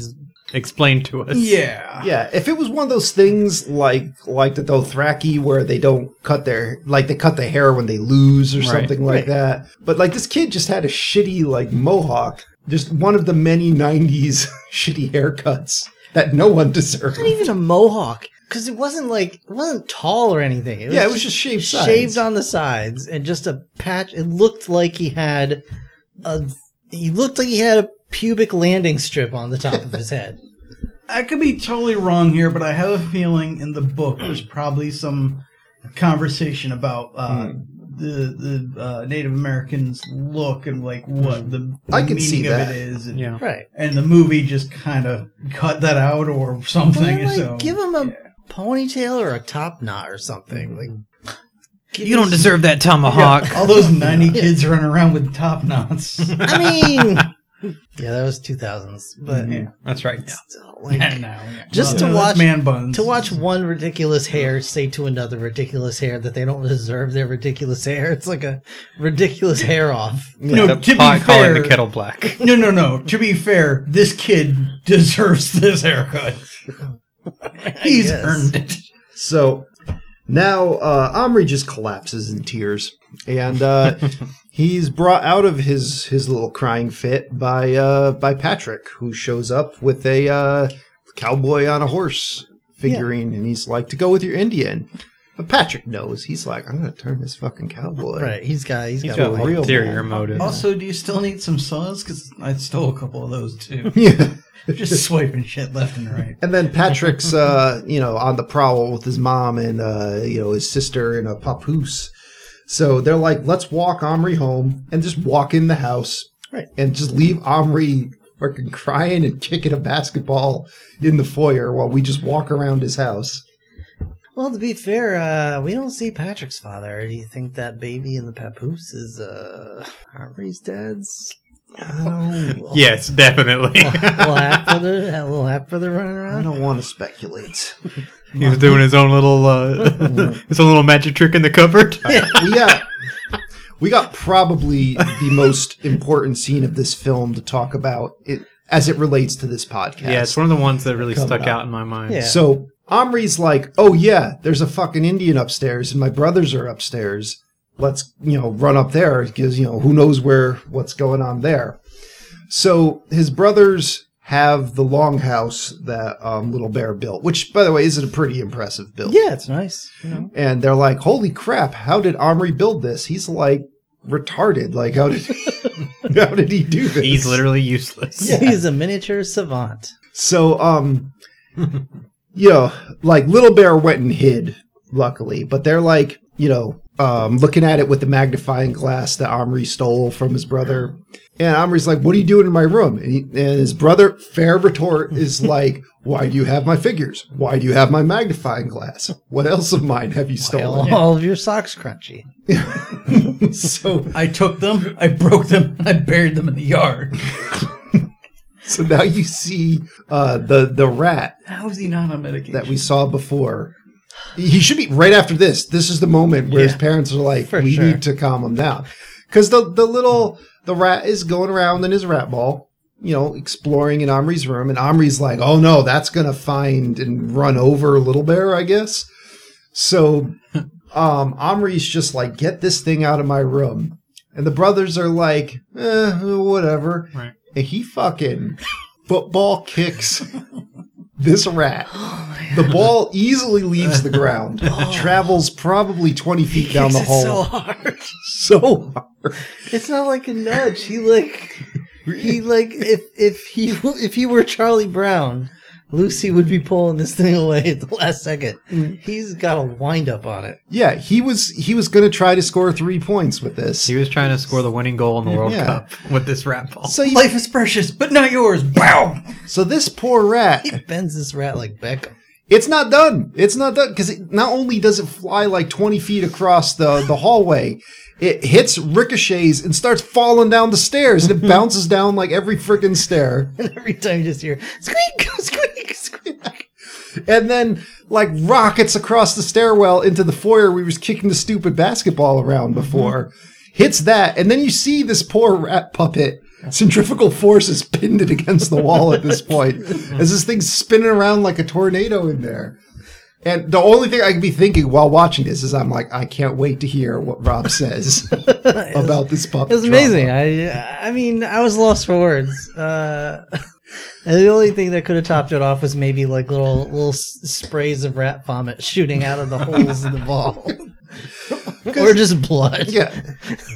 S5: explained to us.
S4: Yeah.
S1: yeah, if it was one of those things like like the Dothraki where they don't cut their like they cut the hair when they lose or something like that. But like this kid just had a shitty like mohawk, just one of the many '90s shitty haircuts that no one deserves.
S2: Not even a mohawk. Because it wasn't like, it wasn't tall or anything. It was
S1: Yeah, it was just shaved
S2: just
S1: sides.
S2: shaved on the sides and just a patch. It looked like he had a, he looked like he had a pubic landing strip on the top of his head.
S4: I could be totally wrong here, but I have a feeling in the book there's probably some conversation about uh, the the uh, Native Americans' look and like what the, the
S1: I can
S4: meaning
S1: see
S4: of
S1: that.
S4: it is, and,
S5: Yeah.
S2: Right.
S4: and the movie just kind of cut that out or something.
S2: Well, like,
S4: so
S2: give him a ponytail or a top knot or something. Like
S8: You don't deserve that tomahawk.
S4: all those ninety kids running around with top knots.
S2: I mean, yeah, that was two thousands, but
S4: Yeah.
S5: That's right.
S2: still, like,
S4: now,
S2: Just to
S4: that's
S2: watch-
S4: man buns
S2: to watch one ridiculous hair say to another ridiculous hair that they don't deserve their ridiculous hair. It's like a ridiculous hair off.
S8: Oh,
S4: No,
S5: the
S4: to be
S5: pot calling
S4: fair-
S5: the kettle black.
S4: No, no, no. To be fair, this kid deserves this haircut. He's
S2: guess.
S4: earned it.
S1: So now uh, Omri just collapses in tears, and uh, he's brought out of his his little crying fit by uh, by Patrick, who shows up with a uh, cowboy on a horse figurine, and he's like, "To go with your Indian." But Patrick knows. He's like, "I'm gonna turn this fucking cowboy."
S2: Right. He's got he's
S5: He's
S2: got,
S5: got
S1: a
S5: like
S1: real
S5: ulterior
S1: man.
S5: motive.
S4: Also, do you still need some saws? Because I stole a couple of those too.
S1: Yeah.
S4: Just swiping shit left and right.
S1: And then Patrick's, uh, you know, on the prowl with his mom and, uh, you know, his sister and a papoose. So they're like, let's walk Omri home and just walk in the house
S2: Right.
S1: and just leave Omri fucking crying and kicking a basketball in the foyer while we just walk around his house.
S2: Well, to be fair, uh, we don't see Patrick's father. Do you think that baby in the papoose is uh Harvey's dad's? Oh,
S5: Yes, definitely.
S2: little half brother, that little half brother running
S1: I
S2: around.
S1: don't want to speculate.
S5: he was doing his own little uh, his own little magic trick in the cupboard.
S1: we got we got probably the most important scene of this film to talk about it as it relates to this podcast.
S5: Yeah, it's one of the ones that really stuck out in my mind.
S2: Yeah.
S1: So Omri's like, "Oh yeah, there's a fucking Indian upstairs, and my brothers are upstairs. Let's you know run up there because you know who knows where what's going on there." So his brothers have the longhouse that um, Little Bear built, which by the way is a pretty impressive build.
S2: Yeah, it's nice. You know?
S1: And they're like, "Holy crap! How did Omri build this? He's like retarded. Like how did how did he do this?
S5: He's literally useless.
S2: He's a miniature savant.
S1: So, um, you know, like Little Bear went and hid, luckily, but they're like, you know, um, looking at it with the magnifying glass that Omri stole from his brother. And Omri's like, what are you doing in my room? And, he, and his brother, fair retort, is like, why do you have my figures? Why do you have my magnifying glass? What else of mine have you
S2: All,
S1: stolen?
S2: all of your socks crunchy.
S1: so,
S4: I took them, I broke them, and I buried them in the yard.
S1: so now you see uh, the, the rat
S4: How is he not on medication?
S1: that we saw before. He should be right after this. This is the moment where his parents are like,
S2: For
S1: "We
S2: sure.
S1: need to calm him down," because the the little the rat is going around in his rat ball, you know, exploring in Omri's room, and Omri's like, "Oh no, that's gonna find and run over Little Bear, I guess." So, um, Omri's just like, "Get this thing out of my room," and the brothers are like, eh, "Whatever,"
S5: Right.
S1: and he fucking football kicks this rat. The ball easily leaves the ground, travels probably 20 feet down the hole. So hard. So hard.
S2: It's not like a nudge. He like he like if if he if he were Charlie Brown, Lucy would be pulling this thing away at the last second.
S1: Mm.
S2: He's got a wind up on it.
S1: Yeah, he was he was going to try to score 3 points with this.
S5: He was trying to score the winning goal in the World
S1: Yeah.
S5: Cup with this rap ball.
S1: So you,
S4: Life is precious, but not yours. Bow.
S1: so this poor rat,
S2: He bends this rat like Beckham.
S1: it's not done. It's not done cuz not only does it fly like 20 feet across the the hallway, it hits ricochets and starts falling down the stairs and it bounces down like every freaking stair.
S2: And every time you just hear squeak, squeak, squeak.
S1: and then like rockets across the stairwell into the foyer we was kicking the stupid basketball around
S2: Mm-hmm.
S1: before hits that and then you see this poor rat puppet centrifugal forces pinned it against the wall at this point as this thing's spinning around like a tornado in there and the only thing I can be thinking while watching this is I'm like, I can't wait to hear what Rob says about this puppet.
S2: It was amazing. I I mean, I was lost for words. Uh, and the only thing that could have topped it off was maybe like little little s- sprays of rat vomit shooting out of the holes in the ball, or just blood.
S1: Yeah.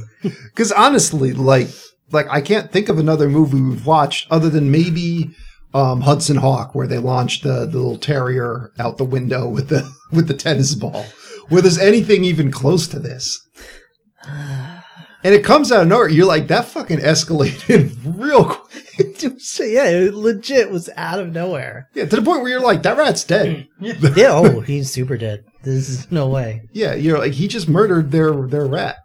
S1: Cuz honestly, like like I can't think of another movie we've watched other than maybe um, Hudson Hawk, where they launched the, the little terrier out the window with the with the tennis ball. Where there's anything even close to this. And it comes out of nowhere. You're like, that fucking escalated real quick.
S2: So yeah, it legit was out of nowhere.
S1: yeah, to the point where you're like, that rat's dead.
S2: Yeah, oh, he's super dead. This is no way.
S1: Yeah, you're like, he just murdered their their rat.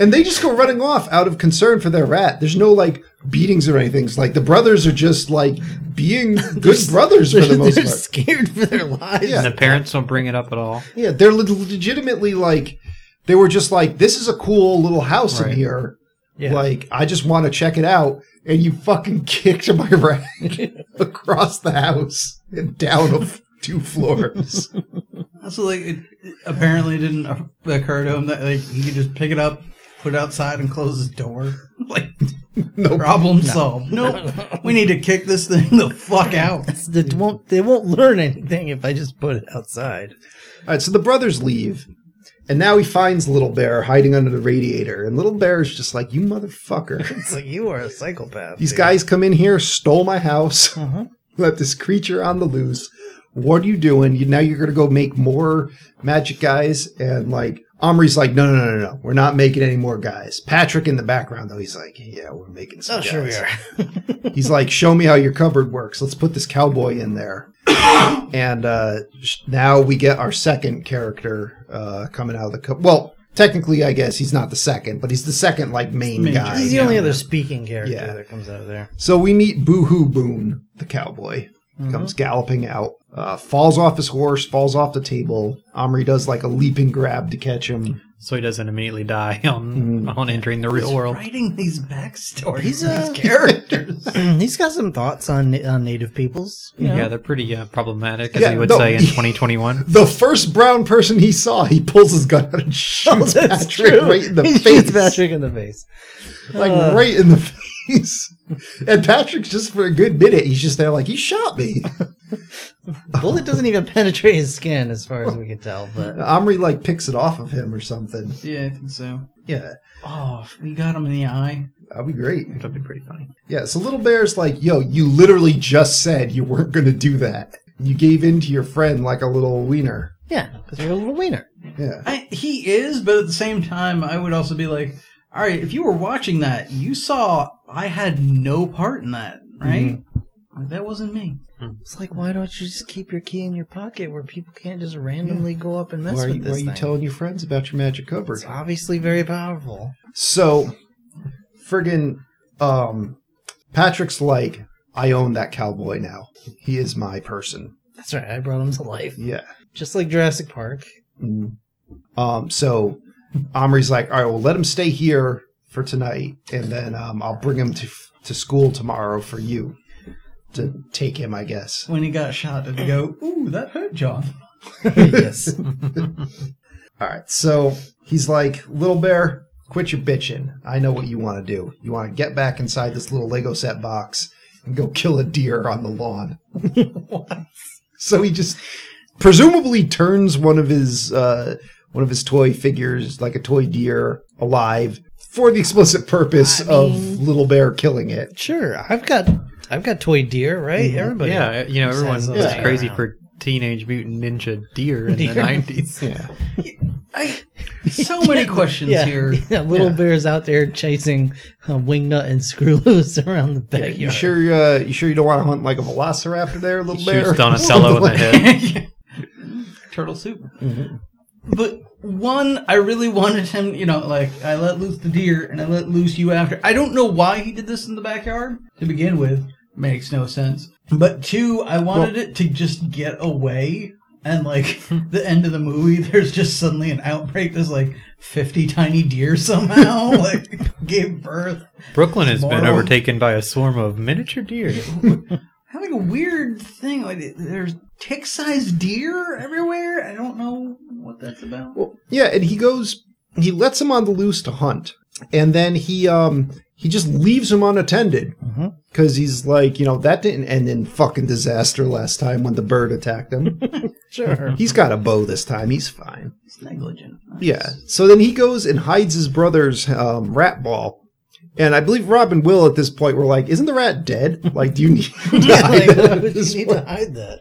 S1: And they just go running off out of concern for their rat. There's no like beatings or anything. It's like the brothers are just like being good brothers for the most
S2: They're
S1: part.
S2: scared for their lives.
S1: Yeah.
S5: And the parents don't bring it up at all.
S1: Yeah, they're le- legitimately like, they were just like, this is a cool little house in here. Like, I just want to check it out. And you fucking kicked my rat across the house and down of two floors.
S4: Also, like, it it apparently didn't occur to him that like he could just pick it up, put it outside, and close his door. Like,
S1: No.
S4: problem solved. Nope. we need to kick this thing the fuck out.
S2: They won't they won't learn anything if I just put it outside.
S1: All right, so the brothers leave, and now he finds Little Bear hiding under the radiator, and Little Bear is just like, "You motherfucker!
S2: It's like you are a psychopath.
S1: These guys come in here, stole my house,
S2: Uh-huh.
S1: let this creature on the loose. What are you doing? You, now you're gonna go make more magic guys?" And like Omri's like, "No, no, no, no, no, we're not making any more guys." Patrick in the background though, he's like, "Yeah, we're making some."
S2: Oh, sure we
S1: guys."
S2: are.
S1: He's like, "Show me how your cupboard works. Let's put this cowboy in there." and uh, sh- now we get our second character uh, coming out of the cup. Well, technically, I guess he's not the second, but he's the second like main, guy.
S2: He's the only other speaking character
S1: Yeah.
S2: that comes out of there.
S1: So we meet Boo Hoo Boone, the cowboy. Comes galloping out, uh, falls off his horse, falls off the table. Omri does like a leaping grab to catch him.
S5: So he doesn't immediately die on on entering the real world.
S4: Writing these backstories,
S2: He's,
S4: these
S2: uh, Mm,
S4: characters.
S2: He's got some thoughts on on native peoples. you know?
S5: Yeah, they're pretty uh, problematic, as
S1: Yeah,
S5: we would
S1: no.
S5: say in 2021.
S1: The first brown person he saw, he pulls his gun out and shoots
S2: Oh, That's
S1: Patrick
S2: true.
S1: right in the
S2: He
S1: face.
S2: shoots Patrick in the face.
S1: like right in the face. And Patrick's just for a good minute, he's just there like, he shot me.
S2: Bullet doesn't even penetrate his skin, as far as we can tell. But
S1: Omri like picks it off of him or something.
S4: yeah, I think so.
S1: Yeah,
S4: Oh, if we got him in the eye.
S1: that'd be great.
S5: That'd be pretty funny.
S1: Yeah, so Little Bear's like, yo, you literally just said you weren't going to do that. You gave in to your friend like a little wiener.
S2: yeah, because you're a little wiener.
S1: Yeah.
S4: I, he is, but at the same time, I would also be like, all right, if you were watching that, you saw I had no part in that, right? Like, that wasn't me.
S2: It's like, why don't you just keep your key in your pocket where people can't just randomly go up and mess
S1: Why are,
S2: with
S1: you, why
S2: this
S1: are you
S2: thing?
S1: telling your friends about your magic cupboard?
S2: it's obviously very powerful.
S1: So, friggin' um, Patrick's like, I own that cowboy now. He is my person.
S2: That's right. I brought him to life,
S1: Yeah.
S2: just like Jurassic Park.
S1: Um, so Omri's like, all right, well, let him stay here for tonight, and then um, I'll bring him to to school tomorrow for you to take him, I guess.
S4: When he got shot, did he go, ooh, that hurt, John?
S2: yes.
S1: All right, so he's like, little bear, quit your bitching. I know what you want to do. You want to get back inside this little Lego set box and go kill a deer on the lawn. So he just presumably turns one of his uh, one of his toy figures, like a toy deer, alive for the explicit purpose of Little Bear killing it.
S2: Sure, I've got I've got toy deer, right? Everybody.
S5: Yeah, you know, everyone was
S2: Sounds like-
S5: crazy for Teenage Mutant Ninja Deer in
S2: Deer.
S5: the 90s.
S4: I, so many questions
S2: Yeah.
S4: here.
S2: yeah, little bears out there chasing uh, wingnut and screw loose around the backyard.
S1: You sure? Uh, you sure you don't want to hunt like a velociraptor there, Little Bear?
S5: Shoots Donatello in the head.
S4: Turtle soup. But one, I really wanted him, you know, like, I let loose the deer and I let loose you after. I don't know why he did this in the backyard to begin with. Makes no sense. But two, I wanted it to just get away. And like the end of the movie, there's just suddenly an outbreak. There's like 50 tiny deer somehow, like, gave birth.
S5: Brooklyn has been
S4: Tomorrow.
S5: overtaken by a swarm of miniature deer.
S4: having a weird thing. Like there's tick-sized deer everywhere. I don't know what that's about.
S1: Well, yeah, and he goes, he lets him on the loose to hunt, and then he um he just leaves him unattended
S6: Mm-hmm.
S1: because he's like, you know, that didn't end in fucking disaster last time when the bird attacked him.
S2: Sure.
S1: he's got a bow this time. He's fine.
S4: It's negligent.
S1: Yeah. So then he goes and hides his brother's um, rat ball And I believe Rob and Will at this point were like, "Isn't the rat dead? Like, do you need?"
S6: Yeah, like, why would you need to hide that?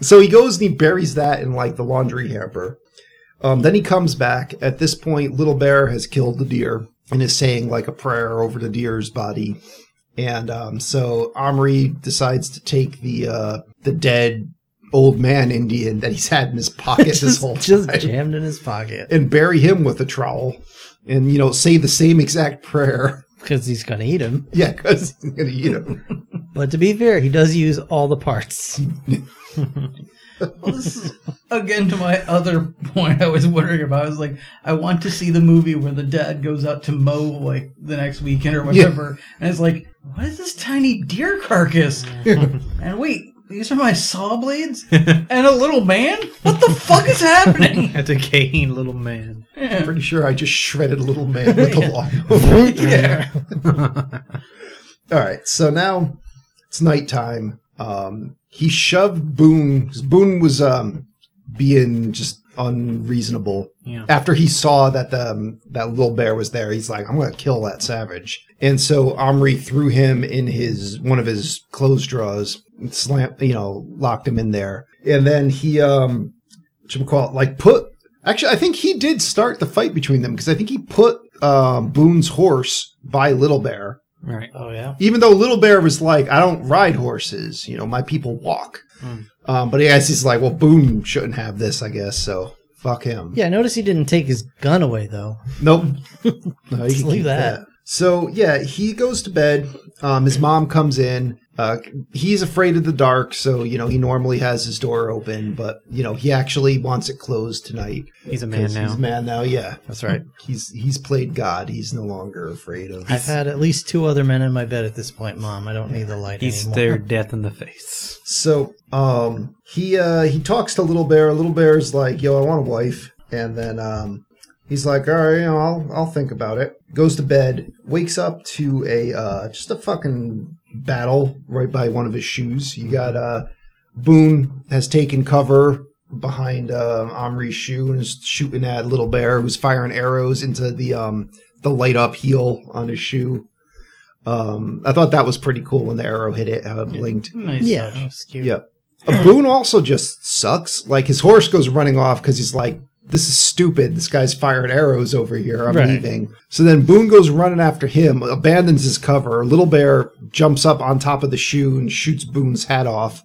S1: So he goes and he buries that in like the laundry hamper. Um, then he comes back. At this point, Little Bear has killed the deer and is saying like a prayer over the deer's body. And um, so Omri decides to take the uh, the dead old man Indian that he's had in his pocket this
S2: just,
S1: whole
S2: just
S1: time
S2: jammed in his pocket
S1: and bury him with a trowel, and you know say the same exact prayer.
S2: because he's gonna eat him.
S1: yeah, because he's gonna eat him.
S2: But to be fair, he does use all the parts.
S4: Well, this is again to my other point. I was wondering about. I was like, I want to see the movie where the dad goes out to mow like the next weekend or whatever, and it's like, what is this tiny deer carcass? and wait, these are my saw blades and a little man. What the fuck is happening?
S5: That's a keen little man.
S1: Pretty sure I just shredded a little man with a log.
S4: yeah.
S1: All right, so now it's nighttime. Um, he shoved Boone. 'cause Boone was um, being just unreasonable.
S5: Yeah.
S1: After he saw that the um, that little bear was there, he's like, "I'm going to kill that savage." And so Omri threw him in his one of his clothes drawers, and slam, you know, locked him in there, and then he, um, should we call it, like put. Actually, I think he did start the fight between them because I think he put um, Boone's horse by Little Bear
S5: Right.
S6: Oh yeah.
S1: even though Little Bear was like, I don't ride horses, you know, my people walk. Um, but he guess he's like, well, Boone shouldn't have this, I guess, so fuck him.
S2: Yeah, notice he didn't take his gun away though.
S1: Nope. no, you
S2: Just
S1: can
S2: leave
S1: keep
S2: that.
S1: that. So yeah, he goes to bed. Um, his mom comes in. Uh, he's afraid of the dark, so you know he normally has his door open, but you know he actually wants it closed tonight.
S5: He's a
S1: 'cause
S5: man now.
S1: He's a man now. Yeah,
S2: That's right.
S1: he's he's played God. He's no longer afraid of.
S2: I've had at least two other men in my bed at this point, Mom. I don't need the light
S5: He
S2: anymore.
S5: stared death in the face.
S1: So um, he uh, he talks to Little Bear. Little Bear's like, "Yo, I want a wife," and then um, he's like, "All right, you know, I'll I'll think about it." Goes to bed. Wakes up to a uh, just a fucking battle right by one of his shoes. You got uh, Boone has taken cover behind uh, Omri's shoe and is shooting at Little Bear, who's firing arrows into the um, the light up heel on his shoe. Um, I thought that was pretty cool when the arrow hit it, how it blinked.
S4: Nice.
S2: Yeah, that was cute.
S1: Yeah. Uh, Boone also just sucks. Like his horse goes running off because he's like, "This is stupid. This guy's firing arrows over here. I'm
S2: Right.
S1: leaving." So then Boone goes running after him, abandons his cover. Little Bear jumps up on top of the shoe and shoots Boone's hat off.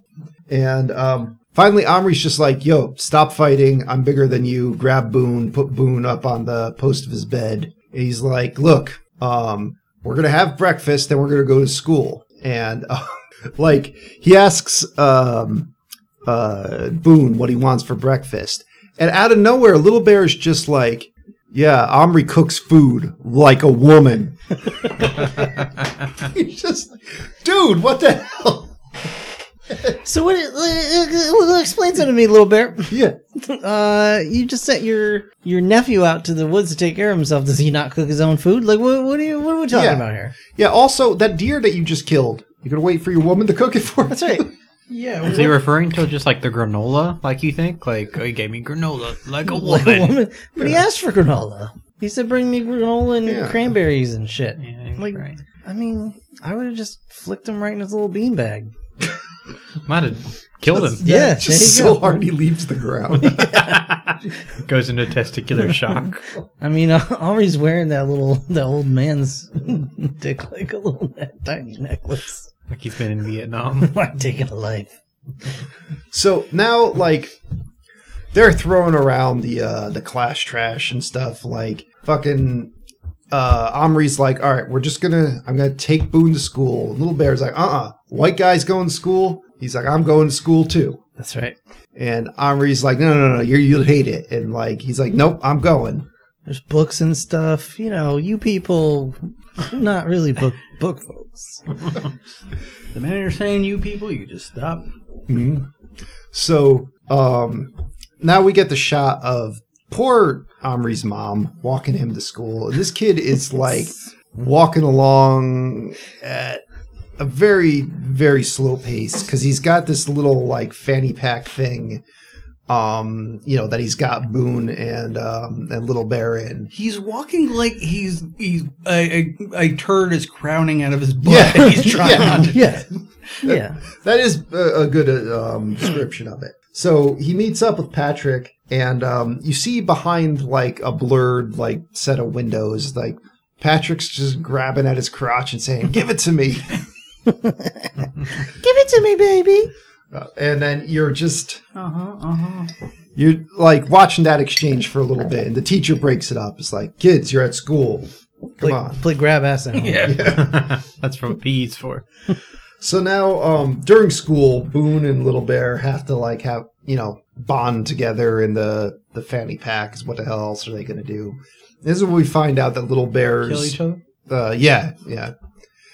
S1: And um, finally, Omri's just like, "Yo, stop fighting. I'm bigger than you." Grab Boone, put Boone up on the post of his bed. And he's like, "Look, um, we're gonna have breakfast, then we're gonna go to school." And uh, like he asks um, uh, Boone what he wants for breakfast, and out of nowhere, Little Bear's just like, "Yeah, Omri cooks food like a woman." He's just, like, dude, what the hell?
S2: So what? It, uh, uh, explain something to me, little bear.
S1: Yeah,
S2: Uh, you just sent your your nephew out to the woods to take care of himself. Does he not cook his own food? Like, what? What are you? What are we talking
S1: Yeah.
S2: about here?
S1: yeah. Also, that deer that you just killed, you gonna wait for your woman to cook it for?
S2: That's right.
S4: Yeah.
S8: Is he referring to just like the granola? Like you think? Like oh, he gave me granola like a woman.
S2: Woman, but he asked for granola. He said, "Bring me granola and
S1: Yeah.
S2: cranberries and shit."
S8: Yeah,
S2: like,
S8: right.
S2: I mean, I would have just flicked him right in his little beanbag.
S8: Might have killed him.
S2: Yeah, there you
S1: Just
S2: go.
S1: so hard he leaves the ground.
S5: Goes into testicular shock.
S2: I mean, Omri's wearing that little, that old man's dick like a little ne- tiny necklace.
S5: like he's been in Vietnam.
S2: Like taking a life.
S1: So now, like, they're throwing around the uh, the clash trash and stuff. Like, fucking uh, Omri's like, all right, we're just gonna, I'm gonna take Boone to school. Little Bear's like, uh, uh white guy's going to school. He's like, I'm going to school too.
S2: That's right.
S1: And Omri's like, no, no, no, you you'll hate it. And like, he's like, nope, I'm going.
S2: There's books and stuff. You know, you people, not really book book folks.
S4: The minute you're saying you people, you just stop.
S1: So um, now we get the shot of poor Omri's mom walking him to school. And this kid is like walking along at a very, very slow pace because he's got this little like fanny pack thing um, you know, that he's got Boone and um, and Little Bear in.
S4: He's walking like he's he's a, a, a turd is crowning out of his butt. and he's trying not to.
S1: yeah.
S2: Yeah.
S1: That is a, a good uh, um, description of it. So he meets up with Patrick, and um, you see behind like a blurred like set of windows, like Patrick's just grabbing at his crotch and saying, "Give it to me."
S2: Give it to me, baby.
S1: Uh, and then you're just you're like watching that exchange for a little bit and the teacher breaks it up it's like kids you're at school come
S2: Play,
S1: on
S2: play grab ass and hold.
S8: That's from P's for.
S1: so now um during school boone and little bear have to like have you know bond together in the the fanny pack is what the hell else are they gonna do this is when we find out that little bear's
S4: Kill each other.
S1: Uh, yeah, yeah.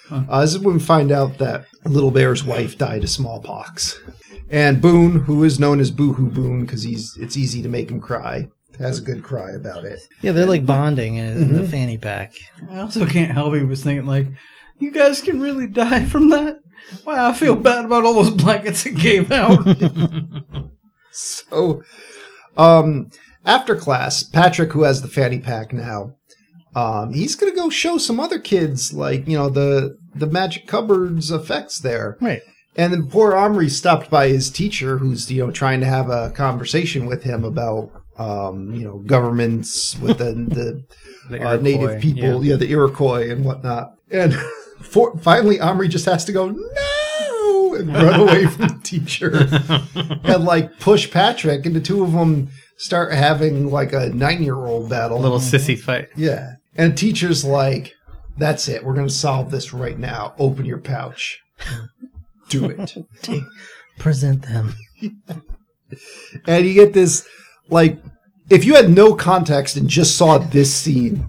S1: Uh, this is when we find out that Little Bear's wife died of smallpox, and Boone, who is known as Boohoo Boone because he's it's easy to make him cry, has a good cry about it.
S2: Yeah, they're like bonding in, in the fanny pack.
S4: I also can't help it. Was thinking like, you guys can really die from that. Wow, I feel bad about all those blankets that gave out.
S1: So, um, after class, Patrick, who has the fanny pack now, um, he's gonna go show some other kids like you know the the magic cupboards effects there.
S2: Right.
S1: And then poor Omri stopped by his teacher, who's you know trying to have a conversation with him about um, you know governments with the, the, uh, native
S8: Iroquois,
S1: people, yeah. the Iroquois and whatnot. And for, finally, Omri just has to go no and run away from the teacher and like push Patrick, and the two of them start having like a nine-year-old battle.
S8: Little sissy fight.
S1: Yeah. And teacher's like, that's it. We're going to solve this right now. Open your pouch. Do it.
S2: Present them.
S1: and you get this, like, if you had no context and just saw this scene,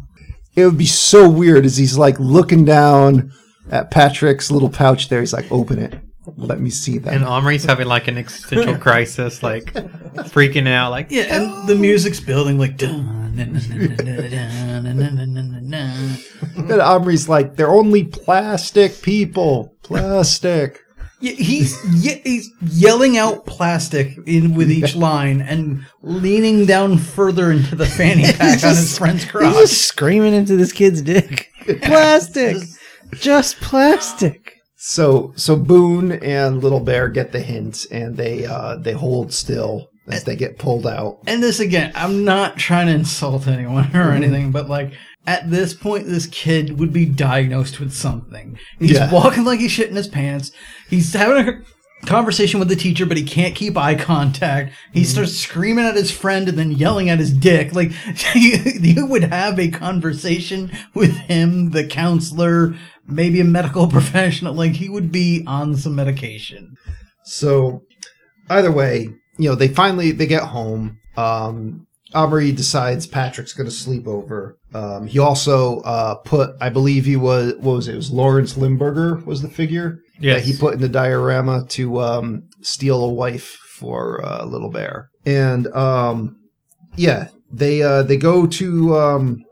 S1: it would be so weird as he's like looking down at Patrick's little pouch there. He's like, open it. Let me see that.
S8: And Omri's having like an existential crisis, like freaking out, like
S4: yeah, and the music's building like dun. dun, dun, dun, dun, dun, dun, dun, dun, dun, dun, dun.
S1: And Omri's like, they're only plastic people. Plastic.
S4: Yeah, he's ye- he's yelling out plastic in with each line and leaning down further into the fanny pack on his friend's
S2: He's
S4: crotch.
S2: just screaming into this kid's dick. plastic. Just plastic.
S1: So so Boone and Little Bear get the hint and they uh they hold still as they get pulled out.
S4: and this again, I'm not trying to insult anyone or
S1: Mm-hmm.
S4: anything, but like at this point, this kid would be diagnosed with something. He's
S1: Yeah.
S4: walking like he's shitting his pants. He's having a conversation with the teacher, but he can't keep eye contact. He
S1: Mm-hmm.
S4: starts screaming at his friend and then yelling at his dick. Like you, you would have a conversation with him, the counselor, maybe a medical professional. Like he would be on some medication.
S1: So either way, you know, they finally they get home. Um Aubrey decides Patrick's gonna sleep over. Um he also uh put I believe he was what was it, it was Lawrence Limburger was the figure
S8: Yes.
S1: that he put in the diorama to um steal a wife for uh, Little Bear. And um yeah, they uh they go to um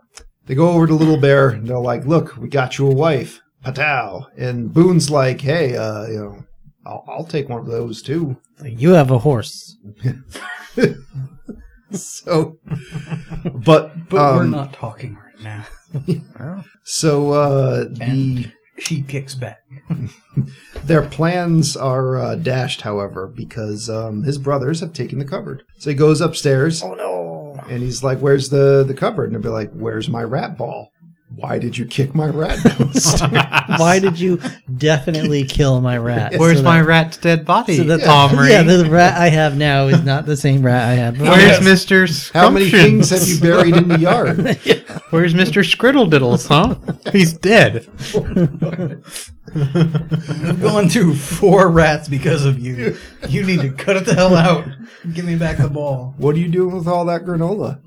S1: they go over to Little Bear and they're like, "Look, we got you a wife, Patow." And Boone's like, "Hey, uh, you know, I'll, I'll take one of those too."
S2: You have a horse.
S1: So, but
S4: But we're
S1: um,
S4: not talking right now.
S1: So uh, the
S4: And she kicks back.
S1: their plans are uh, dashed, however, because um, his brothers have taken the cupboard. So he goes upstairs. Oh no! And he's like, "Where's the the cupboard?" And they'll be like, "Where's my rat ball? Why did you kick my rat downstairs?"
S2: Why did you definitely kill my rat?
S8: Where's
S2: So that-
S8: my rat's dead body,
S2: so that the-
S8: Omri?
S2: Yeah, the rat I have now is not the same rat I had before.
S8: Where's Mr. Scrumptious?
S1: How many things have you buried in the yard?
S8: Where's Mr. Scriddlediddles, huh? He's dead.
S4: I've gone through four rats because of you. You need to cut it the hell out. Give me back the ball.
S1: What are you doing with all that granola?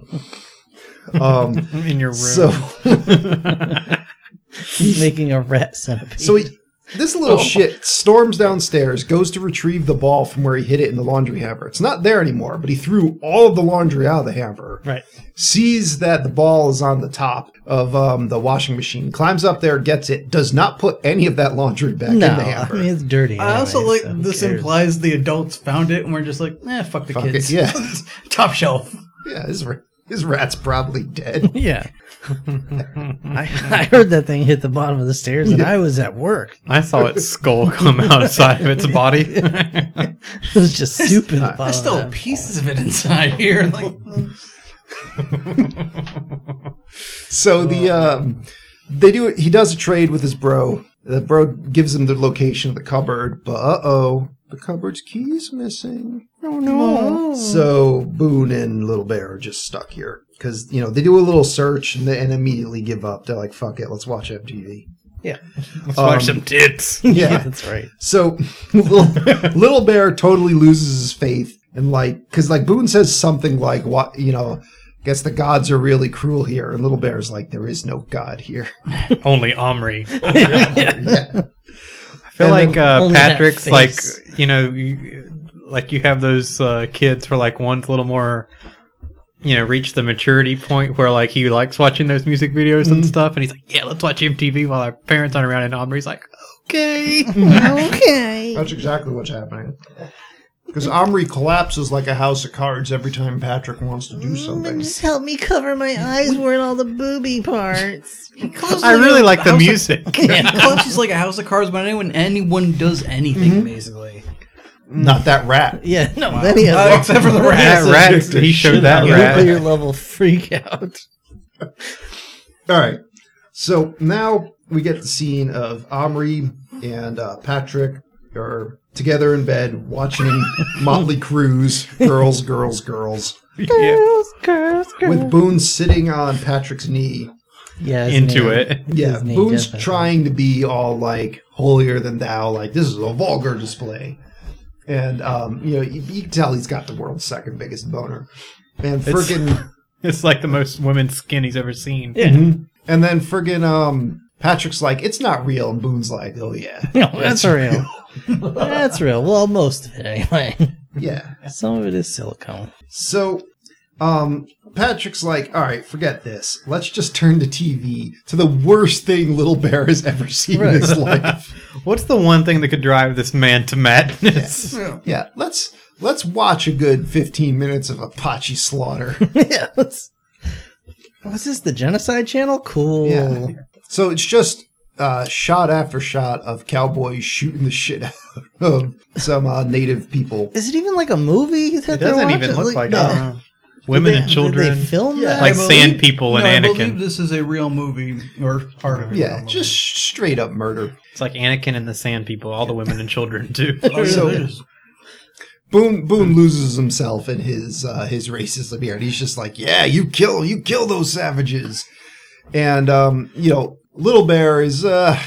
S1: Um,
S8: In your room.
S1: so
S2: He's making a rat centipede.
S1: so he This little shit storms downstairs, goes to retrieve the ball from where he hid it in the laundry hamper. It's not there anymore, but he threw all of the laundry out of the hamper.
S2: Right.
S1: Sees that the ball is on the top of um, the washing machine, climbs up there, gets it, does not put any of that laundry back
S2: No,
S1: in the
S2: I
S1: hamper.
S2: mean it's dirty.
S4: I also
S2: anyway,
S4: like
S2: so who
S4: this
S2: cares?
S4: implies the adults found it and we're just like, eh, fuck the
S1: Fuck it,
S4: kids.
S1: yeah.
S4: Top shelf.
S1: yeah, his, ra- his rat's probably dead.
S2: Yeah. I, I heard that thing hit the bottom of the stairs and I was at work.
S5: I saw its skull come outside of its body.
S2: It was just soup in the bottom.
S4: There's
S2: of
S4: still
S2: that.
S4: pieces of it inside here. Like,
S1: So the um, they do he does a trade with his bro. The bro gives him the location of the cupboard, but uh oh, the cupboard's key's missing. Oh no! So Boone and Little Bear are just stuck here because you know they do a little search and, they, and immediately give up. They're like, "Fuck it, let's watch MTV."
S2: Yeah.
S1: let's
S5: Watch some tits.
S1: yeah.
S2: That's right.
S1: So little, little bear totally loses his faith and like because like Boone says something like what you know. Guess the gods are really cruel here, and Little Bear's like, there is no god here.
S5: Only Omri.
S1: Yeah.
S5: I feel
S1: And
S5: like uh,
S2: only that
S5: Patrick's
S2: face.
S5: like you know, you, like you have those uh, kids where like one's a little more, you know, reach the maturity point where like he likes watching those music videos and stuff, and he's like, yeah, let's watch MTV while our parents aren't around, and Omri's like, okay,
S2: Okay.
S1: That's exactly what's happening.
S7: Because Omri collapses like a house of cards every time Patrick wants to do something.
S2: Just help me cover my eyes wearing all the booby parts.
S5: I really like the music.
S4: Clutch is like a house of cards, but anyone anyone does anything
S5: Mm-hmm.
S4: basically.
S1: Not that rat.
S2: Yeah, no, then he has
S4: Uh, except for the
S5: that
S4: rats.
S5: rat, he showed that rat.
S2: nuclear level freak out.
S1: All right. So now we get the scene of Omri and uh, Patrick are together in bed watching Motley Crue's Girls, Girls, Girls,
S5: Yeah,
S2: Girls, girls, girls.
S1: with Boone sitting on Patrick's knee.
S2: yeah, his
S5: into
S2: name.
S5: it.
S1: Yeah,
S2: Disney,
S1: Boone's
S2: definitely.
S1: trying to be all like holier than thou, like this is a vulgar display, and um, you know you, you can tell he's got the world's second biggest boner, and freaking
S5: It's like the most women's skin he's ever seen.
S1: And then friggin' um, Patrick's like, it's not real. And Boone's like, oh, yeah.
S2: No, that's real. that's real. Well, most of it anyway.
S1: Yeah.
S2: Some of it is silicone.
S1: So um, Patrick's like, all right, forget this. Let's just turn to TV to the worst thing Little Bear has ever seen in his life.
S5: What's the one thing that could drive this man to madness?
S1: yeah. Let's let's watch a good 15 minutes of Apache slaughter.
S2: yeah. Let's, what's this? The genocide channel? Cool.
S1: Yeah. So it's just uh, shot after shot of cowboys shooting the shit out of some uh, native people.
S2: Is it even like a movie? That
S5: It doesn't even look like
S1: no.
S5: uh, women and
S2: Did
S5: children,
S2: they film
S1: Yeah.
S2: that?
S5: like
S4: I believe-
S5: sand people and
S4: no, I
S5: Anakin.
S4: believe this is a real movie or part of it.
S1: Yeah, just straight up murder.
S5: It's like Anakin and the Sand People, all the women and children too.
S1: So- Boone Boone loses himself in his uh, his racism here, and he's just like, "Yeah, you kill you kill those savages," and um, you know, Little Bear is uh,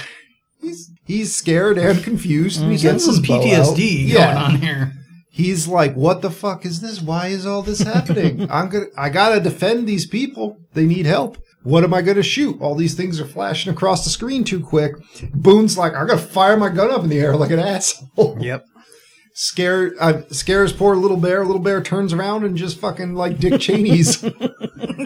S1: he's he's scared and confused, and he
S4: getting
S1: gets his
S4: some
S1: bow out.
S4: PTSD
S1: Yeah,
S4: going on here.
S1: he's like, "What the fuck is this? Why is all this happening? I'm gonna I gotta defend these people. They need help." What am I going to shoot? All these things are flashing across the screen too quick. Boone's like, I'm going to fire my gun up in the air like an asshole
S5: yep.
S1: scare uh, scares poor little bear. Little bear turns around and just fucking like Dick Cheney's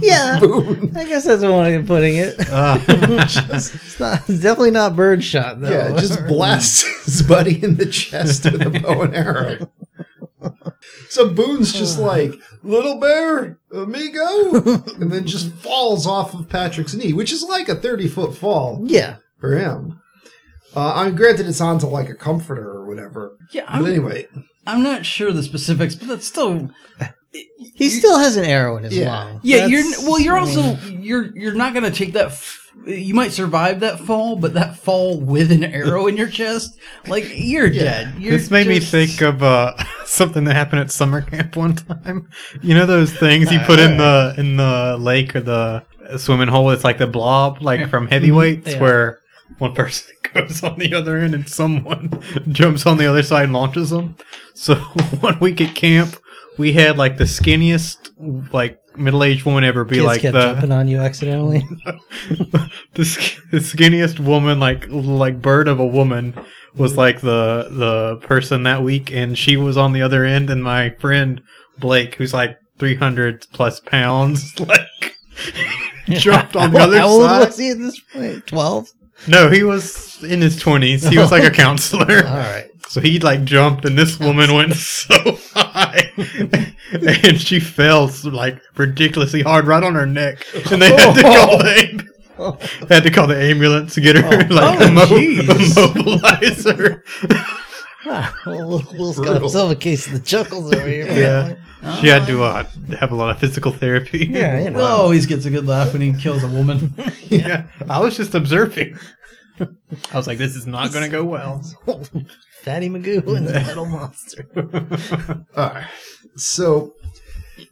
S2: yeah.
S1: boon.
S2: I guess that's one way of putting it.
S5: Ah.
S2: it's, not, it's definitely not birdshot, though.
S1: Yeah, just blasts his buddy in the chest with a bow and arrow. So Boone's just like little bear, amigo, and then just falls off of Patrick's knee, which is like a thirty foot fall
S2: yeah.
S1: for him. Uh, I mean, granted, it's onto like a comforter or whatever.
S4: Yeah,
S1: But
S4: I'm,
S1: anyway,
S4: I'm not sure the specifics, but that's still
S2: He still has an arrow in his
S1: Yeah.
S2: lung.
S4: Yeah,
S2: That's-
S4: you're well. You're
S2: I mean,
S4: also you're you're not gonna take that. F- you might survive that fall, but that fall with an arrow in your chest, like you're dead. You're
S5: This made me
S4: just-
S5: think of uh, something that happened at summer camp one time. You know those things you put in the in the lake or the swimming hole? It's like the blob, like from heavyweights,
S2: Yeah.
S5: where one person goes on the other end and someone jumps on the other side and launches them. So one week at camp, we had like the skinniest like middle aged woman ever be
S2: Kids
S5: like
S2: kept
S5: the
S2: jumping on you accidentally.
S5: the, sk- the skinniest woman, like like bird of a woman, was like the the person that week, and she was on the other end, and my friend Blake, who's like three hundred plus pounds, like dropped on the other
S2: How old
S5: side.
S2: was he at this point? Twelve.
S5: No, he was in his twenties. He was like a counselor.
S2: All right.
S5: So he like jumped, and this woman went so high, and she fell like ridiculously hard right on her neck, and they had to call the amb- had to call the ambulance to get her like immo- immobilize her.
S2: Ah, Will, Will's got himself a case of the chuckles over here.
S5: Yeah, she had to uh, have a lot of physical therapy.
S2: Yeah, you know.
S4: Will always gets a good laugh when he kills a woman.
S5: yeah. I was just observing. I was like, this is not going to go well.
S2: Fatty Magoo and the Metal Monster.
S1: So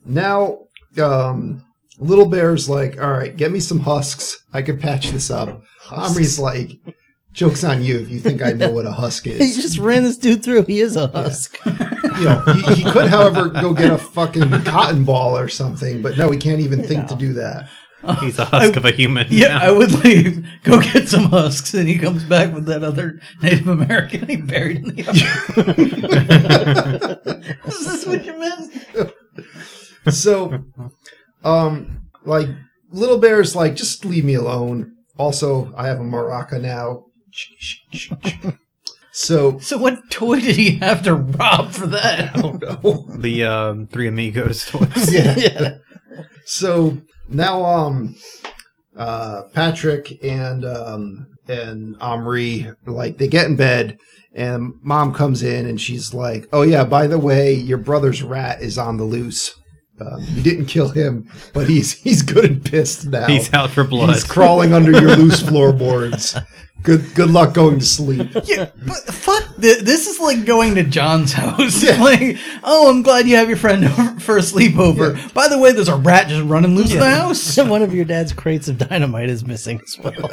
S1: now, um, Little Bear's like, all right, get me some husks. I can patch this up. Omri's like, joke's on you if you think I know what a husk
S2: He
S1: is.
S2: just ran this dude through. He is a husk.
S1: You know, he, he could, however, go get a fucking cotton ball or something, but no, he can't even think to do that.
S5: He's a husk of a human.
S4: Yeah, I would leave. Go get some husks, and he comes back with that other Native American he buried in the. Is this what you meant?
S1: So, um, like little bear's like, just leave me alone. Also, I have a maraca now. So
S4: So, what toy did he have to rob for that?
S5: The um, three amigos toys.
S1: yeah. So now, um, uh, Patrick and um and Omri like they get in bed, and mom comes in and she's like, "Oh yeah, by the way, your brother's rat is on the loose. Um, you didn't kill him, but he's he's good and pissed now.
S5: He's out for blood.
S1: He's crawling under your loose floorboards. Good good luck going to sleep.
S4: Yeah, but fuck, th- this is like going to John's house. like, oh, I'm glad you have your friend over for a sleepover. By the way, there's a rat just running loose in the house.
S2: One of your dad's crates of dynamite is missing as well.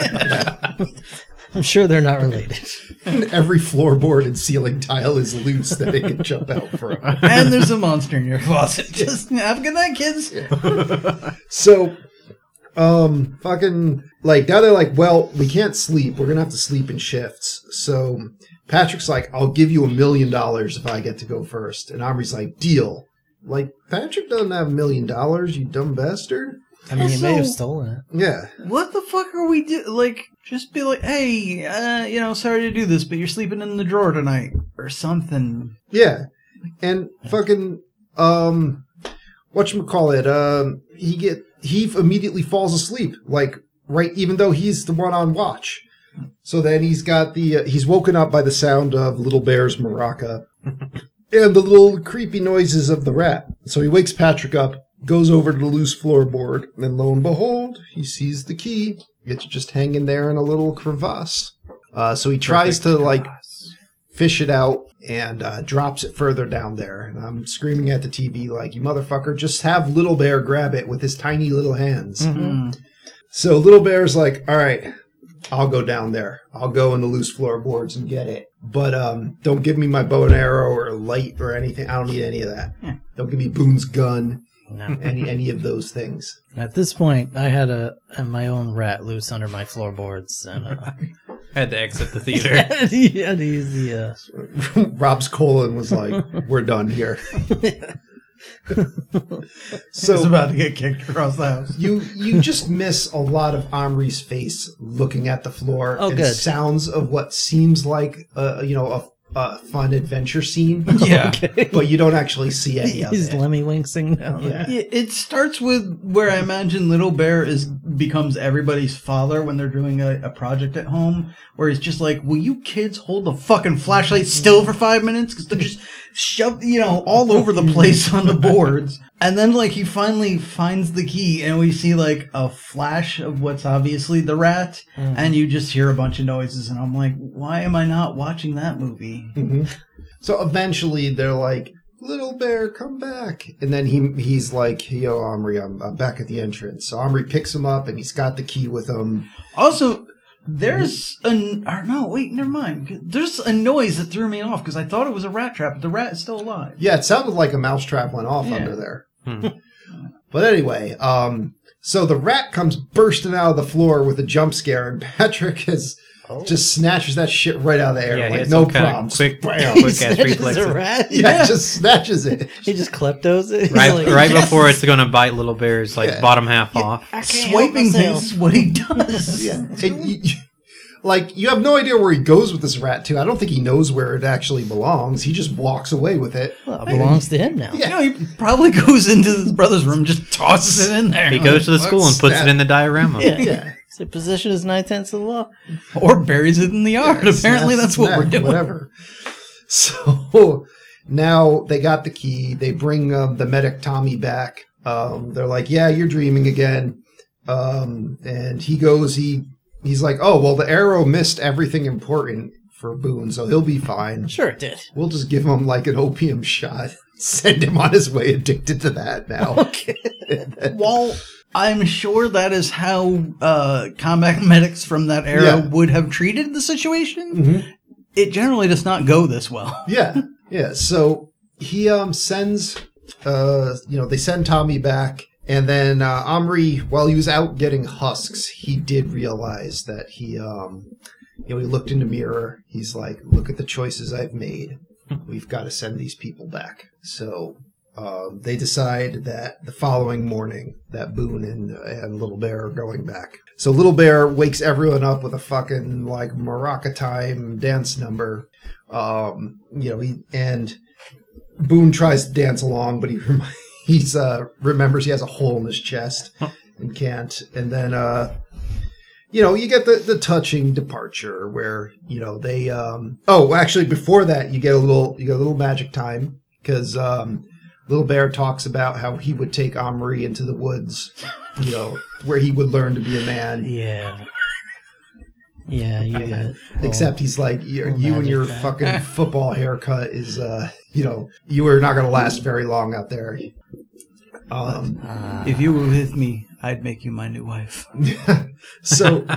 S2: I'm sure they're not related.
S1: Every floorboard and ceiling tile is loose that it can jump out from.
S4: and there's a monster in your closet. Just have a good night, kids.
S1: So, um, fucking like now they're like, well, we can't sleep. We're gonna have to sleep in shifts. So Patrick's like, I'll give you a million dollars if I get to go first, and Omri's like, deal. Like Patrick doesn't have a million dollars, you dumb bastard.
S2: I mean, he may have
S4: Also-
S2: stolen it.
S1: Yeah,
S4: What the fuck are we do? Like, just be like, hey, uh, you know, sorry to do this, but you're sleeping in the drawer tonight or something.
S1: yeah, and fucking um, what you call it? Um, he get he immediately falls asleep. Like right, even though he's the one on watch. So then he's got the uh, he's woken up by the sound of little bear's maraca and the little creepy noises of the rat. So he wakes Patrick up, goes over to the loose floorboard, and lo and behold, he sees the key. It's just hanging there in a little crevasse. Uh, so he tries to like fish it out and uh, drops it further down there. And I'm screaming at the TV like, "You motherfucker! Just have little bear grab it with his tiny little hands." So little bear's like, "All right, I'll go down there. I'll go in the loose floorboards and get it. But um, don't give me my bow and arrow or light or anything. I don't need any of that. Don't give me Boone's gun, any any of those things.
S2: At this point, I had a, uh my own rat loose under my floorboards, and uh,
S8: Had to exit the theater.
S2: I had to use the. uh,
S1: Rob's colon was like, "We're done here."
S4: It's
S1: so
S4: about to get kicked across the house.
S1: you you just miss a lot of Omri's face looking at the floor
S2: Oh,
S1: and
S2: good.
S1: sounds of what seems like a, you know a, a fun adventure scene,
S4: Yeah.
S1: but you don't actually see any
S2: Uh,
S1: of
S2: he's
S1: it.
S2: Lemmy Winksing now.
S1: Yeah.
S4: Yeah, It starts with where I imagine Little Bear is becomes everybody's father when they're doing a, a project at home, where he's just like, "Will you kids hold the fucking flashlight still for five minutes? Because they're just shoved, you know, all over the place on the boards." And then like he finally finds the key, and we see like a flash of what's obviously the rat, and you just hear a bunch of noises, and I'm like, "Why am I not watching that movie?"
S1: So eventually they're like, "Little bear, come back!" And then he he's like, "Yo, Omri, I'm, I'm back at the entrance." So Omri picks him up, and he's got the key with him.
S4: Also, there's an or no, wait, never mind. There's a noise that threw me off because I thought it was a rat trap, but the rat is still alive.
S1: Yeah, it sounded like a mousetrap went off
S5: Hmm.
S4: Yeah.
S1: under there.
S8: But anyway, um, so the rat comes bursting out of the floor with a jump scare, and Patrick is just snatches that shit right out of the air,
S5: Oh. Yeah, he
S8: like
S5: had
S8: no
S5: some kinda
S8: problems.
S5: quick-
S8: Bam.
S5: quick ass reflexes.
S2: a rat.
S8: Yeah, just snatches it.
S2: He just kleptos it. He's
S5: Right,
S2: like,
S5: right before it's gonna bite little bears like
S8: Yeah.
S5: bottom half off.
S4: Swiping is what he does.
S8: Yeah, and you- you- like you have no idea where he goes with this rat to. I don't think he knows where it actually belongs. He just walks away with it.
S2: Well, "Oh, it belongs to him now.
S8: Yeah.
S4: You know, he probably goes into his brother's room, just tosses it in there.
S5: He goes to the school and
S8: what's
S5: puts
S8: that?
S5: it in the diorama.
S2: Yeah.
S8: Yeah.
S2: So possession is nine tenths of the law.
S4: Or buries it in the yard. Apparently,
S8: Snaps,
S4: that's what
S8: snap,
S4: we're doing.
S8: Whatever. So now they got the key. They bring um, the medic Tommy back. Um, they're like, "Yeah, you're dreaming again." Um, and he goes, he he's like, "Oh well, the arrow missed everything important for Boone, so he'll be fine.
S2: Sure, it did.
S8: We'll just give him like an opium shot, send him on his way, addicted to that now."
S4: While I'm sure that is how uh, combat medics from that era
S8: Yeah.
S4: would have treated the situation,
S5: Mm-hmm.
S4: it generally does not go this well.
S8: yeah yeah so he um sends uh you know they send tommy back and then uh, Omri, while he was out getting husks, he did realize that he, um, you know, he looked in the mirror. He's like, "Look at the choices I've made. We've got to send these people back." So um, they decide that the following morning that Boone and uh, and Little Bear are going back. So Little Bear wakes everyone up with a fucking like maraca time dance number. Um, you know, he and Boone tries to dance along, but he rem- he's uh, remembers he has a hole in his chest and can't. And then uh, you know you get the the touching departure where you know they um, oh actually before that you get a little you get a little magic time because um, little bear talks about how he would take Omri into the woods, you know where he would learn to be a man.
S2: Yeah. Yeah, you got it.
S8: Except he's like you,
S2: Little
S8: you and
S2: Oh, magic
S8: your
S2: back.
S8: fucking football haircut is uh you know you are not gonna last very long out there. Um,
S4: If you were with me, I'd make you my new wife.
S8: so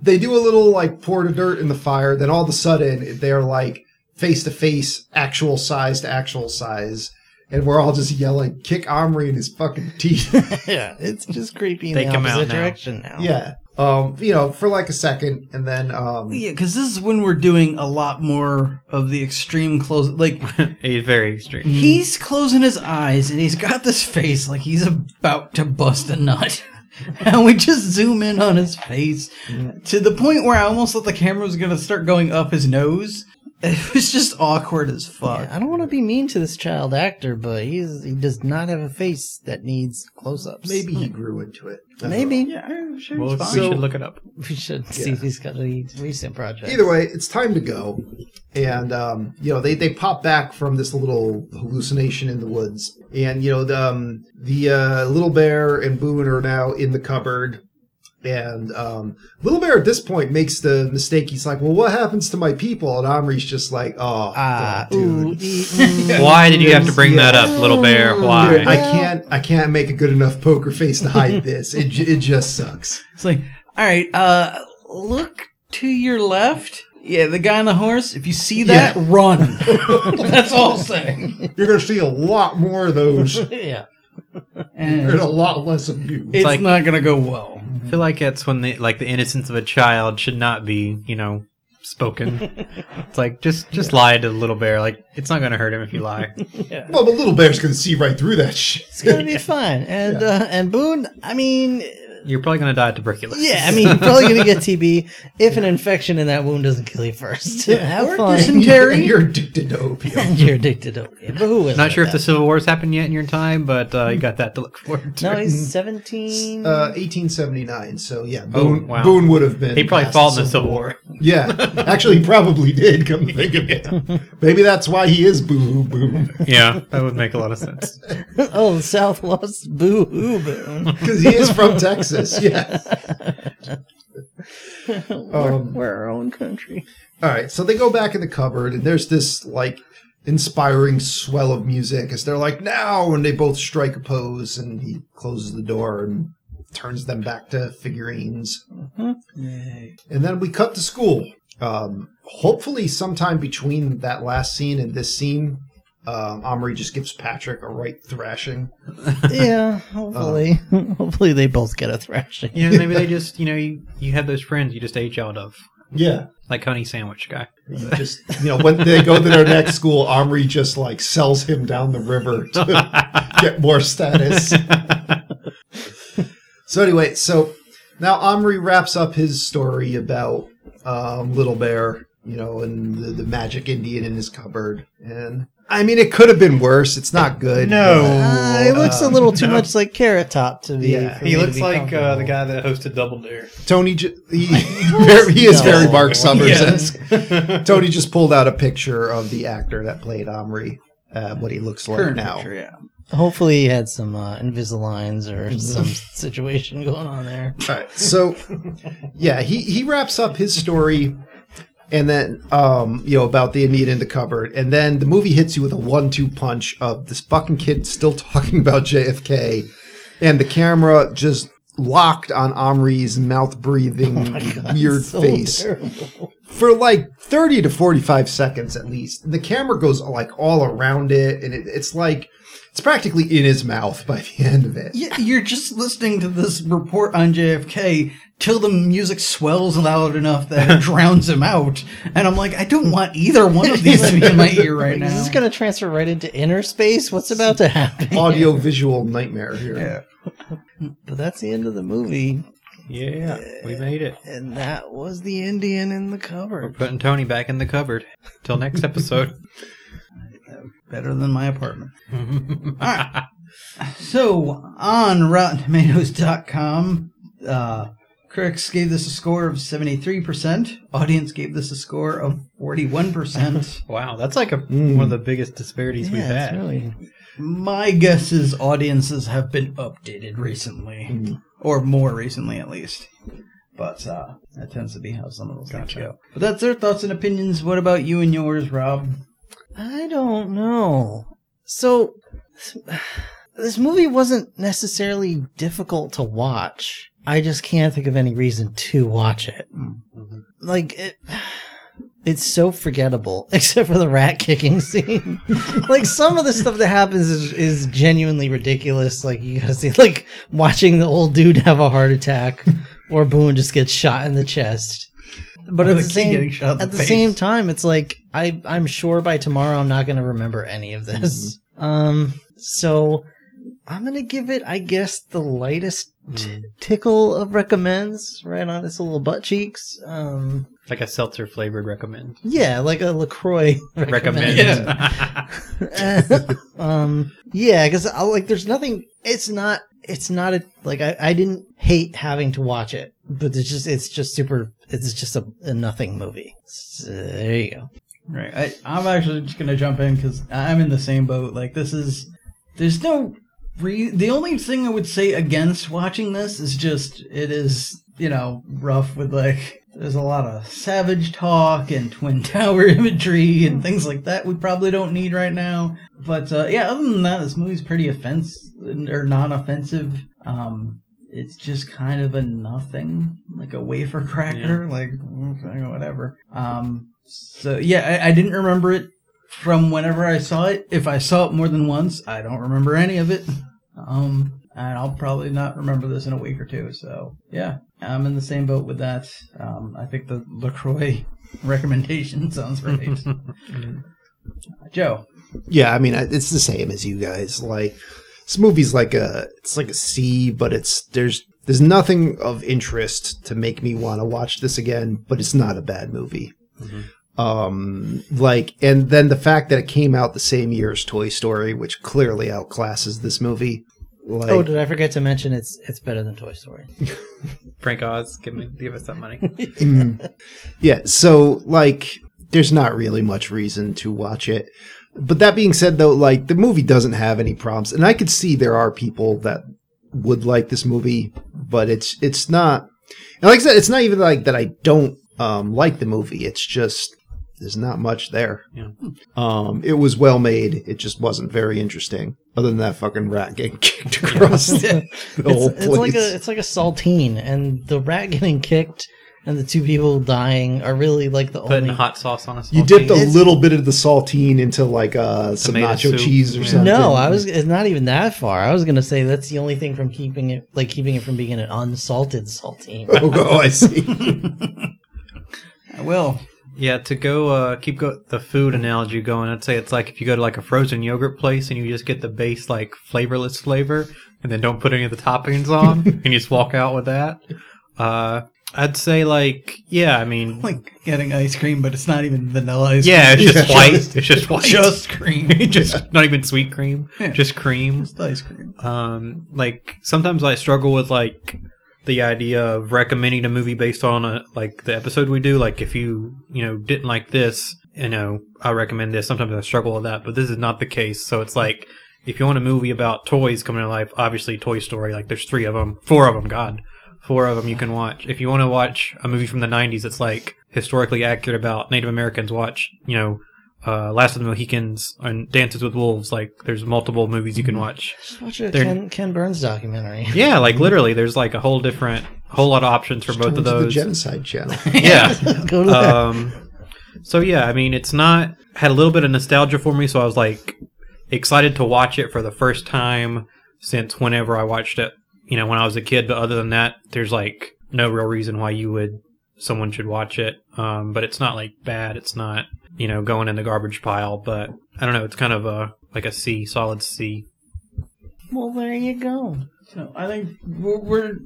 S8: they do a little like pour of dirt in the fire. Then all of a sudden they're like face to face, actual size to actual size, and we're all just yelling, "Kick Omri in his fucking teeth!"
S2: yeah, it's just creepy in
S5: They
S2: the
S5: come
S2: opposite
S5: out now.
S2: direction now.
S8: yeah, um, you know, for like a second, and then um,
S4: Yeah, because this is when we're doing a lot more of the extreme close. Like,
S5: He's very extreme.
S4: he's closing his eyes and he's got this face like he's about to bust a nut. and we just zoom in on his face to the point where I almost thought the camera was going to start going up his nose. It was just awkward as fuck.
S2: I don't want to be mean to this child actor, but he's he does not have a face that needs close-ups.
S8: maybe he grew into it. I don't know.
S2: maybe
S4: Yeah, I'm sure
S5: Well,
S4: it's
S5: we
S4: fine.
S8: So-
S5: should look it up.
S2: we should see if he's got any recent projects.
S8: Either way, it's time to go. And um, you know, they, they pop back from this little hallucination in the woods. And you know, the, um, the uh, little bear and Boone are now in the cupboard. And um, little bear at this point makes the mistake. He's like, "Well, what happens to my people?" And Omri's just like, "Oh,
S2: Ah,
S8: God, dude."
S5: Why did you have to bring that up, little bear? Why?
S8: Dude, I can't. I can't make a good enough poker face to hide this. It ju- it just sucks.
S4: It's like, all right, uh, look to your left. Yeah, the guy on the horse. If you see that, run. That's all I'm saying.
S8: You're gonna see a lot more of those, and
S2: yeah,
S4: And
S8: a lot less of you.
S4: it's
S5: like-
S4: not gonna go well.
S5: I feel like that's when the like the innocence of a child should not be, you know, spoken. it's like just just lie to the little bear. Like it's not gonna hurt him if you lie.
S8: Well, but little bear's gonna see right through that shit.
S2: it's gonna be fine. And uh, and Boone, I mean,
S5: You're probably gonna die of tuberculosis.
S2: yeah, I mean, you're probably gonna get TB if an infection in that wound doesn't kill you first. have fun.
S8: Dysentery. You're addicted to opium.
S2: You're addicted to opium. But who was
S5: Not sure if the Civil War's happened yet in your time, but uh, you got that to look forward to.
S2: No, he's seventeen.
S8: Mm. Uh, 1879. So yeah, Boone,
S5: Oh, wow.
S8: Boone would have been.
S5: he probably
S8: past
S5: fought in the Civil War.
S8: Yeah, actually, he probably did. Come to think of it, maybe that's why he is Boo Hoo Boone
S5: yeah, that would make a lot of sense.
S2: oh, the South lost Boo Hoo Boone.
S8: because he is from Texas. Yeah. Um,
S2: We're our own country.
S8: all right, so they go back in the cupboard, and there's this like inspiring swell of music as they're like now, and they both strike a pose, and he closes the door and turns them back to figurines. And then we cut to school. Um, hopefully, sometime between that last scene and this scene, um, Omri just gives Patrick a right thrashing.
S2: yeah, hopefully,
S8: Uh.
S2: hopefully they both get a thrashing.
S5: You know, maybe they just, you know, you, you have those friends you just age out of,
S8: Yeah.
S5: like honey sandwich guy.
S8: You just you know when they go to their next school, Omri just like sells him down the river to get more status. so anyway, so now Omri wraps up his story about um, Little Bear, you know, and the, the magic Indian in his cupboard, and I mean it could have been worse. It's not good.
S2: Uh, it looks a little too much like Carrot Top to me.
S8: Um, Yeah.
S2: for me to be
S8: uh,
S2: comfortable.
S5: guy that hosted Double Dare.
S8: but Tony, ju- he, very, he is very Mark Summers. Tony just pulled out a picture of the actor that played Omri, uh, what he looks like
S4: Current
S8: now.
S4: picture, yeah.
S2: Hopefully, he had some uh, Invisaligns or some situation going on there.
S8: Alright, so yeah, he he wraps up his story, and then um you know about the Indian in the cupboard, and then the movie hits you with a one-two punch of this fucking kid still talking about JFK, and the camera just locked on Omri's mouth-breathing weird
S2: So
S8: face
S2: terrible.
S8: for like 30 to 45 seconds at least. The camera goes like all around it, and it, it's like it's practically in his mouth by the end of it.
S4: Yeah, you're just listening to this report on JFK till the music swells loud enough that it drowns him out. And I'm like, I don't want either one of these to be in my ear right
S2: Is
S4: now.
S2: this going to transfer right into inner space? What's about to happen?
S8: Audio visual nightmare here.
S4: Yeah.
S2: But that's the end of the movie,
S5: Yeah, we made it.
S2: and that was the Indian in the cupboard.
S5: Putting Tony back in the cupboard. Till next episode.
S4: Better than my apartment. All right. So on RottenTomatoes.com, uh, critics gave this a score of 73%. Audience gave this a score of 41%.
S5: Wow, that's like a, one of the biggest disparities we've
S2: Yeah,
S5: had.
S2: it's really
S4: My guess is audiences have been updated recently, or more recently at least. But uh, that tends to be how some of those things go. But that's their thoughts and opinions. What about you and yours, Rob?
S2: I don't know. So, this movie wasn't necessarily difficult to watch. I just can't think of any reason to watch it. Like, it, it's so forgettable, except for the rat kicking scene. like, some of the stuff that happens is, is genuinely ridiculous. Like, you gotta see, like, watching the old dude have a heart attack or Boone just get shot in the chest. But at the,
S4: kid
S2: same,
S4: getting shot in
S2: at the
S4: the face.
S2: same time, it's like I I'm sure by tomorrow I'm not going to remember any of this.
S4: Mm-hmm.
S2: Um, so I'm going to give it, I guess, the lightest
S4: Mm.
S2: t- tickle of recommends right on its little butt cheeks. Um,
S5: Like a seltzer flavored recommend.
S2: yeah, like a Lacroix
S5: Recommend.
S2: um yeah because like there's nothing it's not it's not a like I, I didn't hate having to watch it but it's just it's just super it's just a, a nothing movie so, there you go
S4: Right. I, I'm actually just gonna jump in because I'm in the same boat. Like this is, there's no, re- the only thing I would say against watching this is just it is you know rough with like there's a lot of savage talk and twin tower imagery and things like that we probably don't need right now. But uh, yeah, other than that, this movie's pretty offense or non-offensive. Um, it's just kind of a nothing, like a wafer cracker, like okay, whatever. Um, so yeah, I, I didn't remember it from whenever I saw it. If I saw it more than once, I don't remember any of it. Um, and I'll probably not remember this in a week or two. So yeah, I'm in the same boat with that. Um, I think the Lacroix recommendation sounds right. Joe,
S8: yeah i mean I- it's the same as you guys like this movie's like a it's like a c but it's there's there's nothing of interest to make me want to watch this again but it's not a bad movie um like and then the fact that it came out the same year as toy story which clearly outclasses this movie like
S2: oh did i forget to mention it's it's better than toy story
S5: Frank Oz, give me give us that money.
S8: Yeah, so like there's not really much reason to watch it. But that being said though, like the movie doesn't have any problems. And I could see there are people that would like this movie, but it's it's not and like I said, it's not even like that I don't um like the movie. It's just there's not much there.
S5: Yeah.
S8: Um it was well made, it just wasn't very interesting. Other than that fucking rat getting kicked across the, the whole
S2: it's,
S8: place.
S2: it's like a it's like a saltine and the rat getting kicked and the two people dying are really like the
S5: Putting
S2: only.
S5: hot sauce on a small
S1: You dipped a
S5: piece.
S1: little bit of the saltine into like uh, some
S5: Tomato
S1: nacho
S5: soup.
S1: cheese or
S5: Yeah.
S1: something.
S2: no, I was it's not even that far. I was gonna say that's the only thing from keeping it like keeping it from being an unsalted saltine.
S1: Oh, oh, I see.
S4: I will.
S5: Yeah, to go uh, keep go- the food analogy going, I'd say it's like if you go to like a frozen yogurt place and you just get the base like flavorless flavor, and then don't put any of the toppings on, and you just walk out with that. Uh, I'd say like yeah, I mean
S4: Like getting ice cream, but it's not even vanilla ice
S5: yeah,
S4: cream.
S5: it's just white. It's just white.
S4: Just cream.
S5: just not even sweet cream,
S4: Yeah.
S5: just cream.
S4: Just ice cream.
S5: Um, like sometimes I struggle with like the idea of recommending a movie based on a, like the episode we do. Like if you you know didn't like this, you know I recommend this. Sometimes I struggle with that, but this is not the case. So it's like if you want a movie about toys coming to life, obviously Toy Story. Like there's three of them, four of them. God, four of them you can watch. If you want to watch a movie from the '90s, that's like historically accurate about Native Americans. Watch you know. Uh, Last of the Mohicans and Dances with Wolves. Like, there's multiple movies you can watch
S2: Just watch a
S5: They're-
S2: Ken, Ken Burns documentary.
S5: yeah, like literally, there's like a whole different, whole lot of options for both
S1: Turn
S5: of
S1: to the
S5: those.
S1: genocide channel.
S5: yeah.
S2: Go to
S1: Uh,
S2: that.
S5: um, so yeah, I mean, it's not had a little bit of nostalgia for me, so I was like excited to watch it for the first time since whenever I watched it, you know, when I was a kid. But other than that, there's like no real reason why you would someone should watch it. Um, but it's not like bad. It's not you know going in the garbage pile. But I don't know. It's kind of a like a C, solid C.
S2: Well, there you go.
S4: So I think we're we're,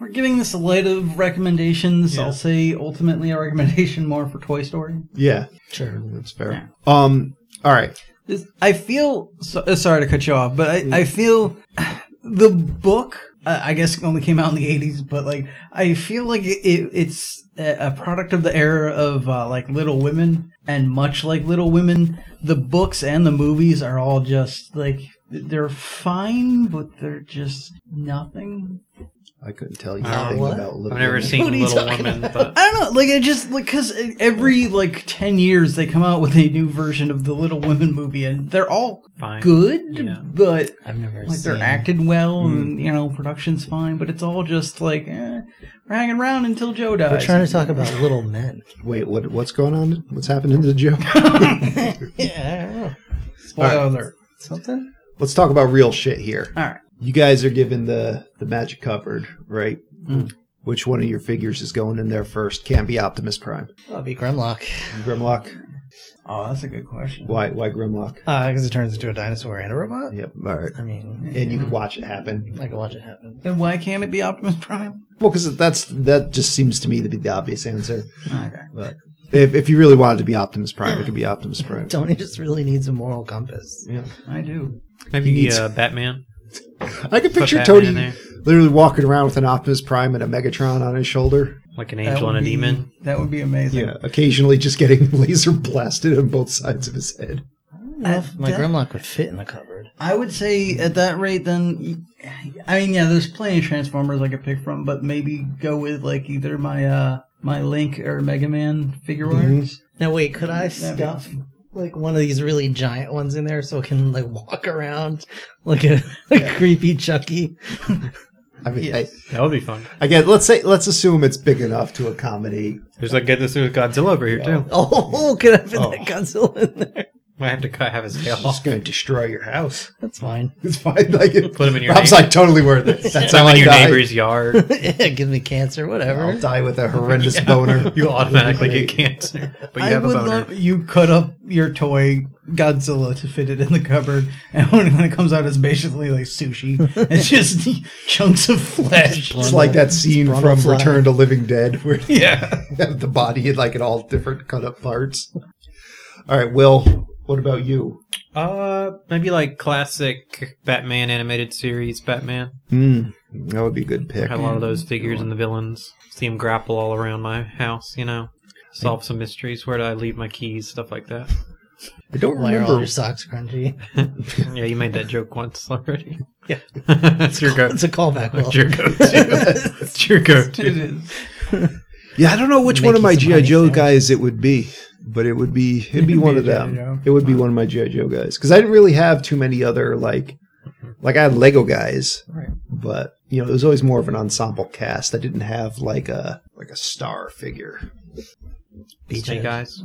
S4: we're giving this a light of recommendations. I'll say ultimately a recommendation more for Toy Story.
S1: Yeah,
S2: Sure.
S1: that's fair. Um, all right.
S4: This, I feel so, uh, sorry to cut you off, but I, I feel the book. I I guess it only came out in the '80s, but like I feel like it, it, it's a a product of the era of uh, like Little Women, and much like Little Women, the books and the movies are all just like they're fine, but they're just nothing.
S1: I couldn't tell you
S5: Uh,
S1: anything
S2: what?
S1: about Little
S5: I've never
S1: Women.
S5: seen
S2: What are you
S5: Little
S2: talking
S5: Women, but
S4: I don't know, like it just like because every like ten years they come out with a new version of the Little Women movie, and they're all
S5: fine.
S4: good,
S5: Yeah.
S4: but
S2: I've never
S4: like
S2: seen.
S4: they're acted well
S5: Hmm.
S4: and you know production's fine but it's all just like eh, we're hanging around until joe dies
S2: We're trying to talk about little men.
S1: Wait, what? What's going on? What's happening to Joe?
S2: yeah, I don't know.
S4: spoiler alert
S2: something.
S1: Let's talk about real shit here.
S4: all right
S1: You guys are given the the magic cupboard, right?
S2: Mm.
S1: Which one of your figures is going in there first? Can't be Optimus Prime.
S2: That'll be Grimlock.
S1: Grimlock.
S4: oh that's a good question
S1: Why? Why Grimlock?
S2: Because Uh, it turns into a dinosaur and a robot.
S1: Yep. All right.
S2: I mean,
S1: And you can watch it happen.
S2: I can watch it happen.
S4: then why can't it be optimus prime
S1: Well, because that's that just seems to me to be the obvious answer.
S4: okay
S1: But if, if you really wanted to be Optimus Prime, it could be Optimus Prime.
S2: Tony just really needs a moral compass.
S4: i do
S5: Maybe
S1: He needs-
S5: uh, Batman.
S1: I can picture
S5: Batman in
S1: Tony
S5: there.
S1: literally walking around with an Optimus Prime and a Megatron on his shoulder.
S5: Like an
S4: That
S5: angel
S4: would
S5: and a
S4: be-
S5: demon.
S4: that would be amazing
S1: Yeah, occasionally just getting laser blasted on both sides of his head.
S2: I don't know if my
S4: that-
S2: Grimlock would fit in the cupboard.
S4: i would say at that rate then i mean yeah there's plenty of transformers i could pick from but maybe go with like either my uh my link or mega man figure arts
S2: Now wait, could I
S4: That'd be
S2: stuff
S4: awesome.
S2: like one of these really giant ones in there so it can like walk around like a, a creepy Chucky?
S1: I mean, I,
S5: That would be fun.
S1: again, let's say let's assume it's big enough to accommodate.
S5: There's like get this there's Godzilla over here too.
S2: Oh, could I fit that Godzilla in there?
S5: I have to cut have his tail
S1: It's
S5: off.
S1: going to destroy your house.
S2: That's fine.
S1: It's fine. Like it,
S5: Put him in your
S1: Rob's
S5: neighbor-
S1: like totally worth it. That's how
S5: put him
S1: I
S5: in your
S1: die.
S5: neighbor's yard.
S2: it gives me cancer, whatever.
S1: I'll die with a horrendous boner.
S5: You'll automatically get cancer, but
S4: I
S5: you have a
S4: would
S5: boner.
S4: love you cut up your toy Godzilla to fit it in the cupboard, and when, when it comes out, it's basically like sushi. It's just chunks of flesh.
S1: It's like that scene from
S2: Fly.
S1: Return to Living Dead where you
S4: Yeah,
S1: have the body in like in all different cut up parts. All right, Will, what about you?
S5: uh, maybe like classic Batman animated series. Batman
S1: Hmm, that would be a good pick.
S5: had a lot of those figures and the villains. See him grapple all around my house. You know, solve some mysteries. Where did I leave my keys? Stuff like that.
S1: I don't
S2: Why are all
S1: remember.
S2: your socks crunchy?
S5: yeah, you made that joke once already. Yeah, that's your go.
S2: It's a callback. Will.
S5: That's your go to. That's your go
S4: it
S5: to.
S4: is.
S1: Yeah, I don't know which one of
S2: Mickey's
S1: my GI
S2: Honey
S1: Joe
S2: Sandwich.
S1: guys it would be, but it would be it'd be one of
S4: G.I.
S1: them.
S4: Joe.
S1: It would be one of my GI Joe guys because I didn't really have too many other like like I had Lego guys,
S4: Right.
S1: but you know it was always more of an ensemble cast. I didn't have like a like like a star figure.
S5: Snake eyes.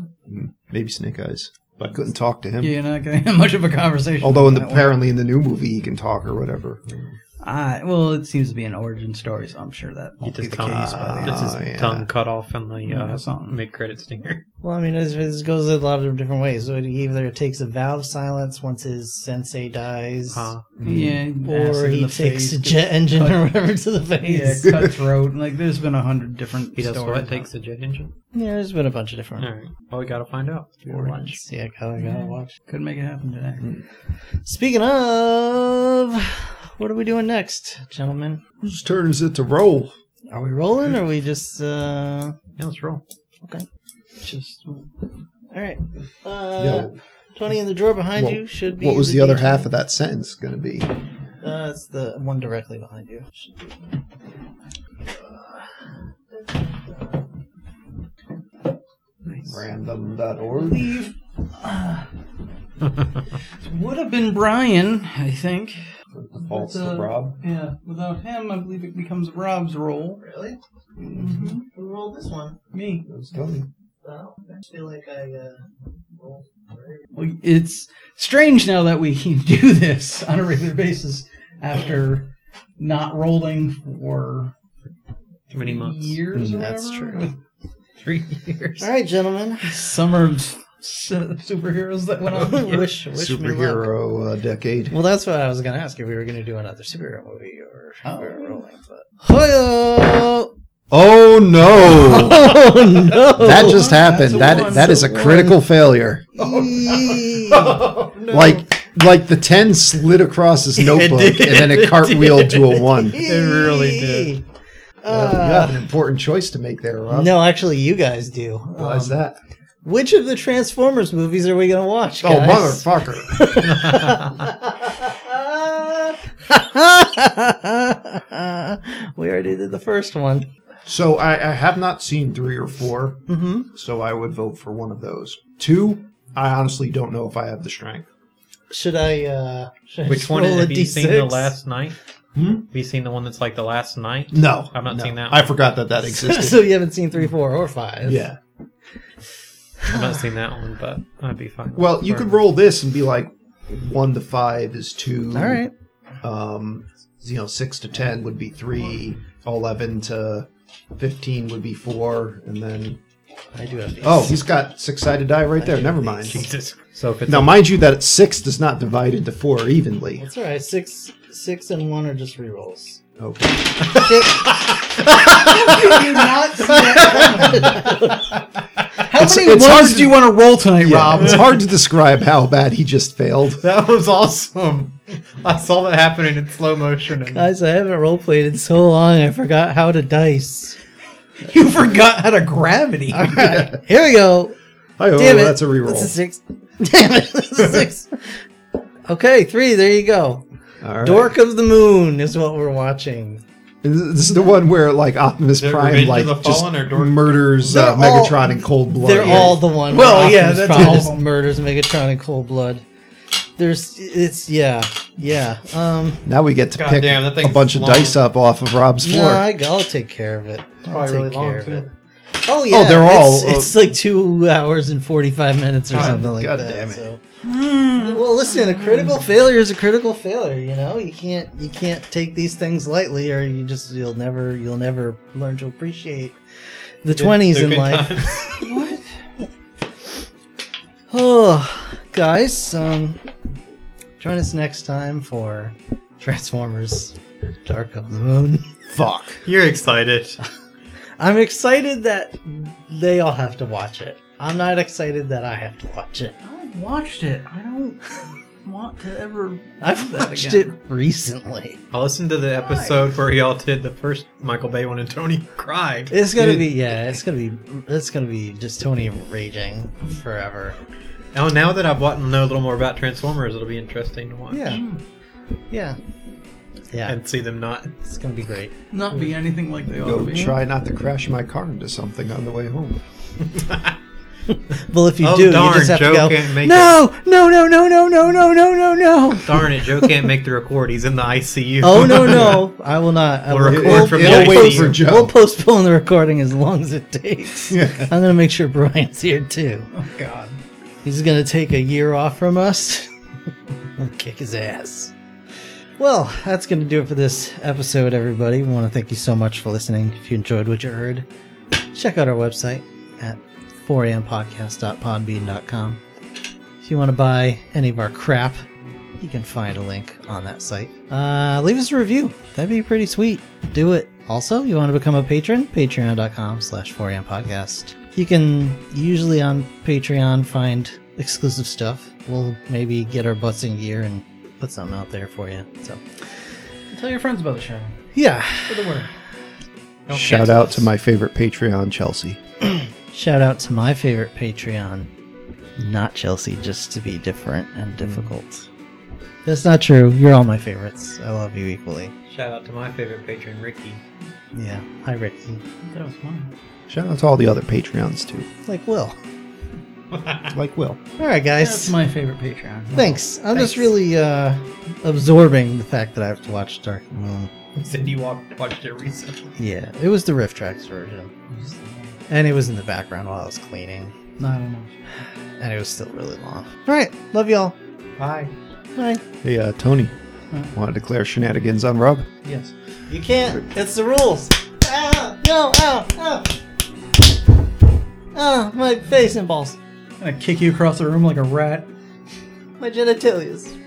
S1: Maybe Snake Eyes. But I couldn't talk to him.
S4: You're not going to have much of a conversation.
S1: Although in the,
S4: with that one.
S1: apparently in the new movie he can talk or whatever.
S4: I, well, it seems to be an origin story, so I'm sure that won't
S5: Gets
S4: be
S5: his
S4: the
S5: tongue,
S4: case. By the
S5: gets his
S1: Oh, yeah.
S5: tongue cut off in the
S4: Yeah,
S5: uh,
S4: that's something.
S5: mid-credit stinger.
S2: Well, I mean, this, this goes a lot of different ways. So he either takes a vow of silence once his sensei dies,
S5: Uh,
S4: yeah,
S2: or he takes a jet engine or whatever to the
S4: yeah,
S2: face. Yeah,
S4: cutthroat. Like there's been a hundred different.
S5: he does
S4: stories
S5: what? Takes the jet engine.
S2: there's been a bunch of
S5: All
S2: different
S5: right. Well, we gotta find out.
S2: ones. Yeah, gotta, gotta watch.
S4: Could make it happen today.
S2: Speaking of, what are we doing next, gentlemen?
S7: Whose turn is it to roll?
S2: Are we rolling or are we just. uh
S5: Yeah, let's roll.
S2: All right. Uh, 20 in the drawer behind
S1: What-
S2: you should be.
S1: What was the other
S2: D20.
S1: half of that sentence going to be?
S2: Uh, it's the one directly behind you. Should be-
S1: Random.org.
S4: Leave. uh, Would have been Brian, I think.
S1: False
S4: But,
S1: to
S4: uh,
S1: Rob.
S4: Yeah, without him, I believe it becomes Rob's role.
S2: Really?
S4: Mm-hmm.
S2: Who rolled this one?
S4: Me.
S1: It was Tony.
S2: Well, I feel like I uh, rolled.
S4: Well, it's strange now that we do this on a regular basis after not rolling for
S5: Too many months.
S4: years.
S1: Mm,
S4: or
S2: That's
S4: whatever,
S2: true.
S4: with
S5: Three years.
S2: All right, gentlemen.
S4: Summer of s- superheroes that went on.
S2: wish, wish me luck.
S1: Superhero uh, decade.
S2: Well, that's what I was going to ask if we were going to do another superhero movie or if we were
S4: Oh.
S2: rolling. But Hoyo!
S1: Oh no!
S2: Oh no!
S1: that just happened.
S4: That's
S1: That
S4: a one,
S1: that is a
S4: that's a
S1: critical failure.
S2: no.
S1: Like like the ten slid across his notebook and then it cartwheeled to a one.
S2: it really did.
S1: Well, you have an important choice to make there, Rob.
S2: no, actually, you guys do.
S1: Why is
S2: Um,
S1: that?
S2: Which of the Transformers movies are we going to watch?
S1: Oh,
S2: guys?
S1: motherfucker!
S2: we already did the first one.
S1: so I, I have not seen three or 4
S2: Mm-hmm.
S1: so I would vote for one of those. Two, I honestly don't know if I have the strength.
S2: Should I? Uh, should I
S5: Which
S2: just
S5: one
S2: roll
S5: is,
S2: a
S5: have you seen the
S2: D6?
S5: last night?
S1: Hmm?
S5: Have you seen the one that's like the last night?
S1: No,
S5: I've not
S1: no.
S5: seen that
S1: I forgot that that existed.
S2: so you haven't seen three, four, or five.
S1: yeah.
S5: I've not seen that one, but I'd be fine.
S1: Well, you could roll this and be like one to five is two.
S2: All right.
S1: Um, you know, six to ten would be three. Eleven to fifteen would be four, and then
S2: I do have these.
S1: oh, he's got six sided die right there. Never mind.
S5: Jesus. So if it's
S1: Now, mind you, that six does not divide into four evenly.
S2: that's all right. Six, six, and one are just rerolls.
S1: Okay.
S4: How
S1: It's-
S4: many
S1: it's
S4: ones
S1: hard to-
S4: do you want to roll tonight,
S1: Yeah,
S4: Rob?
S1: it's hard to describe how bad he just failed.
S8: That was awesome. I saw that happening in slow motion. And
S2: Guys, I haven't roleplayed in so long. I forgot how to dice.
S4: You forgot how to gravity.
S2: All right, here we go.
S1: Oh,
S2: Damn it.
S1: that's a reroll.
S2: That's a six. Damn it. That's a six. Okay, three. There you go.
S1: All right.
S2: Dork of the Moon is what we're watching.
S1: This is the one where like Optimus
S8: The
S1: Prime
S8: Revenge
S1: like
S8: of the
S1: just
S8: Fallen or Dork-
S1: murders uh,
S2: They're all-
S1: Megatron in cold blood.
S2: They're all the one.
S4: Well,
S2: where
S4: yeah,
S2: Optimus
S4: that's
S2: Prime
S4: all of
S2: just
S4: them.
S2: murders Megatron in cold blood. There's, it's yeah, yeah. Um,
S1: Now we get to
S8: God
S1: pick
S8: damn, that
S1: a
S8: thing's
S1: bunch of
S8: long.
S1: dice up off of Rob's floor.
S2: no, I, I'll take care of it. I'll take care of it. Oh yeah,
S1: they're all, uh,
S2: It's, it's like two hours and forty-five minutes or something like
S1: God
S2: that.
S1: damn it.
S2: so.
S1: Hmm.
S2: Well, listen, a critical failure is a critical failure. You know, you can't you can't take these things lightly, or you just you'll never you'll never learn to appreciate the twenties in life. Oh, guys, um, join us next time for Transformers: Dark of the Moon.
S1: Fuck.
S8: You're excited.
S2: I'm excited that they all have to watch it. I'm not excited that I have to watch it.
S4: I watched it. I don't want to ever.
S2: I've
S4: that
S2: watched it
S4: again.
S2: recently.
S5: I listened to the episode where y'all did the first Michael Bay one and Tony cried.
S2: It's gonna be yeah. It's gonna be it's gonna be just Tony raging forever.
S5: Oh, now that I've watched and know a little more about Transformers, it'll be interesting to watch.
S2: Yeah, yeah, yeah.
S5: And see them not.
S2: it's gonna be great.
S4: Not be anything like they ought
S1: Go
S4: to be.
S1: try not to crash my car into something on the way home.
S2: well, if you
S5: Oh,
S2: do, you
S5: darn,
S2: just have
S5: Joe
S2: to go.
S5: can't make
S2: No, no, no, no, no, no, no, no, no, no.
S5: Darn it, Joe can't make the record. He's in the ICU.
S2: Oh no, no, I will not. I
S5: We'll
S2: will-
S5: record
S2: we'll-
S5: from the
S2: we'll
S5: ICU.
S2: post-
S5: For
S7: Joe.
S2: We'll postpone the recording as long as it takes. I'm gonna make sure Brian's here too.
S4: Oh, God.
S2: He's gonna take a year off from us. and kick his ass. Well, that's gonna do it for this episode, everybody. We want to thank you so much for listening. If you enjoyed what you heard, check out our website at 4ampodcast.podbean.com. If you want to buy any of our crap, you can find a link on that site. Uh, leave us a review. That'd be pretty sweet. Do it. Also, you want to become a patron? Patreon.com slash 4am podcast. You can usually on Patreon find exclusive stuff. We'll maybe get our butts in gear and put something out there for you. So,
S6: Tell your friends about the show.
S2: yeah.
S6: For the word. Don't
S1: Shout
S6: cancel
S1: out
S6: us.
S1: to my favorite Patreon, Chelsea.
S2: Shout out to my favorite Patreon, not Chelsea, just to be different
S5: Mm.
S2: and difficult. That's not true. You're all my favorites. I love you equally.
S5: Shout out to my favorite patron, Ricky.
S2: Yeah. Hi, Ricky.
S6: That was mine.
S1: Shout out to all the other Patreons too,
S2: Like Will.
S1: like Will.
S2: All right, guys.
S6: That's my favorite Patreon.
S2: Thanks. I'm
S6: Thanks.
S2: just really uh, absorbing the fact that I have to watch Dark Moon.
S5: Said you walked, watched it recently.
S2: Yeah, it was the Riff Tracks version. And it was in the background while I was cleaning.
S6: No, I don't know.
S2: And it was still really long. All right. Love y'all.
S5: Bye.
S2: Bye.
S1: Hey, uh, Tony, want to declare shenanigans on Rob?
S6: Yes.
S2: You can't. It's the rules. Ah, no, ow, ow. Ah, my face and balls.
S6: I'm gonna kick you across the room like a rat.
S2: My genitalia.